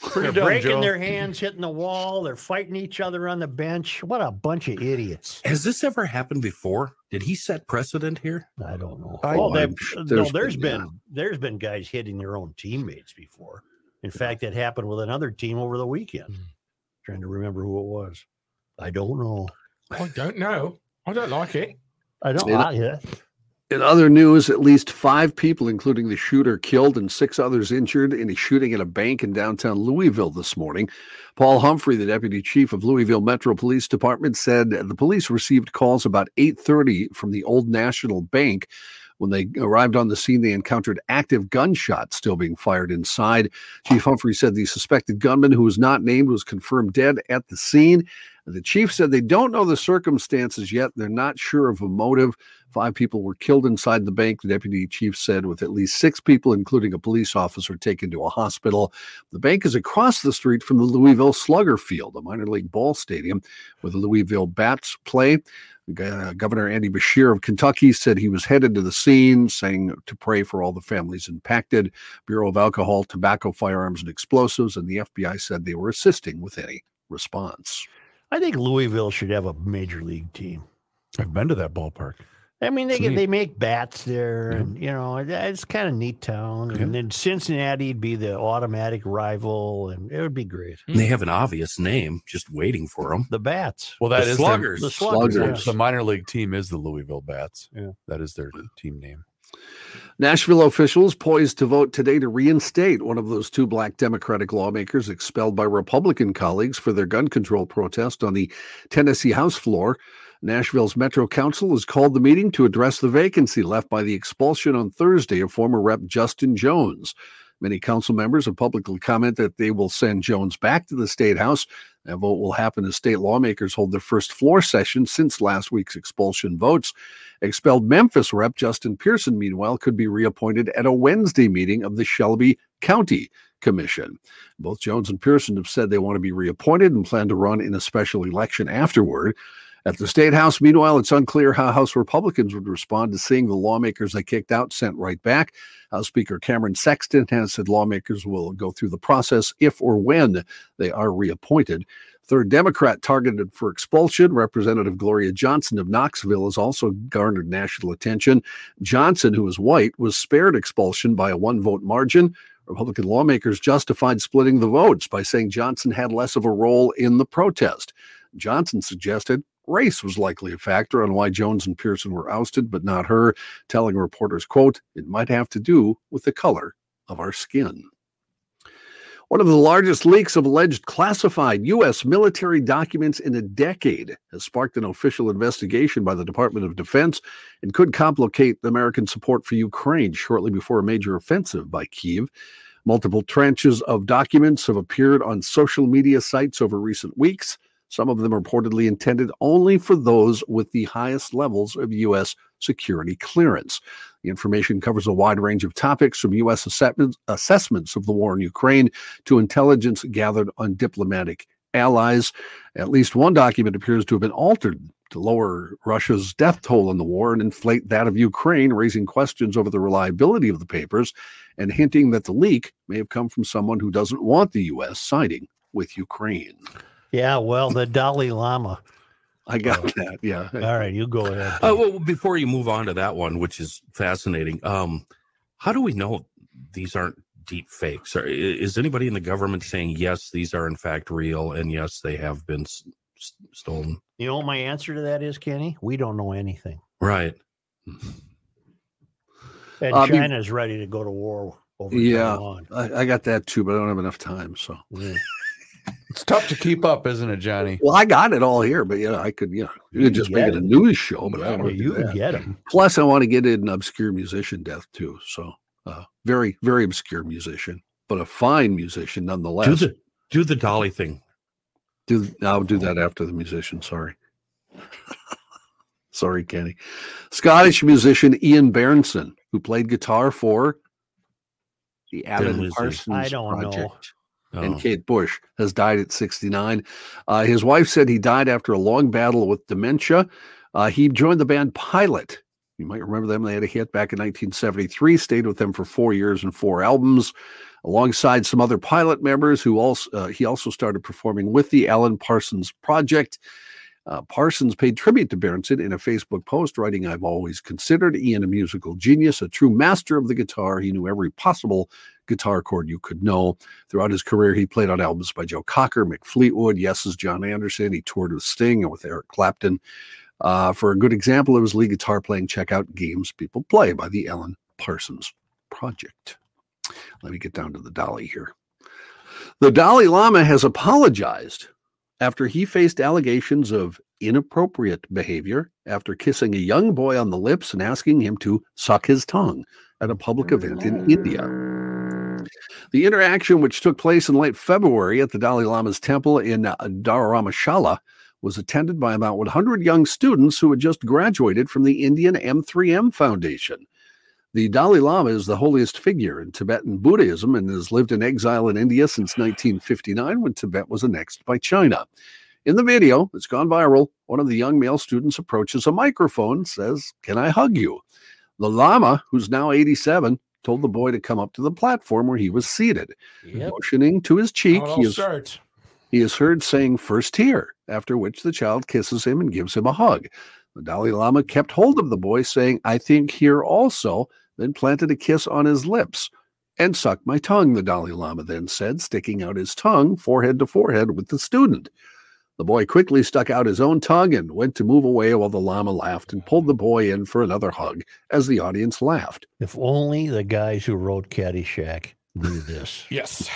Speaker 6: Pretty
Speaker 2: They're
Speaker 6: dumb,
Speaker 2: breaking
Speaker 6: Joe.
Speaker 2: their hands, hitting the wall. They're fighting each other on the bench. What a bunch of idiots!
Speaker 4: Has this ever happened before? Did he set precedent here?
Speaker 2: I don't know.
Speaker 1: I-
Speaker 2: well, they,
Speaker 3: I'm sure
Speaker 2: no,
Speaker 3: there's
Speaker 2: there's
Speaker 3: been,
Speaker 2: been
Speaker 3: yeah.
Speaker 2: there's been guys hitting their own teammates before. In fact, that happened with another team over the weekend. Trying to remember who it was. I don't know.
Speaker 6: I don't know. I don't like it.
Speaker 2: I don't.
Speaker 3: It-
Speaker 2: I, yeah.
Speaker 3: In other news, at least five people, including the shooter, killed and six others injured in a shooting at a bank in downtown Louisville this morning. Paul Humphrey, the deputy chief of Louisville Metro Police Department, said the police received calls about 8:30 from the Old National Bank. When they arrived on the scene, they encountered active gunshots still being fired inside. Chief Humphrey said the suspected gunman, who was not named, was confirmed dead at the scene. The chief said they don't know the circumstances yet. They're not sure of a motive. Five people were killed inside the bank, the deputy chief said, with at least six people, including a police officer, taken to a hospital. The bank is across the street from the Louisville Slugger Field, a minor league ball stadium where the Louisville Bats play. Go- Governor Andy Bashir of Kentucky said he was headed to the scene, saying to pray for all the families impacted. Bureau of Alcohol, Tobacco, Firearms, and Explosives, and the FBI said they were assisting with any response.
Speaker 2: I think Louisville should have a major league team.
Speaker 1: I've been to that ballpark.
Speaker 2: I mean, they
Speaker 1: It's
Speaker 2: get,
Speaker 1: neat.
Speaker 2: they make bats there,
Speaker 1: Yeah.
Speaker 2: and you know, it- it's kind of neat town.
Speaker 1: Yeah.
Speaker 2: And then Cincinnati'd be the automatic rival, and it would be great.
Speaker 4: They have an obvious name just waiting for him.
Speaker 2: The bats,
Speaker 1: Well, that
Speaker 4: the
Speaker 1: is their-
Speaker 4: sluggers.
Speaker 2: the sluggers.
Speaker 3: Sluggers.
Speaker 1: the minor league team is the Louisville Bats.
Speaker 2: Yeah.
Speaker 1: That is their team name.
Speaker 3: Nashville officials poised to vote today to reinstate one of those two black Democratic lawmakers expelled by Republican colleagues for their gun control protest on the Tennessee House floor. Nashville's Metro Council has called the meeting to address the vacancy left by the expulsion on Thursday of former Rep. Justin Jones. Many council members have publicly commented that they will send Jones back to the state house. That vote will happen as state lawmakers hold their first floor session since last week's expulsion votes. Expelled Memphis rep Justin Pearson, meanwhile, could be reappointed at a Wednesday meeting of the Shelby County Commission. Both Jones and Pearson have said they want to be reappointed and plan to run in a special election afterward. At the State House, meanwhile, it's unclear how House Republicans would respond to seeing the lawmakers they kicked out sent right back. House Speaker Cameron Sexton has said lawmakers will go through the process if or when they are reappointed. Third Democrat targeted for expulsion, Representative Gloria Johnson of Knoxville, has also garnered national attention. Johnson, who is white, was spared expulsion by a one vote margin. Republican lawmakers justified splitting the votes by saying Johnson had less of a role in the protest. Johnson suggested Race was likely a factor on why Jones and Pearson were ousted, but not her, telling reporters, quote, it might have to do with the color of our skin. One of the largest leaks of alleged classified U.S. military documents in a decade has sparked an official investigation by the Department of Defense and could complicate the American support for Ukraine shortly before a major offensive by Kyiv. Multiple tranches of documents have appeared on social media sites over recent weeks, some of them reportedly intended only for those with the highest levels of U.S. security clearance. The information covers a wide range of topics from U.S. assessments, assessments of the war in Ukraine to intelligence gathered on diplomatic allies. At least one document appears to have been altered to lower Russia's death toll in the war and inflate that of Ukraine, raising questions over the reliability of the papers and hinting that the leak may have come from someone who doesn't want the U.S. siding with Ukraine.
Speaker 2: Yeah, well, the Dalai Lama.
Speaker 3: I got that. Yeah.
Speaker 2: All right, you go ahead.
Speaker 3: Oh.
Speaker 4: Uh, well, before you move on to that one, which is fascinating, um, how do we know these aren't deep fakes? Or i- Is anybody in the government saying yes, these are in fact real, and yes, they have been s- s- stolen?
Speaker 2: You know what my answer to that is, Kenny? We don't know anything.
Speaker 4: Right.
Speaker 2: And
Speaker 3: Uh, I mean-
Speaker 2: China's ready to go to war over
Speaker 3: Yeah.
Speaker 2: Taiwan.
Speaker 3: I, I got that too, but I don't have enough time. So,
Speaker 2: Yeah.
Speaker 1: It's tough to keep up, isn't it, Johnny?
Speaker 3: well, I got it all here, but yeah, I could, yeah, you
Speaker 2: You
Speaker 3: could just make
Speaker 2: get
Speaker 3: it a news show, but I don't
Speaker 2: Yeah,
Speaker 3: want to
Speaker 2: you
Speaker 3: do
Speaker 2: can
Speaker 3: that.
Speaker 2: get them.
Speaker 3: Plus, I want to get in obscure musician death too. So, uh, very, very obscure musician, but a fine musician nonetheless.
Speaker 4: Do the Oh. do the dolly thing.
Speaker 3: Do I'll do that after the musician. Sorry. Sorry, Kenny. Scottish musician Ian Berenson, who played guitar for the Alan
Speaker 4: lose it.
Speaker 3: Parsons
Speaker 2: I don't know.
Speaker 3: Project
Speaker 4: Oh.
Speaker 3: and Kate Bush has died at 69. Uh, his wife said he died after a long battle with dementia. Uh, he joined the band Pilot. You might remember them. They had a hit back in 1973, stayed with them for four years and four albums, alongside some other Pilot members who also uh, he also started performing with the Alan Parsons Project. Uh, Parsons paid tribute to Berenson in a Facebook post, writing, I've always considered Ian a musical genius, a true master of the guitar. He knew every possible guitar chord you could know. Throughout his career, he played on albums by Joe Cocker, Mick Fleetwood, Yes's John Anderson. He toured with Sting and with Eric Clapton. Uh, for a good example of his lead guitar playing, check out Games People Play by the Alan Parsons Project. Let me get down to the Dolly here. The Dalai Lama has apologized after he faced allegations of inappropriate behavior after kissing a young boy on the lips and asking him to suck his tongue at a public event in India. The interaction, which took place in late February at the Dalai Lama's temple in uh, Dharamshala, was attended by about 100 young students who had just graduated from the Indian M3M Foundation. The Dalai Lama is the holiest figure in Tibetan Buddhism and has lived in exile in India since 1959 when Tibet was annexed by China. In the video that's gone viral, one of the young male students approaches a microphone and says, Can I hug you? The Lama, who's now 87, told the boy to come up to the platform where he was seated.
Speaker 2: Yep.
Speaker 3: Motioning to his
Speaker 6: How
Speaker 3: cheek,
Speaker 6: it
Speaker 3: he
Speaker 6: all
Speaker 3: is
Speaker 6: starts.
Speaker 3: he is heard saying first here, after which the child kisses him and gives him a hug. The Dalai Lama kept hold of the boy, saying, I think here also, then planted a kiss on his lips. And suck my tongue, the Dalai Lama then said, sticking out his tongue, forehead to forehead, with the student. The boy quickly stuck out his own tongue and went to move away while the Lama laughed and pulled the boy in for another hug as the audience laughed.
Speaker 2: If only the guys who wrote Caddyshack knew this.
Speaker 6: Yes.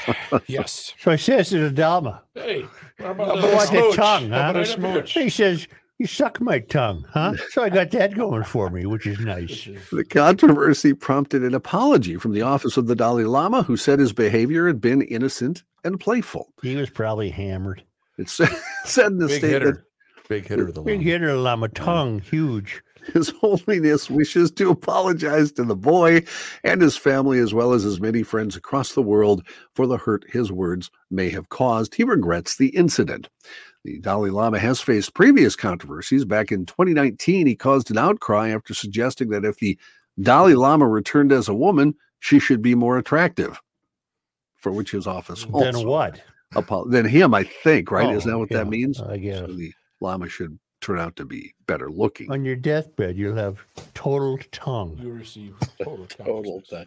Speaker 6: yes.
Speaker 2: So I says to the Dalma,
Speaker 6: Hey, how
Speaker 2: "How
Speaker 6: about a
Speaker 2: about the
Speaker 6: smooch?
Speaker 2: tongue,
Speaker 6: How
Speaker 2: huh?
Speaker 6: about a smooch?
Speaker 2: He says, you suck my tongue, huh? So I got that going for me, which is nice.
Speaker 3: The controversy prompted an apology from the office of the Dalai Lama, who said his behavior had been innocent and playful.
Speaker 2: He was probably hammered.
Speaker 3: It said, said in the
Speaker 6: Big
Speaker 3: statement,
Speaker 6: hitter.
Speaker 1: Big hitter of the
Speaker 2: Big
Speaker 1: line.
Speaker 2: hitter, Lama, tongue, huge.
Speaker 3: His Holiness wishes to apologize to the boy and his family, as well as his many friends across the world, for the hurt his words may have caused. He regrets the incident. The Dalai Lama has faced previous controversies. Back in 2019, he caused an outcry after suggesting that if the Dalai Lama returned as a woman, she should be more attractive, for which his office
Speaker 2: Then
Speaker 3: also
Speaker 2: what?
Speaker 3: apo- than him, I think, right?
Speaker 2: Oh,
Speaker 3: Isn't that what that
Speaker 2: yeah,
Speaker 3: means?
Speaker 2: I guess.
Speaker 3: So the Lama should turn out to be better looking.
Speaker 2: On your deathbed, you'll have total tongue.
Speaker 6: You receive total.
Speaker 3: total
Speaker 6: time.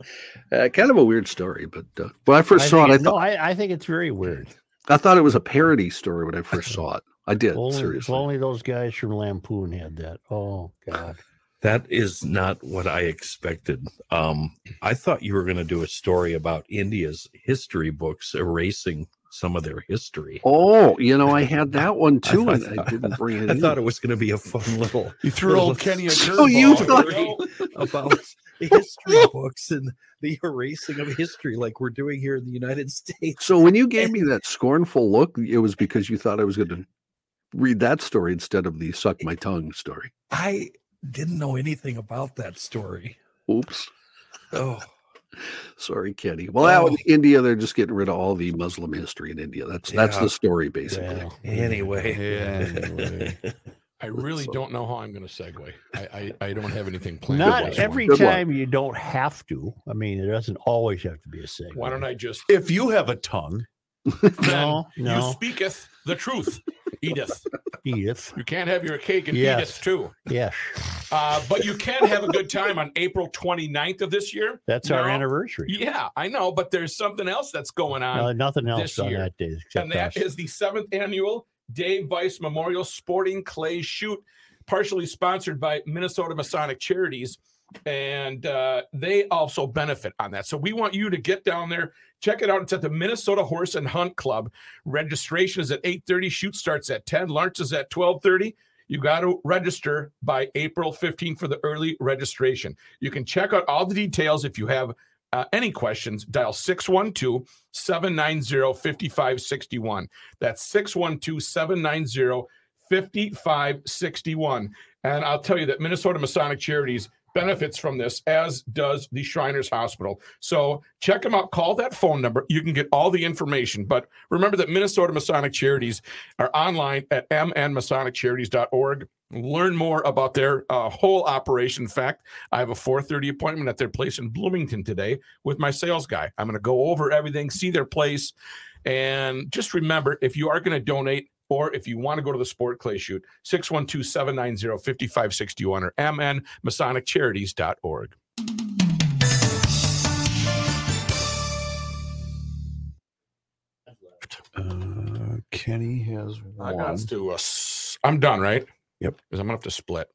Speaker 3: thing. Uh, kind of a weird story, but uh, when I first
Speaker 2: I
Speaker 3: saw
Speaker 2: think
Speaker 3: it, I
Speaker 2: it- no,
Speaker 3: thought
Speaker 2: I, I think it's very weird.
Speaker 3: I thought it was a parody story when I first saw it. I I did.
Speaker 2: Only, If
Speaker 3: seriously.
Speaker 2: only those guys from Lampoon had that. Oh God.
Speaker 4: That is not what I expected. Um, I thought you were going to do a story about India's history books erasing some of their history.
Speaker 3: Oh, you know, I had that one
Speaker 4: I
Speaker 3: too,
Speaker 4: thought-
Speaker 3: and I didn't bring it
Speaker 4: I
Speaker 3: in.
Speaker 4: thought it was going to be a fun little.
Speaker 1: You threw
Speaker 4: little
Speaker 1: old Kenny a
Speaker 3: So you
Speaker 1: curveball.
Speaker 3: thought-
Speaker 4: story about the history books and the erasing of history, like we're doing here in the United States.
Speaker 3: So when you gave me that scornful look, it was because you thought I was going to read that story instead of the suck my tongue story.
Speaker 4: I didn't know anything about that story.
Speaker 3: Oops.
Speaker 4: Oh,
Speaker 3: Sorry, Kenny. Well, out
Speaker 4: Oh.
Speaker 3: in India, they're just getting rid of all the Muslim history in India. That's that's
Speaker 4: Yeah.
Speaker 3: the story, basically.
Speaker 2: Well,
Speaker 4: anyway.
Speaker 1: Anyway.
Speaker 6: I really
Speaker 3: So-
Speaker 6: don't know how I'm going to segue. I, I, I don't have anything planned. for
Speaker 2: Not
Speaker 6: this one.
Speaker 2: every
Speaker 3: Good luck.
Speaker 2: time you don't have to. I mean, it doesn't always have to be a segue.
Speaker 6: Why don't I just
Speaker 1: If you have a tongue,
Speaker 6: then
Speaker 2: No,
Speaker 6: You
Speaker 2: no,
Speaker 6: speaketh the truth, Edith.
Speaker 2: Edith.
Speaker 6: You can't have your cake and
Speaker 2: Yes.
Speaker 6: eat it too.
Speaker 2: Yes,
Speaker 6: Uh, but you can have a good time on April 29th of this year.
Speaker 2: that's our
Speaker 6: No.
Speaker 2: anniversary.
Speaker 6: Yeah, I know, but there's something else that's going on.
Speaker 2: No, nothing else
Speaker 6: this
Speaker 2: on
Speaker 6: year.
Speaker 2: that day
Speaker 6: and
Speaker 2: except us.
Speaker 6: that is the seventh annual Dave Weiss Memorial Sporting Clay Shoot, partially sponsored by Minnesota Masonic Charities. And uh, they also benefit on that. So we want you to get down there, check it out. It's at the Minnesota Horse and Hunt Club. Registration is at 8:30. Shoot starts at 10. Lunch is at 12:30. You got to register by April 15th for the early registration. You can check out all the details if you have uh, any questions. Dial 612 790-5561. That's 612-790-5561. And I'll tell you that Minnesota Masonic Charities benefits from this, as does the Shriners Hospital. So check them out. Call that phone number. You can get all the information. But remember that Minnesota Masonic Charities are online at mnmasoniccharities.org. Learn more about their uh, whole operation. In fact, I have a 4:30 appointment at their place in Bloomington today with my sales guy. I'm going to go over everything, see their place, and just remember if you are going to donate or if you want to go to the sport clay shoot, 612-790-5561 or mnmasoniccharities.org.
Speaker 1: uh, Kenny has
Speaker 6: I
Speaker 1: one.
Speaker 6: got to us. I'm done, right?
Speaker 1: Yep.
Speaker 6: Because I'm going to have to split.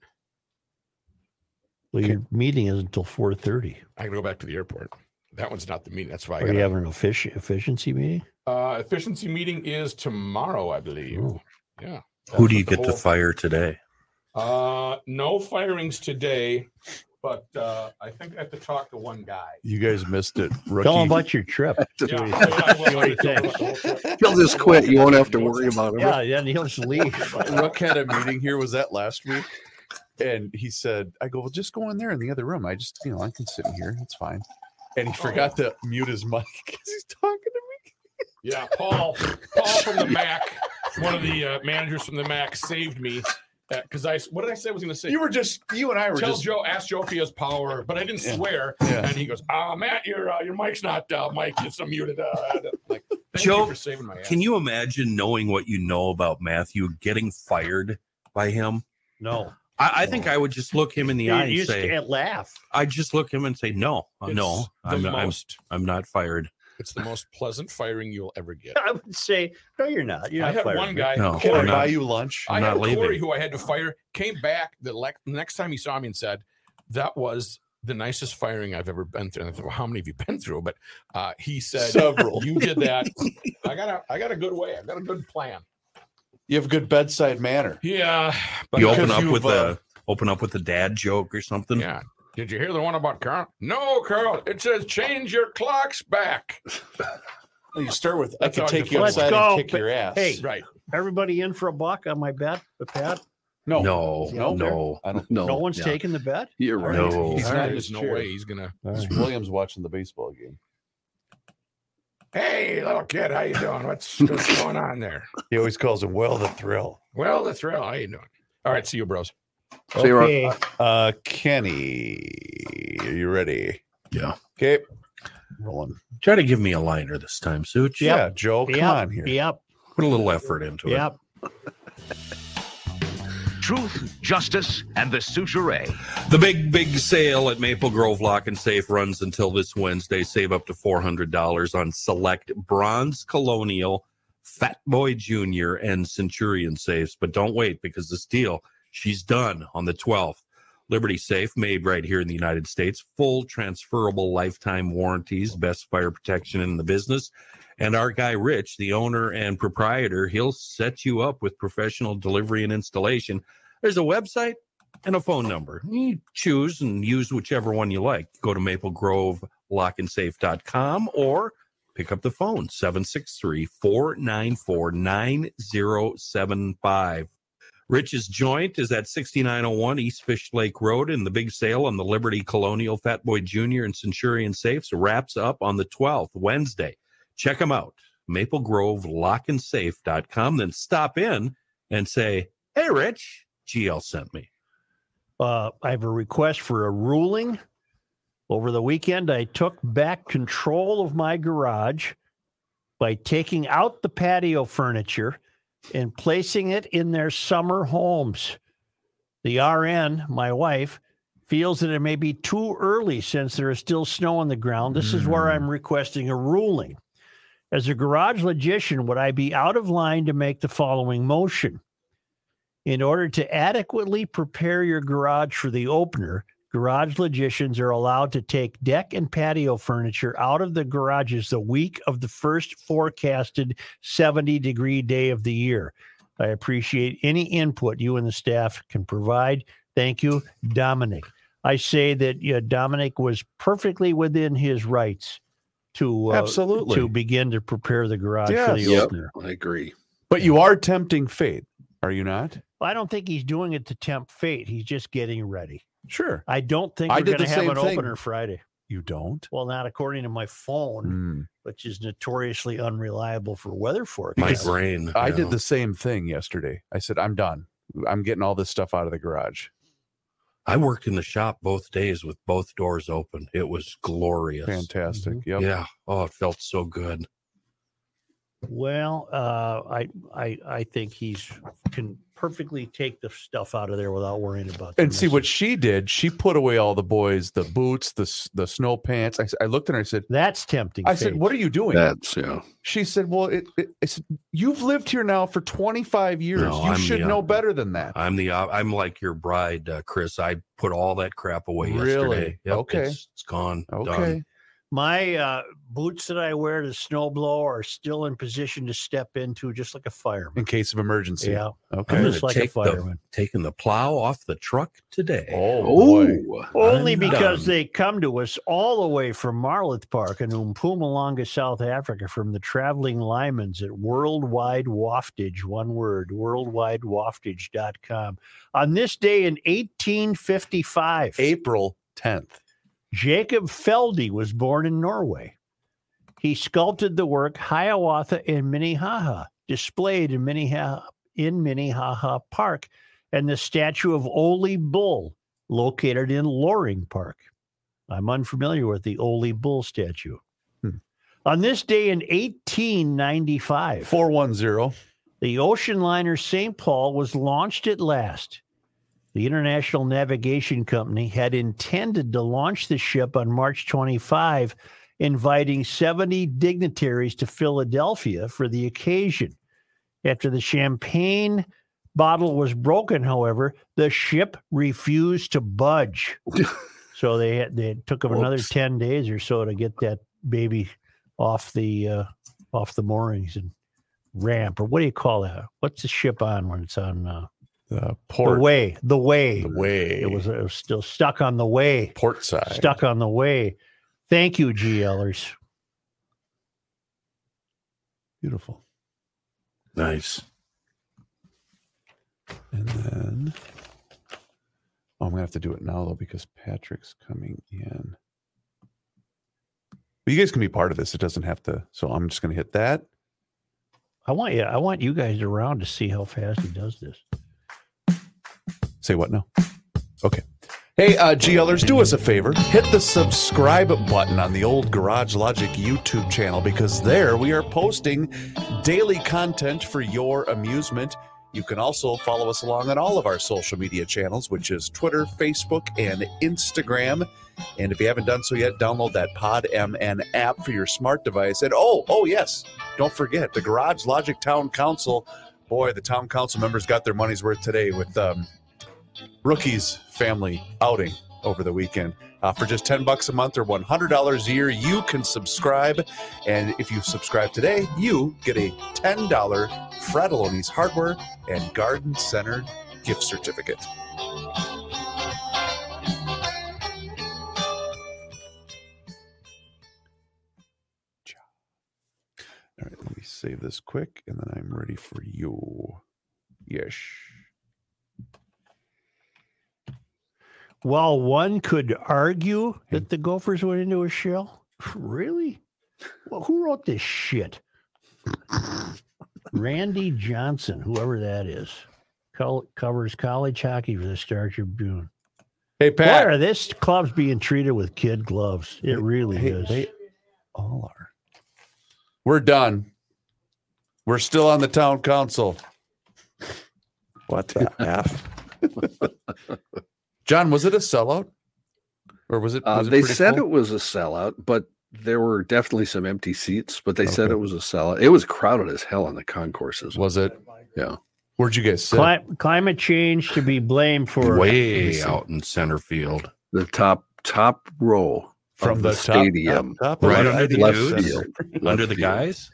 Speaker 2: well, your meeting is until four thirty.
Speaker 6: I got to go back to the airport. That one's not the meeting. That's why I
Speaker 4: Oh,
Speaker 2: Are
Speaker 6: got
Speaker 2: you having an effic- efficiency meeting?
Speaker 6: Uh, efficiency meeting is tomorrow, I believe.
Speaker 2: Ooh.
Speaker 6: Yeah.
Speaker 4: Who do
Speaker 6: That's
Speaker 4: you
Speaker 6: what the
Speaker 4: get to
Speaker 6: whole-
Speaker 4: fire today?
Speaker 6: Uh, no firings today, but uh, I think I have to talk to one guy.
Speaker 1: You guys missed it. Rookie.
Speaker 2: Tell them about your trip.
Speaker 6: Yeah, I will. I will.
Speaker 3: He'll just quit. You won't have to worry about it.
Speaker 2: yeah, yeah, and he'll just leave.
Speaker 1: Rook had a meeting here. Was that last week? And he said, "I go, well, just go in there in the other room. I just, you know, I can sit in here. It's fine." And he forgot to mute his mic because he's talking to me.
Speaker 6: Yeah, Paul, Paul from the Mac, one of the uh, managers from the Mac, saved me because I. What did I say I was going to say?
Speaker 1: You were just, you and I were
Speaker 6: Tell
Speaker 1: just,
Speaker 6: Joe, ask Joe if he has power, but I didn't
Speaker 1: Yeah.
Speaker 6: swear.
Speaker 1: yeah.
Speaker 6: And he goes, "Ah, Matt, your uh, your mic's not uh, mic. It's unmuted." Uh, like, thank
Speaker 4: Joe,
Speaker 6: you for saving my ass.
Speaker 4: Can you imagine knowing what you know about Matthew getting fired by him?
Speaker 2: No,
Speaker 4: I, I think I would just look him in the
Speaker 2: you,
Speaker 4: eye and
Speaker 2: you just
Speaker 4: say,
Speaker 2: can't laugh.
Speaker 4: I just look him and say, no, uh, no,
Speaker 6: It's
Speaker 4: I'm,
Speaker 6: the
Speaker 4: I'm,
Speaker 6: most.
Speaker 4: I'm not fired.
Speaker 6: It's the most pleasant firing you'll ever get.
Speaker 2: I would say, no, you're not. You're
Speaker 6: I
Speaker 2: not
Speaker 6: had
Speaker 2: fired.
Speaker 6: one guy,
Speaker 4: No,
Speaker 1: Can
Speaker 6: Corey,
Speaker 1: I
Speaker 4: I'm not-
Speaker 1: buy you lunch?
Speaker 6: I
Speaker 4: I'm
Speaker 6: had
Speaker 4: not leaving.
Speaker 6: Corey, who I had to fire, came back the le- next time he saw me and said, "That was the nicest firing I've ever been through." And I thought, well, "How many have you been through?" But uh, he said,
Speaker 1: Several.
Speaker 6: "You did that. I got a, I got a good way. I got a good plan."
Speaker 1: You have a good bedside manner.
Speaker 6: Yeah, but
Speaker 4: You
Speaker 6: no-
Speaker 4: open
Speaker 1: because
Speaker 4: up
Speaker 1: you've,
Speaker 4: with
Speaker 1: uh,
Speaker 4: a open up with a dad joke or something.
Speaker 6: yeah. Did you hear the one about Carl? No, Carl. It says change your clocks back.
Speaker 1: You start with,
Speaker 6: That's
Speaker 1: I
Speaker 6: how
Speaker 1: could take you
Speaker 2: Let's
Speaker 1: outside
Speaker 2: go,
Speaker 1: and kick
Speaker 2: but-
Speaker 1: your ass.
Speaker 2: hey.
Speaker 6: Right.
Speaker 2: Everybody in for a buck on my bet, the bet.
Speaker 1: no,
Speaker 4: No,
Speaker 1: No.
Speaker 4: no,
Speaker 1: I don't.
Speaker 3: No,
Speaker 2: No one's
Speaker 3: yeah,
Speaker 2: taking the bet.
Speaker 3: You're right.
Speaker 4: No.
Speaker 1: He's
Speaker 6: All
Speaker 1: not
Speaker 6: right,
Speaker 1: in
Speaker 6: There's
Speaker 1: his
Speaker 6: no
Speaker 1: chair.
Speaker 6: way he's gonna.
Speaker 1: It's Williams watching the baseball game.
Speaker 6: Hey, little kid, how you doing? What's what's going on there?
Speaker 1: He always calls him, well, the thrill.
Speaker 6: Well, the thrill. How you doing? All right, see you, bros.
Speaker 3: See, Rock.
Speaker 2: Okay.
Speaker 1: Uh, Kenny, are you ready?
Speaker 4: Yeah.
Speaker 1: Okay. Rolling.
Speaker 4: Try to give me a liner this time, Such.
Speaker 1: Yeah, Joe, Oh, come
Speaker 2: Yep,
Speaker 1: on here.
Speaker 2: Yep.
Speaker 4: Put a little effort into it.
Speaker 2: Yep.
Speaker 8: Truth, justice, and the suture.
Speaker 4: The big, big sale at Maple Grove Lock and Safe runs until this Wednesday. Save up to $400 on select bronze colonial Fat Boy Jr. and Centurion safes, but don't wait because this deal, she's done on the 12th. Liberty Safe, made right here in the United States, full transferable lifetime warranties, best fire protection in the business. And our guy, Rich, the owner and proprietor, he'll set you up with professional delivery and installation. There's a website and a phone number. You choose and use whichever one you like. Go to maplegrovelockandsafe.com or pick up the phone 763 494 9075. Rich's Joint is at 6901 East Fish Lake Road, and the big sale on the Liberty Colonial Fat Boy Jr. and Centurion Safes wraps up on the 12th, Wednesday. Check them out, maplegrovelockandsafe.com. Then stop in and say, Hey, Rich, GL sent me.
Speaker 2: uh, I have a request for a ruling. Over the weekend, I took back control of my garage by taking out the patio furniture and placing it in their summer homes. The RN, my wife, feels that it may be too early since there is still snow on the ground. This is where I'm requesting a ruling. As a garage logician, would I be out of line to make the following motion? In order to adequately prepare your garage for the opener, garage logicians are allowed to take deck and patio furniture out of the garages the week of the first forecasted 70 degree day of the year. I appreciate any input you and the staff can provide. Thank you, Dominic. I say that yeah, Dominic was perfectly within his rights to uh,
Speaker 1: Absolutely.
Speaker 2: to begin to prepare the garage for the
Speaker 1: Yes. Yep.
Speaker 2: opener.
Speaker 3: I agree.
Speaker 1: But you are tempting fate, are you not?
Speaker 2: Well, I don't think he's doing it to tempt fate. He's just getting ready.
Speaker 1: Sure.
Speaker 2: I don't think
Speaker 1: I
Speaker 2: we're
Speaker 1: did
Speaker 2: going to
Speaker 1: the
Speaker 2: have
Speaker 1: same
Speaker 2: an
Speaker 1: thing.
Speaker 2: opener Friday.
Speaker 1: You don't?
Speaker 2: Well, not according to my phone,
Speaker 1: Mm.
Speaker 2: which is notoriously unreliable for weather
Speaker 4: My
Speaker 2: forecasts.
Speaker 4: brain.
Speaker 1: I
Speaker 4: Yeah.
Speaker 1: did the same thing yesterday. I said, I'm done. I'm getting all this stuff out of the garage.
Speaker 4: I worked in the shop both days with both doors open. It was glorious.
Speaker 1: Fantastic. Yep.
Speaker 4: Yeah. Oh, it felt so good.
Speaker 2: Well, uh, I, I, I think he's can perfectly take the stuff out of there without worrying about. the
Speaker 1: And see what
Speaker 2: messes.
Speaker 1: she did. She put away all the boys, the boots, the s- the snow pants. I, s- I looked at her. I said,
Speaker 2: that's tempting.
Speaker 1: I said,
Speaker 2: fate.
Speaker 1: what are you doing?
Speaker 3: That's yeah.
Speaker 1: She said, well, it, it, I said, you've lived here now for 25 years.
Speaker 4: No,
Speaker 1: you
Speaker 4: I'm
Speaker 1: should
Speaker 4: the
Speaker 1: know
Speaker 4: opposite.
Speaker 1: better than that.
Speaker 4: I'm the op- I'm like your bride, uh, Chris. I put all that crap away
Speaker 1: Really?
Speaker 4: yesterday.
Speaker 1: Okay.
Speaker 4: It's, it's gone.
Speaker 1: okay.
Speaker 4: Done.
Speaker 2: my uh, boots that I wear to snowblow are still in position to step into, just like a fireman.
Speaker 1: In case of emergency.
Speaker 2: Yeah,
Speaker 1: Okay.
Speaker 2: I'm
Speaker 4: gonna
Speaker 2: just like a
Speaker 4: take the-
Speaker 2: fireman.
Speaker 4: Taking the plow off the truck today.
Speaker 1: Oh, boy.
Speaker 3: Oh,
Speaker 2: Only
Speaker 4: I'm
Speaker 2: because
Speaker 4: done.
Speaker 2: they come to us all the way from Marloth Park in Mpumalanga, South Africa, from the traveling Lymans at Worldwide Waftage, one word, worldwidewaftage.com. On this day in 1855,
Speaker 1: April 10th.
Speaker 2: Jacob Feldy was born in Norway. He sculpted the work Hiawatha in Minnehaha, displayed in Minnehaha, in Minnehaha Park, and the statue of Ole Bull, located in Loring Park. I'm unfamiliar with the Ole Bull statue.
Speaker 1: Hmm.
Speaker 2: On this day in 1895,
Speaker 1: 410.
Speaker 2: the ocean liner St. Paul was launched at last. The International Navigation Company had intended to launch the ship on March 25, inviting 70 dignitaries to Philadelphia for the occasion. After the champagne bottle was broken, however, the ship refused to budge. so they had, they took them another
Speaker 3: Whoops.
Speaker 2: 10 days or so to get that baby off the uh, off the moorings and ramp or what do you call that? What's the ship on when it's on uh,
Speaker 1: The
Speaker 2: the
Speaker 1: port.
Speaker 2: way? The way.
Speaker 1: The way.
Speaker 2: It was, it was still stuck on the way.
Speaker 1: port side.
Speaker 2: Stuck on the way. Thank you, GLers.
Speaker 1: Beautiful.
Speaker 4: Nice.
Speaker 1: And then oh, I'm gonna have to do it now though because Patrick's coming in. But you guys can be part of this. It doesn't have to. So I'm just gonna hit that.
Speaker 2: I want you. I want you guys around to see how fast he does this.
Speaker 1: Say what now? Okay. Hey, uh, GLers, do us a favor. Hit the subscribe button on the old Garage Logic YouTube channel because there we are posting daily content for your amusement. You can also follow us along on all of our social media channels, which is Twitter, Facebook, and Instagram. And if you haven't done so yet, download that Pod MN app for your smart device. And oh, oh yes, don't forget the Garage Logic Town Council. Boy, the town council members got their money's worth today with um, rookies family outing over the weekend. Uh, for just 10 bucks a month or $100 a year, you can subscribe. And if you subscribe today, you get a $10 Fratelloni's Hardware and Garden Center gift certificate. All right, let me save this quick and then I'm ready for you. Yes.
Speaker 2: While one could argue that the Gophers went into a shell, really? Well, who wrote this shit? Randy Johnson, whoever that is, col- covers college hockey for the Star Tribune.
Speaker 1: Hey,
Speaker 2: Why are this club's being treated with kid gloves? It really
Speaker 1: hey,
Speaker 2: is.
Speaker 1: they all are. We're done. We're still on the town council. What the F? John, was it a sellout? Or was it?
Speaker 3: Uh,
Speaker 1: was
Speaker 3: they said
Speaker 1: full?
Speaker 3: it was a sellout, but there were definitely some empty seats. But they said
Speaker 1: Okay.
Speaker 3: it was a sellout. It was crowded as hell on the concourses.
Speaker 1: Was it?
Speaker 3: Yeah.
Speaker 1: Where'd you guys sit?
Speaker 2: Cli- climate change to be blamed for
Speaker 4: Way out in center field.
Speaker 3: The top top row
Speaker 1: From
Speaker 3: of
Speaker 1: the, top-
Speaker 3: stadium,
Speaker 1: top, top of
Speaker 4: Right
Speaker 1: the-
Speaker 4: under the
Speaker 1: left
Speaker 4: dudes?
Speaker 1: center.
Speaker 4: Under the
Speaker 3: field.
Speaker 4: guys?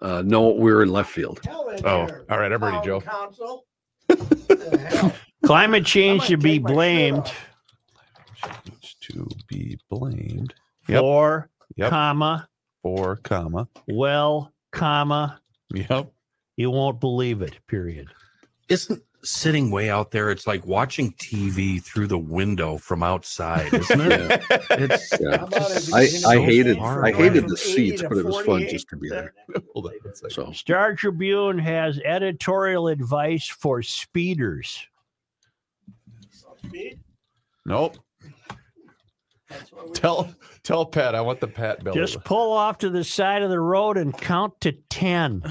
Speaker 3: Uh, no, we were in left field.
Speaker 1: Oh, all right. I'm ready, Joe.
Speaker 10: Council.
Speaker 2: climate change
Speaker 10: I'm
Speaker 2: to
Speaker 10: gonna
Speaker 2: be
Speaker 10: take my shirt
Speaker 2: blamed
Speaker 10: off.
Speaker 1: To be blamed. Yep.
Speaker 2: for
Speaker 1: Yep.
Speaker 2: comma
Speaker 1: Four comma.
Speaker 2: well comma
Speaker 1: Yep.
Speaker 2: you won't believe it period
Speaker 4: Isn't sitting way out there? It's like watching TV through the window from outside, isn't it? It's
Speaker 3: Yeah.
Speaker 4: just
Speaker 3: I,
Speaker 4: so
Speaker 3: I hated
Speaker 4: far
Speaker 3: I
Speaker 4: away.
Speaker 3: hated the seats, but it was fun just to be there.
Speaker 1: Hold on. one second.
Speaker 3: So
Speaker 2: star tribune has editorial advice for speeders
Speaker 1: Nope. Tell tell Pat I want the Pat bill.
Speaker 2: just pull off to the side of the road and count to 10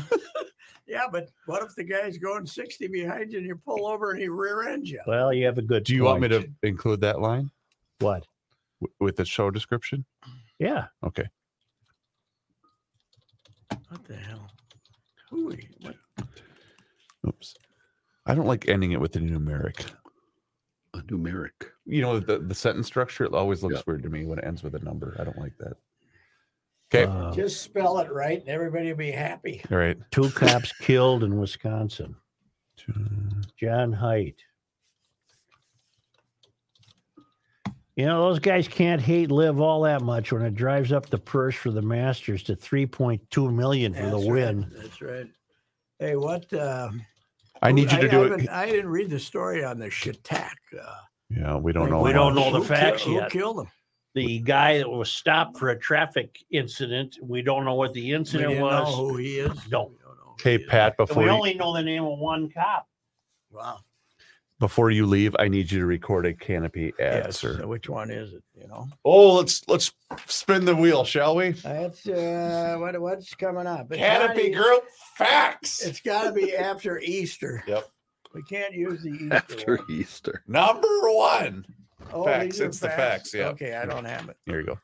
Speaker 10: Yeah, but what if the guy's going 60 behind you and you pull over and he rear ends you?
Speaker 2: well you have a good
Speaker 1: Do you want me to
Speaker 2: point.
Speaker 1: include that line
Speaker 2: what
Speaker 1: w- with the show description?
Speaker 2: yeah
Speaker 1: Okay.
Speaker 10: What the hell? Ooh, what-
Speaker 1: Oops. I don't like ending it with a numeric.
Speaker 3: numeric.
Speaker 1: You know the, the sentence structure it always looks weird to me when it ends with a number. I don't like that. Okay.
Speaker 2: Uh,
Speaker 10: Just spell it right and everybody will be happy.
Speaker 1: All right.
Speaker 2: two cops killed in wisconsin john haidt You know, those guys can't hate live all that much when it drives up the purse for the Masters to 3.2 million for the
Speaker 10: That's right,
Speaker 2: win.
Speaker 10: That's right. Hey, what? Uh,
Speaker 1: I need you
Speaker 10: I
Speaker 1: to do
Speaker 10: haven't-
Speaker 1: it.
Speaker 10: I didn't read the story on the Shatak. Uh,
Speaker 1: Yeah, we don't
Speaker 10: like,
Speaker 1: know.
Speaker 2: We don't
Speaker 1: much.
Speaker 2: know the
Speaker 10: who
Speaker 2: facts
Speaker 10: ki-
Speaker 2: yet.
Speaker 10: Who killed him?
Speaker 2: The guy that was stopped for a traffic incident, we don't know what the
Speaker 10: We
Speaker 2: incident
Speaker 10: didn't know
Speaker 2: was.
Speaker 10: who he is.
Speaker 2: No.
Speaker 10: We don't know who
Speaker 1: Okay,
Speaker 10: he is.
Speaker 1: Pat,
Speaker 2: and
Speaker 1: before
Speaker 2: we
Speaker 1: you,
Speaker 2: only know the name of one cop.
Speaker 10: Wow.
Speaker 1: before you leave, I need you to record a canopy ad,
Speaker 10: Yes.
Speaker 1: sir.
Speaker 10: So which one is it? You know,
Speaker 1: Oh, let's let's spin the wheel, shall we?
Speaker 10: that's uh, what, what's coming up. It's
Speaker 1: Canopy
Speaker 10: gotta-
Speaker 1: Group facts.
Speaker 10: It's got to be after Easter.
Speaker 1: Yep.
Speaker 10: We can't use the Easter.
Speaker 3: After
Speaker 10: one.
Speaker 3: Easter,
Speaker 1: Number one.
Speaker 10: Oh,
Speaker 1: Facts,
Speaker 10: these are
Speaker 1: it's the facts, yeah.
Speaker 10: Okay, I don't have it.
Speaker 1: There you go.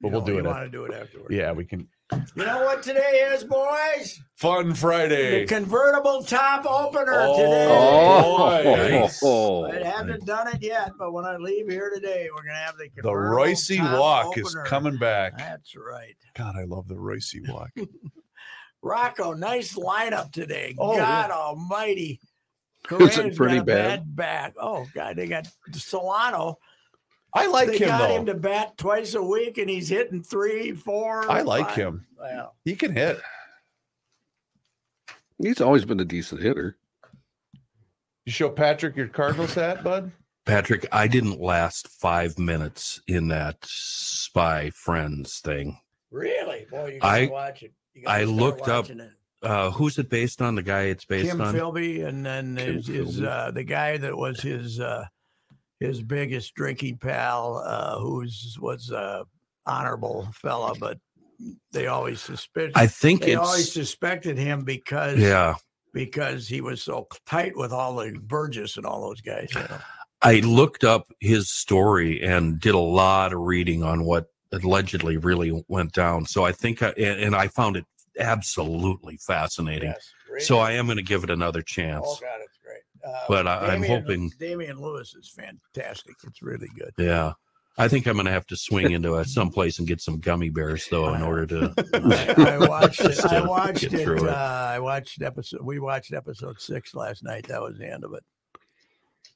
Speaker 1: But we'll do it.
Speaker 10: Want to do it afterwards?
Speaker 1: Yeah, we can.
Speaker 10: You know what today is, boys?
Speaker 1: Fun
Speaker 10: The
Speaker 1: Friday.
Speaker 10: convertible top opener today.
Speaker 1: Oh,
Speaker 4: today.
Speaker 1: nice.
Speaker 3: Oh.
Speaker 10: I haven't done it yet, but when I leave here today, we're gonna have the
Speaker 1: the
Speaker 10: convertible
Speaker 1: Royce
Speaker 10: top
Speaker 1: walk is
Speaker 10: opener.
Speaker 1: coming back.
Speaker 10: That's right,
Speaker 1: God, I love the Royce walk.
Speaker 10: Rocco. Nice lineup today.
Speaker 1: Oh,
Speaker 10: God
Speaker 3: Is
Speaker 10: Almighty,
Speaker 3: it
Speaker 10: Correa's got
Speaker 3: pretty
Speaker 10: a
Speaker 3: bad?
Speaker 10: Back. Oh God, they got Solano.
Speaker 1: I like
Speaker 10: they
Speaker 1: him
Speaker 10: got
Speaker 1: though.
Speaker 10: him to bat twice a week, and he's hitting three, four.
Speaker 1: I like
Speaker 10: five.
Speaker 1: him.
Speaker 10: Well,
Speaker 1: He can hit.
Speaker 3: he's always been a decent hitter.
Speaker 1: You show Patrick your Cardinals hat, bud.
Speaker 4: Patrick, I didn't last five minutes in that spy friends thing.
Speaker 10: really, boy, you gotta
Speaker 4: I-
Speaker 10: watch it. You
Speaker 4: I
Speaker 10: gotta start
Speaker 4: looked up
Speaker 10: watching it.
Speaker 4: Uh, who's it based on? The guy it's based
Speaker 10: Kim
Speaker 4: on?
Speaker 10: Philby, and then
Speaker 3: Kim
Speaker 10: his, his
Speaker 3: Philby.
Speaker 10: uh, the guy that was his uh, his biggest drinking pal, uh, who's was a honorable fella, but they always suspect
Speaker 4: I think
Speaker 10: they
Speaker 4: it's
Speaker 10: always suspected him because
Speaker 4: yeah.
Speaker 10: because he was so tight with all the Burgess and all those guys. you know.
Speaker 4: I looked up his story and did a lot of reading on what allegedly really went down. So I think, I, and, and I found it absolutely fascinating. So I am going to give it another chance.
Speaker 10: Oh God, it's great. Uh,
Speaker 4: But I- I'm
Speaker 10: Damian-
Speaker 4: hoping-
Speaker 10: Damian Lewis is fantastic. It's really good.
Speaker 4: Yeah. I think I'm going to have to swing into a, someplace and get some gummy bears though, in order to.
Speaker 10: I watched it.
Speaker 4: Just
Speaker 10: I
Speaker 4: to
Speaker 10: watched
Speaker 4: get
Speaker 10: it.
Speaker 4: through
Speaker 10: Uh,
Speaker 4: it.
Speaker 10: I watched episode. We watched episode six last night. That was the end of it.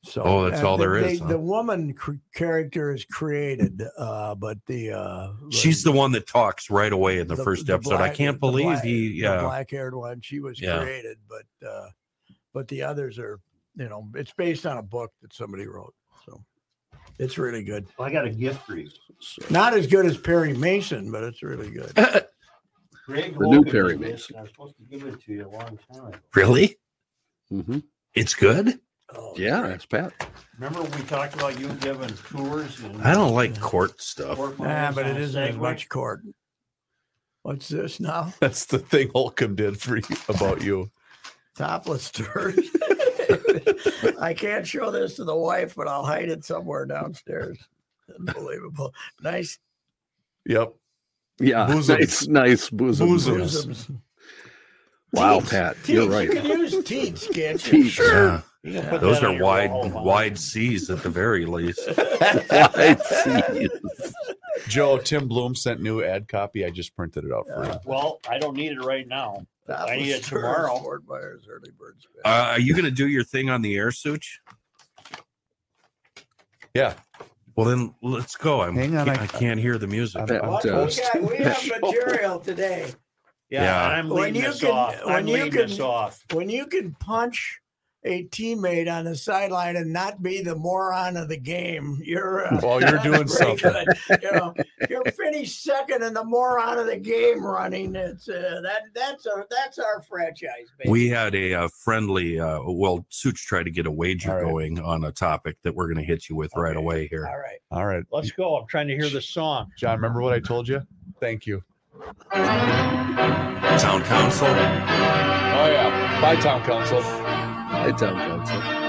Speaker 10: So,
Speaker 4: Oh, that's
Speaker 10: and
Speaker 4: all
Speaker 10: the,
Speaker 4: there is,
Speaker 10: The,
Speaker 4: huh?
Speaker 10: the woman cr- character is created, uh, but the uh,
Speaker 4: She's the one that talks right away in the,
Speaker 10: the-
Speaker 4: first
Speaker 10: the
Speaker 4: episode. I
Speaker 10: black-
Speaker 4: can't
Speaker 10: the
Speaker 4: believe
Speaker 10: black-
Speaker 4: he. Yeah.
Speaker 10: black haired one. She was
Speaker 4: Yeah.
Speaker 10: created, but uh, but the others are, you know, it's based on a book that somebody wrote. So it's really good.
Speaker 2: Well, I got a gift for you.
Speaker 10: Not as good as Perry Mason, but it's really good.
Speaker 2: Greg
Speaker 3: The new
Speaker 2: Hogan
Speaker 3: Perry
Speaker 2: did this,
Speaker 3: Mason.
Speaker 2: and I was supposed to give it to you a long time ago.
Speaker 4: really?
Speaker 3: hmm
Speaker 4: It's good.
Speaker 2: Oh,
Speaker 3: Yeah, that's Pat.
Speaker 2: Remember we talked about you giving tours? And
Speaker 4: I don't like court stuff.
Speaker 2: court
Speaker 10: Yeah,
Speaker 2: movies
Speaker 10: but it
Speaker 2: on
Speaker 10: isn't as
Speaker 2: Segway?
Speaker 10: much court. What's this now?
Speaker 1: That's the thing Holcomb did for you about you.
Speaker 10: Topless turd. I can't show this to the wife, but I'll hide it somewhere downstairs. Unbelievable. Nice
Speaker 1: Yep.
Speaker 3: Yeah,
Speaker 1: Bosoms.
Speaker 3: nice, nice bosom.
Speaker 1: Bosoms.
Speaker 10: bosoms.
Speaker 3: Wow,
Speaker 10: Teats.
Speaker 3: Pat,
Speaker 10: Teats.
Speaker 3: you're right.
Speaker 10: You can use teats, can't you?
Speaker 3: Teats.
Speaker 4: Yeah.
Speaker 2: You can put
Speaker 4: Those
Speaker 2: that on
Speaker 4: are
Speaker 2: your
Speaker 4: wide,
Speaker 2: wall, Bob.
Speaker 4: wide seas at the very least. Uh,
Speaker 3: I see.
Speaker 1: Joe, Tim Bloom sent new ad copy. I just printed it out for you.
Speaker 2: Well, I don't need it right now. I need
Speaker 10: Topless
Speaker 2: it
Speaker 10: turd,
Speaker 2: tomorrow.
Speaker 10: Fort Myers early bird special.
Speaker 4: Uh, are you going to do your thing on the air, Such?
Speaker 1: Yeah.
Speaker 4: Well, then let's go. I'm,
Speaker 1: Hang on,
Speaker 4: can't-
Speaker 1: I-
Speaker 4: I, can't hear the music.
Speaker 1: I'm-
Speaker 3: Pat,
Speaker 10: What?
Speaker 3: uh,
Speaker 10: we, got, we have material today.
Speaker 2: Yeah,
Speaker 4: Yeah.
Speaker 2: and I'm
Speaker 10: When
Speaker 2: leading
Speaker 10: you
Speaker 2: this
Speaker 10: can-
Speaker 2: off.
Speaker 10: when
Speaker 2: I'm
Speaker 10: you
Speaker 2: leading
Speaker 10: can-
Speaker 2: this off.
Speaker 10: When you can punch a teammate on the sideline and not be the moron of the game, you're uh,
Speaker 1: Well, Oh, you're doing
Speaker 10: That's pretty
Speaker 1: something.
Speaker 10: good. You know, you're finished second in the moron of the game running. It's uh, that that's our that's our franchise. Baby.
Speaker 4: We had a, uh friendly. Uh, well, Such tried to get a wager
Speaker 1: All right.
Speaker 4: going on a topic that we're going to hit you with right
Speaker 10: Okay.
Speaker 4: away here.
Speaker 10: all right.
Speaker 1: All right.
Speaker 2: Let's go. I'm trying to hear the song.
Speaker 1: John, remember what I told you? Thank you.
Speaker 4: Town council.
Speaker 1: Oh, yeah. Bye, Town Council.
Speaker 3: I tell you, that's it.